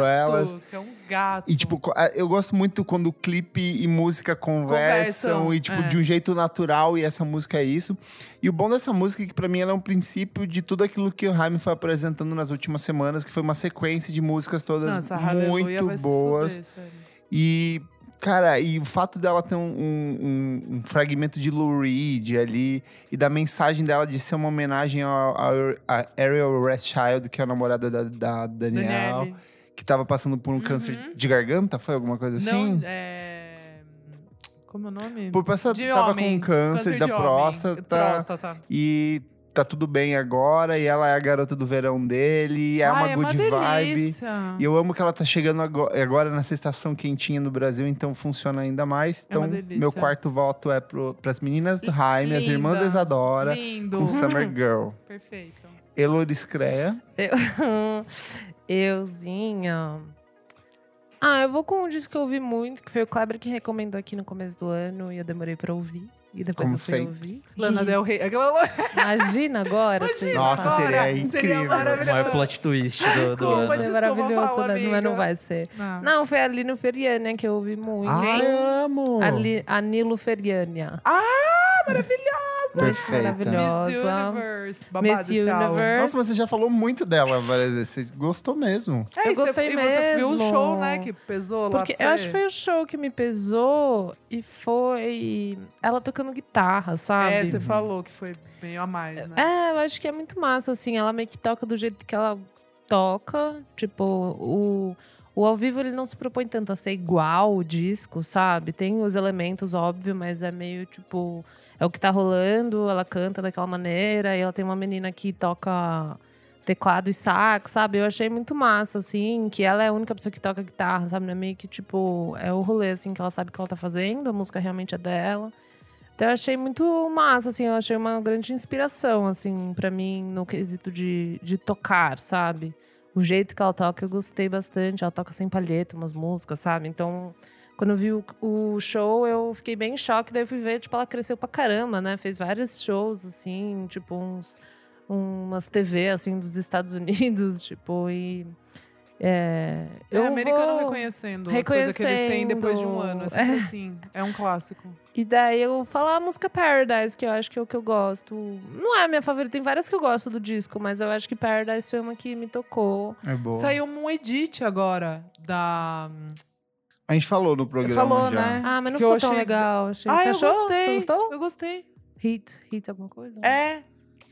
Speaker 3: gato,
Speaker 1: elas.
Speaker 3: Que é um gato.
Speaker 1: E tipo, co- a- eu gosto muito quando clipe e música conversam,
Speaker 3: Conversam,
Speaker 1: e tipo,
Speaker 3: é.
Speaker 1: de um jeito natural, e essa música é isso. E o bom dessa música é que pra mim ela é um princípio de tudo aquilo que o Jaime foi apresentando nas últimas semanas, que foi uma sequência de músicas todas
Speaker 3: Nossa, Hallelujah
Speaker 1: muito
Speaker 3: vai se
Speaker 1: boas.
Speaker 3: fuder, sério.
Speaker 1: E, cara, e o fato dela ter um, um- um- um fragmento de Lou Reed ali e da mensagem dela de ser uma homenagem ao- ao- a Ariel Rothschild, que é a namorada da, da Daniel,
Speaker 3: Daniele.
Speaker 1: que tava passando por um câncer de garganta, foi alguma coisa assim?
Speaker 3: Uhum. Não, é... Como é o nome?
Speaker 1: Por passar,
Speaker 3: De
Speaker 1: tava
Speaker 3: homem.
Speaker 1: com câncer, da
Speaker 3: de homem.
Speaker 1: próstata.
Speaker 3: Próstata.
Speaker 1: E tá tudo bem agora e ela é a garota do verão dele, e é uma
Speaker 3: Ai,
Speaker 1: good
Speaker 3: é uma
Speaker 1: vibe.
Speaker 3: delícia.
Speaker 1: E eu amo que ela tá chegando ago- agora nessa estação quentinha no Brasil, então funciona ainda mais.
Speaker 3: É uma
Speaker 1: Então,
Speaker 3: delícia.
Speaker 1: meu quarto voto é pro, pras meninas do
Speaker 3: Li-
Speaker 1: Jaime, as
Speaker 3: linda.
Speaker 1: irmãs da Isadora,
Speaker 3: Lindo.
Speaker 1: com Summer Girl.
Speaker 3: Perfeito.
Speaker 1: Eloris Creia.
Speaker 2: Euzinha. Ah, eu vou com um disco que eu ouvi muito, que foi o Kleber que recomendou aqui no começo do ano e eu demorei pra ouvir. E depois
Speaker 1: Como
Speaker 2: eu fui
Speaker 1: sempre.
Speaker 2: ouvir.
Speaker 3: Lana Del Rey. Aquela...
Speaker 2: Imagina agora.
Speaker 3: Imagina,
Speaker 1: Nossa,
Speaker 3: agora.
Speaker 1: seria
Speaker 3: Seria
Speaker 1: incrível.
Speaker 4: O
Speaker 3: maravilhoso.
Speaker 4: maior plot twist do, do
Speaker 3: Desculpa,
Speaker 4: ano.
Speaker 2: Foi
Speaker 3: desculpa,
Speaker 2: maravilhoso,
Speaker 3: fala,
Speaker 2: né? Não, mas não
Speaker 3: amiga.
Speaker 2: vai ser.
Speaker 3: Não.
Speaker 2: Não, foi a Lino Feriania que eu ouvi muito.
Speaker 1: Ah, eu amo!
Speaker 2: A, Li, a Nilo Feriania.
Speaker 1: Perfeita.
Speaker 2: maravilhosa.
Speaker 3: Ah, Miss
Speaker 2: Maravilhosa.
Speaker 3: Universe. Babado
Speaker 2: Miss
Speaker 3: esse álbum.
Speaker 2: Universe.
Speaker 1: Nossa, mas você já falou muito dela várias vezes. Você gostou mesmo.
Speaker 3: É,
Speaker 2: Eu
Speaker 3: e você-
Speaker 2: gostei
Speaker 3: e você viu o
Speaker 2: mesmo.
Speaker 3: show, né? Que pesou lá
Speaker 2: Porque
Speaker 3: pra
Speaker 2: eu
Speaker 3: você.
Speaker 2: acho que foi o show que me pesou e foi ela tocando guitarra, sabe?
Speaker 3: É, você falou que foi meio a mais, né?
Speaker 2: É, eu acho que é muito massa, assim. Ela meio que toca do jeito que ela toca. Tipo, o, o ao vivo ele não se propõe tanto a ser igual o disco, sabe? Tem os elementos, óbvio, mas é meio tipo. É o que tá rolando, ela canta daquela maneira, e ela tem uma menina que toca teclado e sax, sabe? Eu achei muito massa, assim, que ela é a única pessoa que toca guitarra, sabe? Não é meio que, tipo, é o rolê, assim, que ela sabe o que ela tá fazendo, a música realmente é dela. Então eu achei muito massa, assim, eu achei uma grande inspiração, assim, pra mim, no quesito de, de tocar, sabe? O jeito que ela toca, eu gostei bastante. Ela toca sem palheta, umas músicas, sabe? Então, quando eu vi o, o show, eu fiquei bem em choque. Daí eu fui ver, tipo, ela cresceu pra caramba, né? Fez vários shows, assim, tipo, uns, umas TV, assim, dos Estados Unidos, tipo, e. É,
Speaker 3: É
Speaker 2: eu
Speaker 3: americano
Speaker 2: vou-
Speaker 3: reconhecendo, as coisas que eles têm depois de um ano. É sempre assim. É um clássico.
Speaker 2: E daí eu falo a música Paradise, que eu acho que é o que eu gosto. Não é a minha favorita, tem várias que eu gosto do disco, mas eu acho que Paradise foi uma que me tocou.
Speaker 1: É boa.
Speaker 3: Saiu um edit agora da.
Speaker 1: A gente falou no programa
Speaker 3: Falou,
Speaker 1: já.
Speaker 3: né?
Speaker 2: Ah, mas não
Speaker 3: Que eu
Speaker 2: ficou tão
Speaker 3: achei-
Speaker 2: legal. Achei.
Speaker 3: Ah,
Speaker 2: Você
Speaker 3: eu
Speaker 2: achou?
Speaker 3: gostei.
Speaker 2: Você gostou?
Speaker 3: Eu gostei.
Speaker 2: Hit, hit alguma coisa?
Speaker 3: É.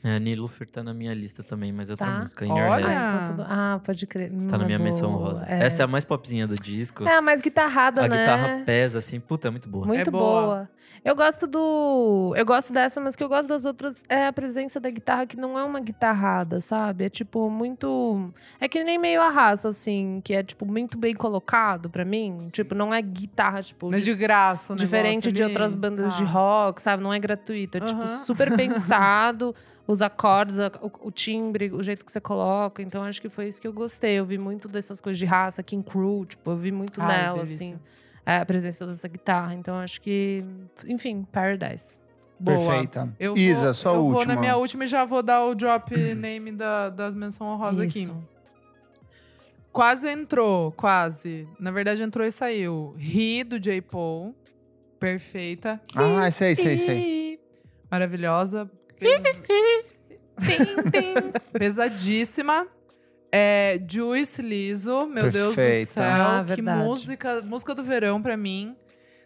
Speaker 4: É, Nilufer tá na minha lista também, mas é outra
Speaker 2: Tá.
Speaker 4: música. In
Speaker 3: Olha.
Speaker 4: Your Head.
Speaker 2: Ah, tudo- ah, pode crer.
Speaker 4: Tá na minha menção rosa.
Speaker 2: rosa.
Speaker 4: Essa é a mais popzinha do disco.
Speaker 2: É, a mais guitarrada,
Speaker 4: a
Speaker 2: né?
Speaker 4: guitarra pesa, assim. Puta, é muito boa.
Speaker 2: Muito
Speaker 3: É boa.
Speaker 2: boa. Eu gosto do. Eu gosto dessa, mas que eu gosto das outras é a presença da guitarra que não é uma guitarrada, sabe? É tipo muito. É que nem meio a raça, assim, que é tipo muito bem colocado pra mim. Tipo, não é guitarra, tipo.
Speaker 3: Mas de graça, o
Speaker 2: Diferente
Speaker 3: negócio
Speaker 2: de
Speaker 3: ali.
Speaker 2: outras bandas
Speaker 3: Tá.
Speaker 2: de rock, sabe? Não é gratuito. É, tipo,
Speaker 3: Aham.
Speaker 2: super pensado. Os acordes, a- o, o timbre, o jeito que você coloca. Então, acho que foi isso que eu gostei. Eu vi muito dessas coisas de raça, King Crew. Tipo, eu vi muito
Speaker 3: Ai,
Speaker 2: nela,
Speaker 3: delícia.
Speaker 2: assim. é, A presença dessa guitarra. Então, acho que... Enfim, Paradise.
Speaker 3: Boa.
Speaker 1: Perfeita.
Speaker 3: Eu
Speaker 1: Isa,
Speaker 3: vou,
Speaker 1: sua
Speaker 3: eu
Speaker 1: última.
Speaker 3: vou na minha última e já vou dar o drop name da- das menções honrosas aqui.
Speaker 2: Isso.
Speaker 3: Quase entrou, quase. Na verdade, entrou e saiu. Ri do J. Paul. Perfeita.
Speaker 1: Ah, isso aí, isso aí, isso aí.
Speaker 3: Ih, Maravilhosa. Pes... tim, tim. Pesadíssima. É, Juice Liso, meu Deus
Speaker 1: Perfeita.
Speaker 3: do céu.
Speaker 2: Ah,
Speaker 3: que
Speaker 2: verdade.
Speaker 3: música, música do verão pra mim.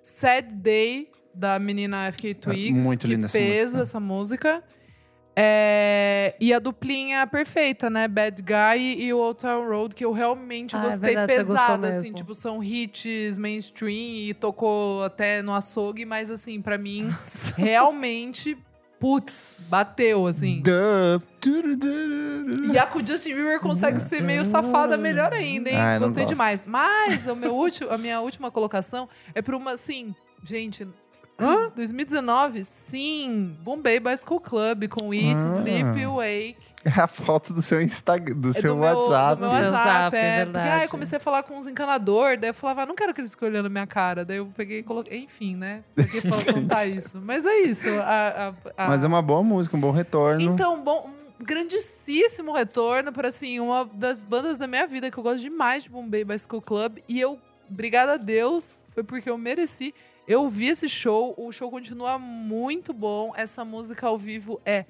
Speaker 3: Sad Day, da menina FK Twigs.
Speaker 1: É muito
Speaker 3: que
Speaker 1: linda essa
Speaker 3: peso
Speaker 1: música.
Speaker 3: essa música. É, e a duplinha perfeita, né? Bad Guy e o Old Town Road, que eu realmente
Speaker 2: Ah, é
Speaker 3: gostei
Speaker 2: verdade, você gostou
Speaker 3: pesado, assim.
Speaker 2: mesmo.
Speaker 3: Tipo, são hits mainstream e tocou até no açougue, mas assim, pra mim, realmente, putz, bateu, assim.
Speaker 1: Duh. Turururu.
Speaker 3: E a com o Justin Bieber consegue ser meio safada melhor ainda, hein?
Speaker 1: Ah, eu não
Speaker 3: Gostei
Speaker 1: gosto.
Speaker 3: demais. Mas o meu último, a minha última colocação é pra uma, assim, gente. 2019? Sim! Bombay Bicycle Club com It,
Speaker 1: Ah.
Speaker 3: Sleep, Wake.
Speaker 1: É a foto do seu Instagram, do
Speaker 3: É
Speaker 1: seu
Speaker 3: do meu-
Speaker 1: WhatsApp.
Speaker 3: do meu
Speaker 2: Seu
Speaker 3: WhatsApp,
Speaker 2: zap,
Speaker 3: é.
Speaker 2: é
Speaker 3: Porque
Speaker 2: verdade.
Speaker 3: ah, eu comecei a falar com uns encanador, daí eu falava, ah, não quero que eles fiquem olhando a minha cara. Daí eu peguei e coloquei. Enfim, né? Peguei pra contar isso. Mas é isso. a- a- a-
Speaker 1: Mas é uma boa música, um bom retorno.
Speaker 3: Então, bom, um grandíssimo retorno para assim, uma das bandas da minha vida que eu gosto demais de Bombay Bicycle Club. E eu, obrigada a Deus, foi porque eu mereci. Eu vi esse show, o show continua muito bom. Essa música ao vivo é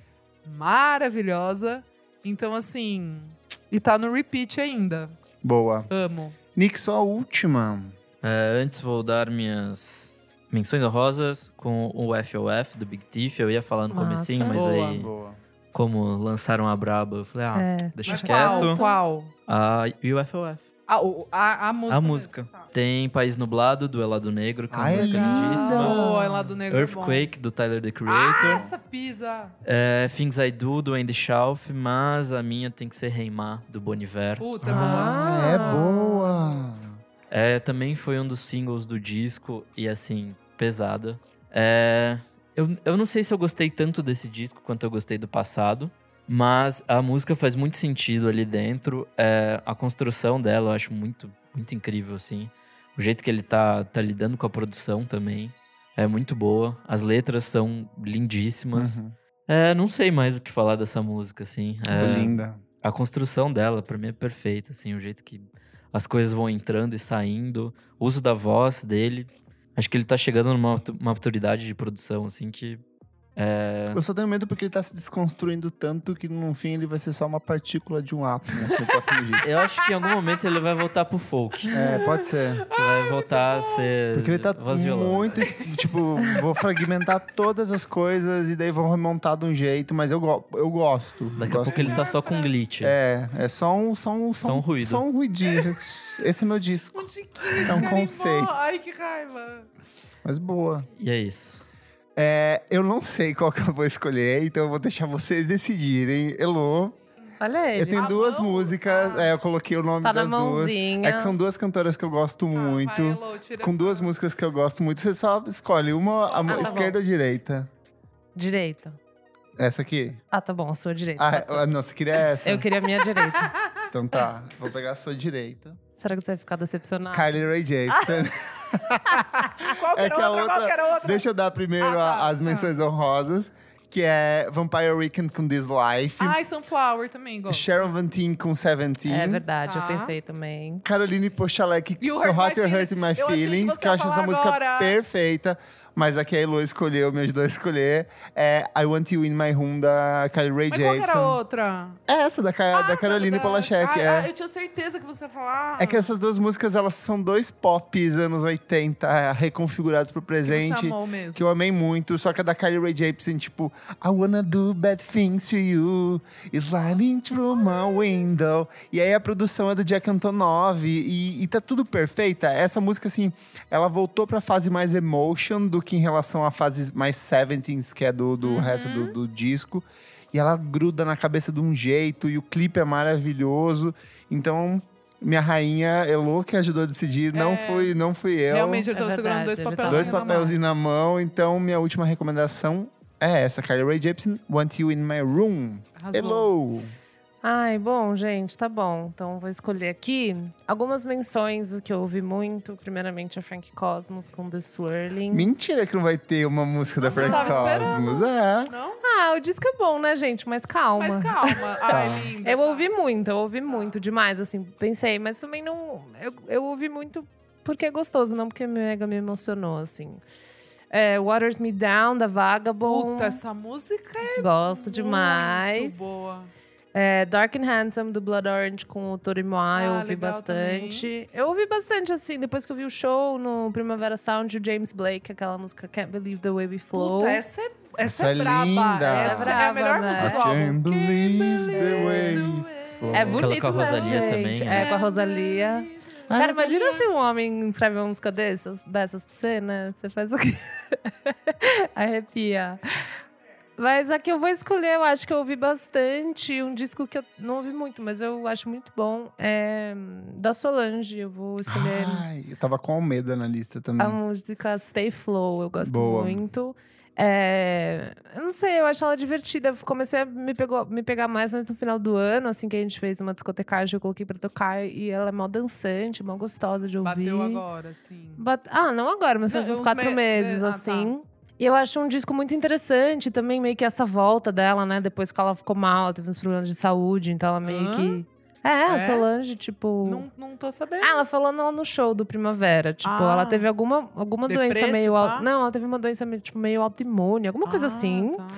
Speaker 3: maravilhosa. Então, assim. E tá no repeat ainda.
Speaker 1: Boa.
Speaker 3: Amo.
Speaker 1: Nick, sua última.
Speaker 4: É, antes vou dar minhas menções honrosas com o FOF do Big Thief. Eu ia falar no
Speaker 2: Massa.
Speaker 4: comecinho, mas
Speaker 3: Boa.
Speaker 4: aí,
Speaker 1: Boa.
Speaker 4: como lançaram a braba, eu falei, ah,
Speaker 2: É.
Speaker 4: deixa
Speaker 3: Mas
Speaker 4: quieto.
Speaker 3: Qual? qual?
Speaker 4: Ah, e o FOF.
Speaker 3: A, o- a, a música.
Speaker 4: A
Speaker 3: mesmo,
Speaker 4: música.
Speaker 3: tá.
Speaker 4: Tem País Nublado, do Elado Negro,
Speaker 3: Ah,
Speaker 4: que é uma
Speaker 1: Ai,
Speaker 4: música
Speaker 1: linda.
Speaker 4: lindíssima.
Speaker 3: Boa, é lá do Negro é bom. Ah,
Speaker 4: Earthquake, do Tyler, The Creator.
Speaker 3: Nossa, pisa!
Speaker 4: É, Things I Do, do Andy Schauf. Mas a minha tem que ser Reimar, do Boniver.
Speaker 3: Putz, é boa.
Speaker 1: Ah,
Speaker 2: boa.
Speaker 1: é boa.
Speaker 4: É, também foi um dos singles do disco e assim, pesada. É, eu, eu não sei se eu gostei tanto desse disco quanto eu gostei do passado, mas a música faz muito sentido ali dentro. É, a construção dela eu acho muito, muito incrível, assim. O jeito que ele tá, tá lidando com a produção também é muito boa. As letras são lindíssimas.
Speaker 1: Uhum.
Speaker 4: É, não sei mais o que falar dessa música, assim. É,
Speaker 1: Linda.
Speaker 4: a construção dela, pra mim, é perfeita, assim, o jeito que as coisas vão entrando e saindo, o uso da voz dele. Acho que ele tá chegando numa matu- uma maturidade de produção, assim, que. É.
Speaker 1: Eu só tenho medo porque ele tá se desconstruindo tanto que no fim ele vai ser só uma partícula de um átomo no próximo disco.
Speaker 4: Eu acho que em algum momento ele vai voltar pro folk.
Speaker 1: É, pode ser.
Speaker 4: Vai voltar a ser.
Speaker 1: Porque ele tá
Speaker 4: É, voz e violão. né?
Speaker 1: muito. es- Tipo, vou fragmentar todas as coisas e daí vão remontar de um jeito, mas eu, go eu gosto.
Speaker 4: Daqui a
Speaker 1: gosto
Speaker 4: pouco ele tá só com glitch.
Speaker 1: É, é só um. Só um,
Speaker 4: Só um ruído.
Speaker 1: Só um ruidinho. Esse é meu disco.
Speaker 3: Um tiquinho
Speaker 1: É um conceito.
Speaker 3: Ai, que raiva.
Speaker 1: Mas boa.
Speaker 4: E é isso.
Speaker 1: É, eu não sei qual que eu vou escolher, então eu vou deixar vocês decidirem. Elô,
Speaker 2: Olha ele.
Speaker 1: eu tenho
Speaker 3: A
Speaker 1: duas
Speaker 3: mão?
Speaker 1: músicas.
Speaker 3: Ah.
Speaker 1: É, eu coloquei o nome
Speaker 2: Tá na
Speaker 1: das duas.
Speaker 2: mãozinha.
Speaker 1: É que são duas cantoras que eu gosto
Speaker 3: Tá,
Speaker 1: muito.
Speaker 3: vai, Elô, tira
Speaker 1: com
Speaker 3: essa-
Speaker 1: duas músicas que eu gosto muito. Você só escolhe uma, a mão
Speaker 2: tá bom.
Speaker 1: esquerda ou direita.
Speaker 2: Direita.
Speaker 1: Essa aqui.
Speaker 2: Ah, tá bom, a sua direita.
Speaker 1: Ah,
Speaker 2: Tá
Speaker 1: é- ah, não, você queria essa.
Speaker 2: Eu queria a minha direita.
Speaker 1: Então tá, vou pegar a sua direita.
Speaker 2: Será que você vai ficar decepcionado?
Speaker 1: Carly Rae Jepsen.
Speaker 3: Qual que
Speaker 1: É
Speaker 3: era
Speaker 1: que a
Speaker 3: outra? Qual
Speaker 1: outra-
Speaker 3: que era outra?
Speaker 1: Deixa eu dar primeiro
Speaker 3: Ah, tá,
Speaker 1: a- as
Speaker 3: tá.
Speaker 1: menções honrosas. Que é Vampire Weekend com This Life.
Speaker 3: Ai, Sunflower também, gosto.
Speaker 1: Sharon Van Teen com Seventeen.
Speaker 2: É verdade,
Speaker 3: Tá.
Speaker 2: eu pensei também.
Speaker 1: Caroline Pochalek,
Speaker 3: You
Speaker 1: So
Speaker 3: Hurt
Speaker 1: Hot
Speaker 3: My
Speaker 1: You're Hurting My
Speaker 3: Feelings. Eu achei que
Speaker 1: Feelings,
Speaker 3: você
Speaker 1: que eu
Speaker 3: ia
Speaker 1: acho essa
Speaker 3: falar
Speaker 1: música
Speaker 3: agora.
Speaker 1: perfeita, mas a que a Elo escolheu, me ajudou a escolher, é I Want You In My Room, da Carly Rae
Speaker 3: Mas qual que era Ah,
Speaker 1: Jepsen.
Speaker 3: outra?
Speaker 1: É essa, da, Car da Caroline Polachek,
Speaker 3: Ai,
Speaker 1: é.
Speaker 3: ai, eu tinha certeza que você ia falar.
Speaker 1: É que essas duas músicas, elas são dois pops anos 80, é, reconfigurados pro
Speaker 3: gente, você
Speaker 1: presente.
Speaker 3: amou mesmo.
Speaker 1: Que eu amei muito, só que a da Carly Rae Jepsen, tipo, I wanna do bad things to you, sliding through my window. E aí a produção é do Jack Antonov e, e tá tudo perfeita. Essa música, assim, ela voltou pra fase mais emotion do que em relação à fase mais 70s, que é do,
Speaker 3: Uhum.
Speaker 1: do resto do, do disco. E ela gruda na cabeça de um jeito, e o clipe é maravilhoso. Então, minha rainha Elô que ajudou a decidir, não, fui, não fui eu.
Speaker 3: É. Realmente, ele
Speaker 2: É
Speaker 3: tava
Speaker 2: verdade,
Speaker 3: segurando dois
Speaker 2: ele tava-
Speaker 1: Dois
Speaker 3: papelzinhos na mão.
Speaker 1: papelzinhos na mão, então minha última recomendação é essa. Carly Rae Jepsen, Want You In My Room.
Speaker 3: Arrasou.
Speaker 1: Hello!
Speaker 2: Ai, bom, gente, tá bom. Então vou escolher aqui algumas menções que eu ouvi muito. Primeiramente a Frank Cosmos com The Swirling.
Speaker 1: Mentira que não vai ter uma música da
Speaker 3: Nossa, eu
Speaker 1: Frank
Speaker 3: tava
Speaker 1: Cosmos. É.
Speaker 3: Não?
Speaker 2: Ah, o disco é bom, né, gente? Mas calma.
Speaker 3: Mas calma.
Speaker 1: Tá.
Speaker 3: Ai, linda.
Speaker 2: Eu ouvi muito, eu ouvi muito demais, assim, pensei, mas também não. Eu, eu ouvi muito porque é gostoso, não porque mega me emocionou, assim. É, Waters Me Down, da Vagabond.
Speaker 3: Puta, essa música é
Speaker 2: gosto demais.
Speaker 3: muito boa.
Speaker 2: É, Dark and Handsome, do Blood Orange com o Torimoa, eu
Speaker 3: Ah,
Speaker 2: ouvi
Speaker 3: legal
Speaker 2: bastante. Eu ouvi bastante, assim, depois que eu vi o show no Primavera Sound, o James Blake, aquela música Can't Believe the Way We Flow.
Speaker 3: Puta, essa é, essa
Speaker 1: Essa
Speaker 3: é,
Speaker 1: é
Speaker 3: braba.
Speaker 1: linda.
Speaker 3: Essa é a
Speaker 2: Braba,
Speaker 3: melhor
Speaker 2: né?
Speaker 3: música do
Speaker 1: I
Speaker 3: álbum.
Speaker 1: can't believe the way you flow.
Speaker 2: É
Speaker 4: Aquela
Speaker 2: bonito,
Speaker 4: com a
Speaker 2: né,
Speaker 4: Rosalia
Speaker 2: gente?
Speaker 4: também,
Speaker 2: É,
Speaker 4: né?
Speaker 2: com a Rosalia.
Speaker 1: Ah,
Speaker 2: Cara,
Speaker 1: mas é
Speaker 2: imagina se um homem escreve uma música dessas, dessas pra você, né? Você faz o quê? Arrepia. Mas a que eu vou escolher, eu acho que eu ouvi bastante. Um disco que eu não ouvi muito, mas eu acho muito bom. É da Solange. Eu vou escolher
Speaker 1: Ai, eu tava com Almeida na lista também.
Speaker 2: a música Stay Flow. Eu gosto
Speaker 1: Hum. Boa.
Speaker 2: muito. É, eu não sei, eu acho ela divertida. Comecei a me, pegou, me pegar mais, mas no final do ano, assim que a gente fez uma discotecagem, eu coloquei pra tocar. E ela é mó dançante, mó gostosa de ouvir.
Speaker 3: Bateu agora, sim.
Speaker 2: Bat- Ah, não agora, mas
Speaker 3: Não,
Speaker 2: faz uns
Speaker 3: uns
Speaker 2: quatro
Speaker 3: me-
Speaker 2: meses,
Speaker 3: me- ah,
Speaker 2: assim. E eu acho um disco muito interessante também, meio que essa volta dela, né? Depois que ela ficou mal, teve uns problemas de saúde, então ela meio
Speaker 3: Hã?
Speaker 2: que. É,
Speaker 3: É?
Speaker 2: a Solange, tipo.
Speaker 3: Não, não tô sabendo.
Speaker 2: Ah, ela falou no, no show do Primavera. Tipo,
Speaker 3: Ah.
Speaker 2: ela teve alguma, alguma doença
Speaker 3: Depressa,
Speaker 2: meio.
Speaker 3: pá?
Speaker 2: au- Não, ela teve uma doença meio, tipo, meio autoimune, alguma coisa
Speaker 3: Ah,
Speaker 2: assim.
Speaker 3: tá.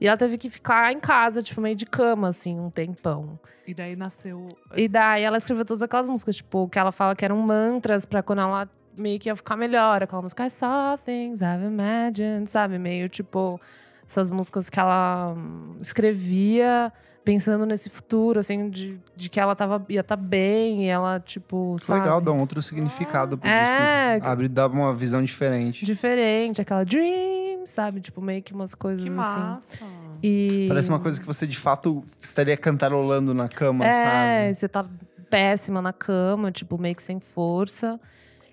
Speaker 2: E ela teve que ficar em casa, tipo, meio de cama, assim, um tempão.
Speaker 3: E daí nasceu...
Speaker 2: E daí ela escreveu todas aquelas músicas, tipo, que ela fala que eram mantras pra quando ela meio que ia ficar melhor. Aquela música I saw things I've imagined, sabe? Meio tipo essas músicas que ela hum, escrevia pensando nesse futuro, assim, de, de que ela tava, ia estar bem, e ela, tipo,
Speaker 1: Isso é
Speaker 2: sabe?
Speaker 1: legal, dá um outro significado pro
Speaker 2: É.
Speaker 1: disco. Abre, dá uma visão diferente.
Speaker 2: Diferente, aquela dream, sabe? Tipo, meio que umas coisas
Speaker 3: Que
Speaker 2: assim.
Speaker 3: massa.
Speaker 2: E...
Speaker 1: Parece uma coisa que você, de fato, estaria cantarolando na cama,
Speaker 2: É,
Speaker 1: sabe?
Speaker 2: você tá péssima na cama, tipo, meio que sem força.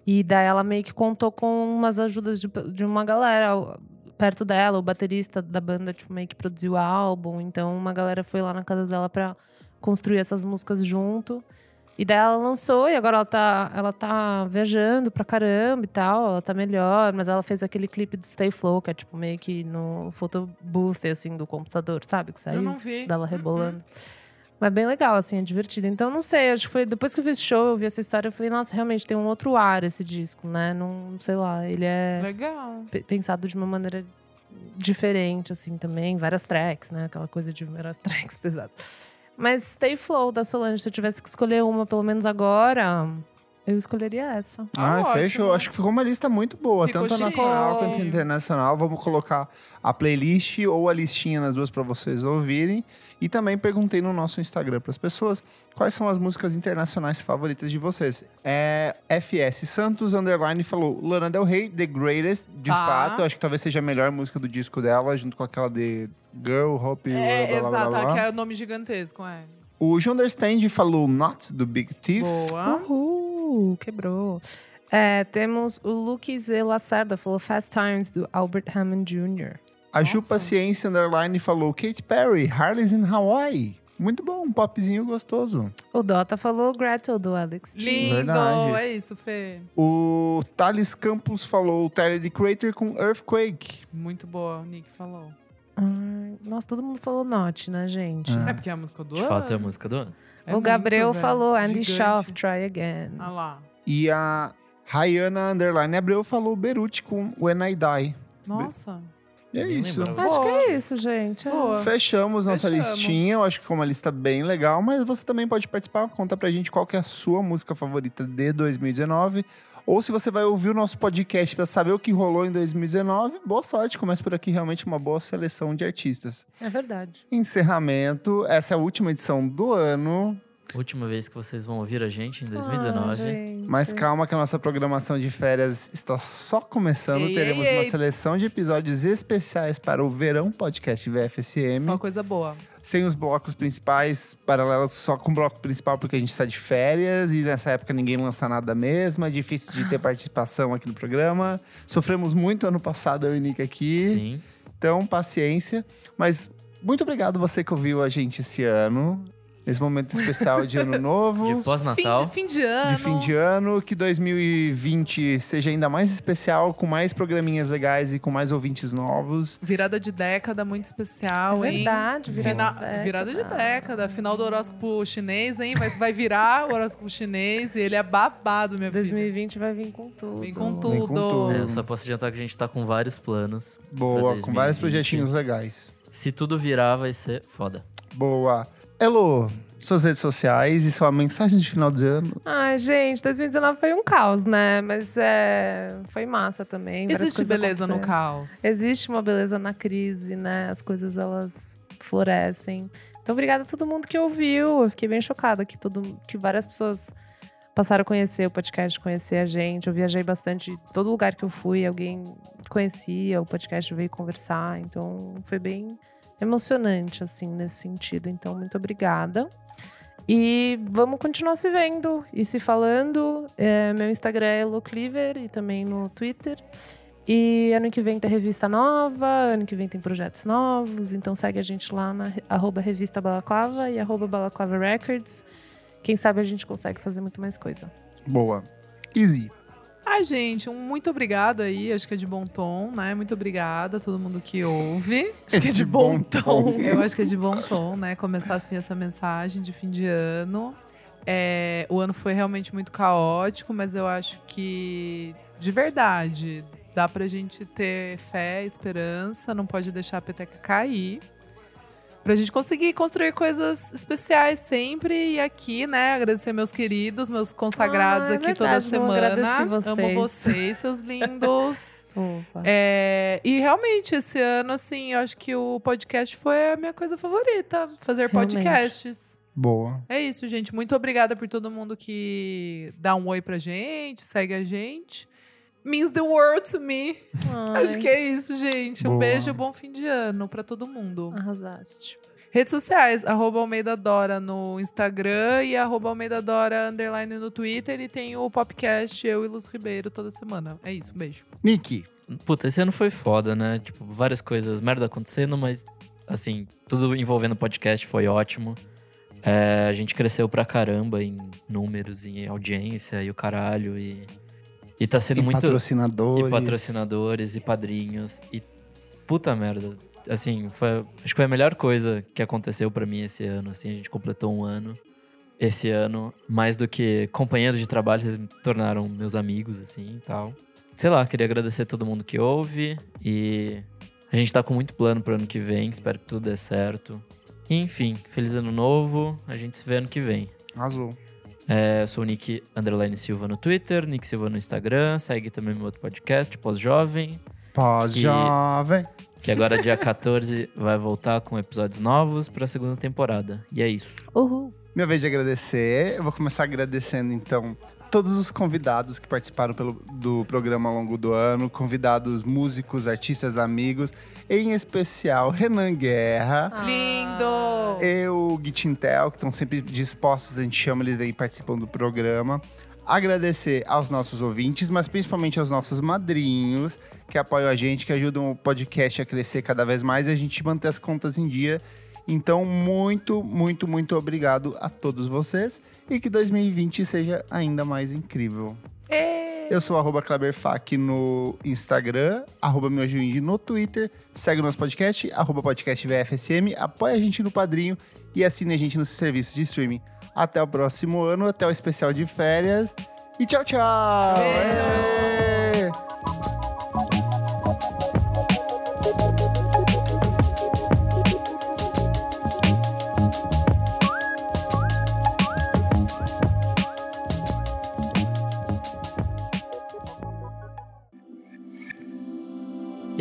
Speaker 2: E daí ela meio que contou com umas ajudas de, de uma galera o- perto dela. O baterista da banda, tipo, meio que produziu o álbum. Então, uma galera foi lá na casa dela pra construir essas músicas junto. E daí ela lançou e agora ela tá, ela tá viajando pra caramba e tal. Ela tá melhor, mas ela fez aquele clipe do Stay Flow, que é tipo meio que no photobooth, assim, do computador, sabe? Que saiu
Speaker 3: Eu não vi.
Speaker 2: dela rebolando. Mas bem legal, assim, é divertido. Então, não sei, acho que foi. Depois que eu vi esse show, eu vi essa história, eu falei, nossa, realmente tem um outro ar esse disco, né? Não sei lá, ele é
Speaker 3: Legal.
Speaker 2: pe- pensado de uma maneira diferente, assim, também. Várias tracks, né? Aquela coisa de várias tracks pesadas. Mas Stay Flow da Solange, se eu tivesse que escolher uma, pelo menos agora, eu escolheria essa.
Speaker 1: Ah,
Speaker 3: Ótimo.
Speaker 1: fechou. Acho que ficou uma lista muito boa,
Speaker 3: Ficou
Speaker 1: tanto
Speaker 3: chique.
Speaker 1: nacional quanto internacional. Vamos colocar a playlist ou a listinha nas duas para vocês ouvirem. E também perguntei no nosso Instagram para as pessoas quais são as músicas internacionais favoritas de vocês. É FS Santos Underline falou Lana Del Rey, The Greatest, de
Speaker 3: Tá.
Speaker 1: fato. Acho que talvez seja a melhor música do disco dela, junto com aquela de Girl, Hope,
Speaker 3: É,
Speaker 1: blá, blá, blá,
Speaker 3: exato,
Speaker 1: blá,
Speaker 3: que
Speaker 1: blá.
Speaker 3: é o nome gigantesco, é.
Speaker 1: O John Understand falou Not, do Big Thief.
Speaker 3: Boa.
Speaker 2: Uhul, quebrou. É, temos o Luke Z. Lacerda, falou Fast Times, do Albert Hammond Jr.
Speaker 1: A Ju
Speaker 3: Nossa.
Speaker 1: Paciência Underline falou Kate Perry, Harley's in Hawaii. Muito bom, um popzinho gostoso.
Speaker 2: O Dota falou Gretel do Alex. G.
Speaker 3: Lindo,
Speaker 1: Verdade.
Speaker 3: é isso, Fê.
Speaker 1: O Thales Campos falou Tyler the Creator com Earthquake.
Speaker 3: Muito boa, o Nick falou.
Speaker 2: Ai, nossa, todo mundo falou Not, né, gente?
Speaker 1: Ah.
Speaker 3: É porque é a música do
Speaker 4: De
Speaker 3: ano.
Speaker 4: fato, é a música do ano.
Speaker 3: É
Speaker 2: o
Speaker 3: muito,
Speaker 2: Gabriel
Speaker 3: velho.
Speaker 2: falou Andy
Speaker 3: Gigante.
Speaker 2: Schaaf, Try Again.
Speaker 3: Ah lá.
Speaker 1: E a Rayana Underline Abreu falou Beruti com When I Die.
Speaker 3: Nossa.
Speaker 1: E é
Speaker 4: Nem
Speaker 1: isso.
Speaker 4: lembrava.
Speaker 2: Acho
Speaker 3: Boa.
Speaker 2: que é isso, gente. É.
Speaker 3: Boa.
Speaker 1: Fechamos nossa
Speaker 3: Fechamos.
Speaker 1: listinha, eu acho que foi uma lista bem legal, mas você também pode participar, conta pra gente qual que é a sua música favorita de 2019, ou se você vai ouvir o nosso podcast pra saber o que rolou em 2019, boa sorte, começa por aqui realmente uma boa seleção de artistas.
Speaker 2: É verdade.
Speaker 1: Encerramento, essa é a última edição do ano,
Speaker 4: Última vez que vocês vão ouvir a gente em
Speaker 2: Ah,
Speaker 4: 2019.
Speaker 2: gente.
Speaker 1: mas calma que a nossa programação de férias está só começando,
Speaker 3: Ei,
Speaker 1: teremos
Speaker 3: ei,
Speaker 1: uma
Speaker 3: ei.
Speaker 1: seleção de episódios especiais para o Verão Podcast VFSM.
Speaker 3: Só coisa boa.
Speaker 1: sem os blocos principais, paralelos só com o bloco principal, porque a gente está de férias e nessa época ninguém lança nada mesmo. É difícil de ter participação aqui no programa. Sofremos muito ano passado, eu e Nick aqui.
Speaker 4: Sim.
Speaker 1: Então, paciência. Mas muito obrigado você que ouviu a gente esse ano, nesse momento especial de ano novo.
Speaker 4: De pós-natal.
Speaker 3: Fim de, fim de ano.
Speaker 1: De fim de ano, que 2020 seja ainda mais especial, com mais programinhas legais e com mais ouvintes novos.
Speaker 3: Virada de década, muito
Speaker 2: É
Speaker 3: especial, hein?
Speaker 2: verdade, virada
Speaker 3: Fina-
Speaker 2: de década.
Speaker 3: Virada de década. Final do horóscopo chinês, hein? Vai, vai virar o horóscopo chinês e ele é babado, minha filha.
Speaker 2: 2020 vai vir com tudo.
Speaker 3: Vem com
Speaker 1: Vem
Speaker 3: tudo.
Speaker 1: com tudo.
Speaker 4: É, eu só posso adiantar que a gente tá com vários planos.
Speaker 1: Boa, com vários
Speaker 4: 2020.
Speaker 1: projetinhos legais.
Speaker 4: Se tudo virar, vai ser foda.
Speaker 1: Boa. Elo, suas redes sociais e sua mensagem de final de ano.
Speaker 2: Ai, gente, 2019 foi um caos, né? Mas é, foi massa também. várias
Speaker 3: Existe
Speaker 2: coisas
Speaker 3: beleza no
Speaker 2: aconteceram.
Speaker 3: caos.
Speaker 2: Existe uma beleza na crise, né? As coisas elas florescem. Então, obrigada a todo mundo que ouviu. Eu fiquei bem chocada que, todo, que várias pessoas passaram a conhecer o podcast, conhecer a gente. Eu viajei bastante. Todo lugar que eu fui, alguém conhecia o podcast, veio conversar. Então, foi bem emocionante, assim, nesse sentido. Então, muito obrigada. E vamos continuar se vendo e se falando. É, meu Instagram é Locliver e também no Twitter. E ano que vem tem revista nova, ano que vem tem projetos novos, então segue a gente lá na re- arroba revista Balaclava e arroba Balaclava Records. Quem sabe a gente consegue fazer muito mais coisa.
Speaker 1: Boa. Easy.
Speaker 3: Ai, gente, um muito obrigado aí. Acho que é de bom tom, né? Muito obrigada a todo mundo que ouve.
Speaker 1: Acho que é de bom tom.
Speaker 3: Eu acho que é de bom tom, né? Começar assim essa mensagem de fim de ano. É, o ano foi realmente muito caótico, mas eu acho que, de verdade, dá pra gente ter fé, esperança, não pode deixar a peteca cair. Pra gente conseguir construir coisas especiais sempre e aqui, né? Agradecer meus queridos, meus consagrados
Speaker 2: Ah, é
Speaker 3: aqui toda
Speaker 2: verdade, não
Speaker 3: semana.
Speaker 2: agradeci vocês.
Speaker 3: Amo vocês, seus lindos.
Speaker 2: Opa.
Speaker 3: É, e realmente, esse ano, assim, eu acho que o podcast foi a minha coisa favorita. Fazer
Speaker 2: Realmente.
Speaker 3: podcasts.
Speaker 1: Boa.
Speaker 3: É isso, gente. Muito obrigada por todo mundo que dá um oi pra gente, segue a gente. Means the world to me. Acho
Speaker 2: Ai,
Speaker 3: que é isso, gente. Um
Speaker 1: Boa.
Speaker 3: beijo e bom fim de ano pra todo mundo.
Speaker 2: Arrasaste.
Speaker 3: Redes sociais, arroba Almeida Dora no Instagram e arroba Almeida Dora underline no Twitter. E tem o podcast Eu e Luz Ribeiro toda semana. É isso, um beijo.
Speaker 1: Nick,
Speaker 4: Puta, esse ano foi foda, né? Tipo, várias coisas, merda acontecendo, mas assim, tudo envolvendo podcast foi ótimo. É, a gente cresceu pra caramba em números, em audiência e o caralho. E, e tá sendo
Speaker 1: e
Speaker 4: muito.
Speaker 1: patrocinadores.
Speaker 4: E patrocinadores e padrinhos. E puta merda. Assim, foi, acho que foi a melhor coisa que aconteceu pra mim esse ano. Assim, a gente completou um ano esse ano. Mais do que companheiros de trabalho, vocês me tornaram meus amigos, assim e tal. Sei lá, queria agradecer a todo mundo que ouve. E a gente tá com muito plano pro ano que vem. Espero que tudo dê certo. E, enfim, feliz ano novo. A gente se vê ano que vem.
Speaker 1: Azul.
Speaker 4: É, Eu sou o Nick Underline Silva no Twitter, Nick Silva no Instagram. Segue também meu outro podcast, Pós-Jovem,
Speaker 1: Pós-jovem.
Speaker 4: que agora, dia 14, vai voltar com episódios novos pra segunda temporada. E é isso.
Speaker 2: Uhul.
Speaker 1: Minha vez de agradecer. Eu vou começar agradecendo, então, todos os convidados que participaram pelo, do programa ao longo do ano. Convidados, músicos, artistas, amigos. Em especial, Renan Guerra.
Speaker 3: Lindo!
Speaker 1: eu, É o Gitintel, que estão sempre dispostos, a gente chama, eles vêm participando do programa. Agradecer aos nossos ouvintes, mas principalmente aos nossos madrinhos, que apoiam a gente, que ajudam o podcast a crescer cada vez mais e a gente manter as contas em dia. Então, muito, muito, muito obrigado a todos vocês e que 2020 seja ainda mais incrível. Eu sou o arroba Kleberfac no Instagram, arroba meu Juíndi no Twitter. Segue o nosso podcast, arroba podcast VFSM. Apoia a gente no Padrinho e assine a gente nos serviços de streaming. Até o próximo ano, até o especial de férias. E tchau, tchau!
Speaker 3: Beijo!
Speaker 1: Aê!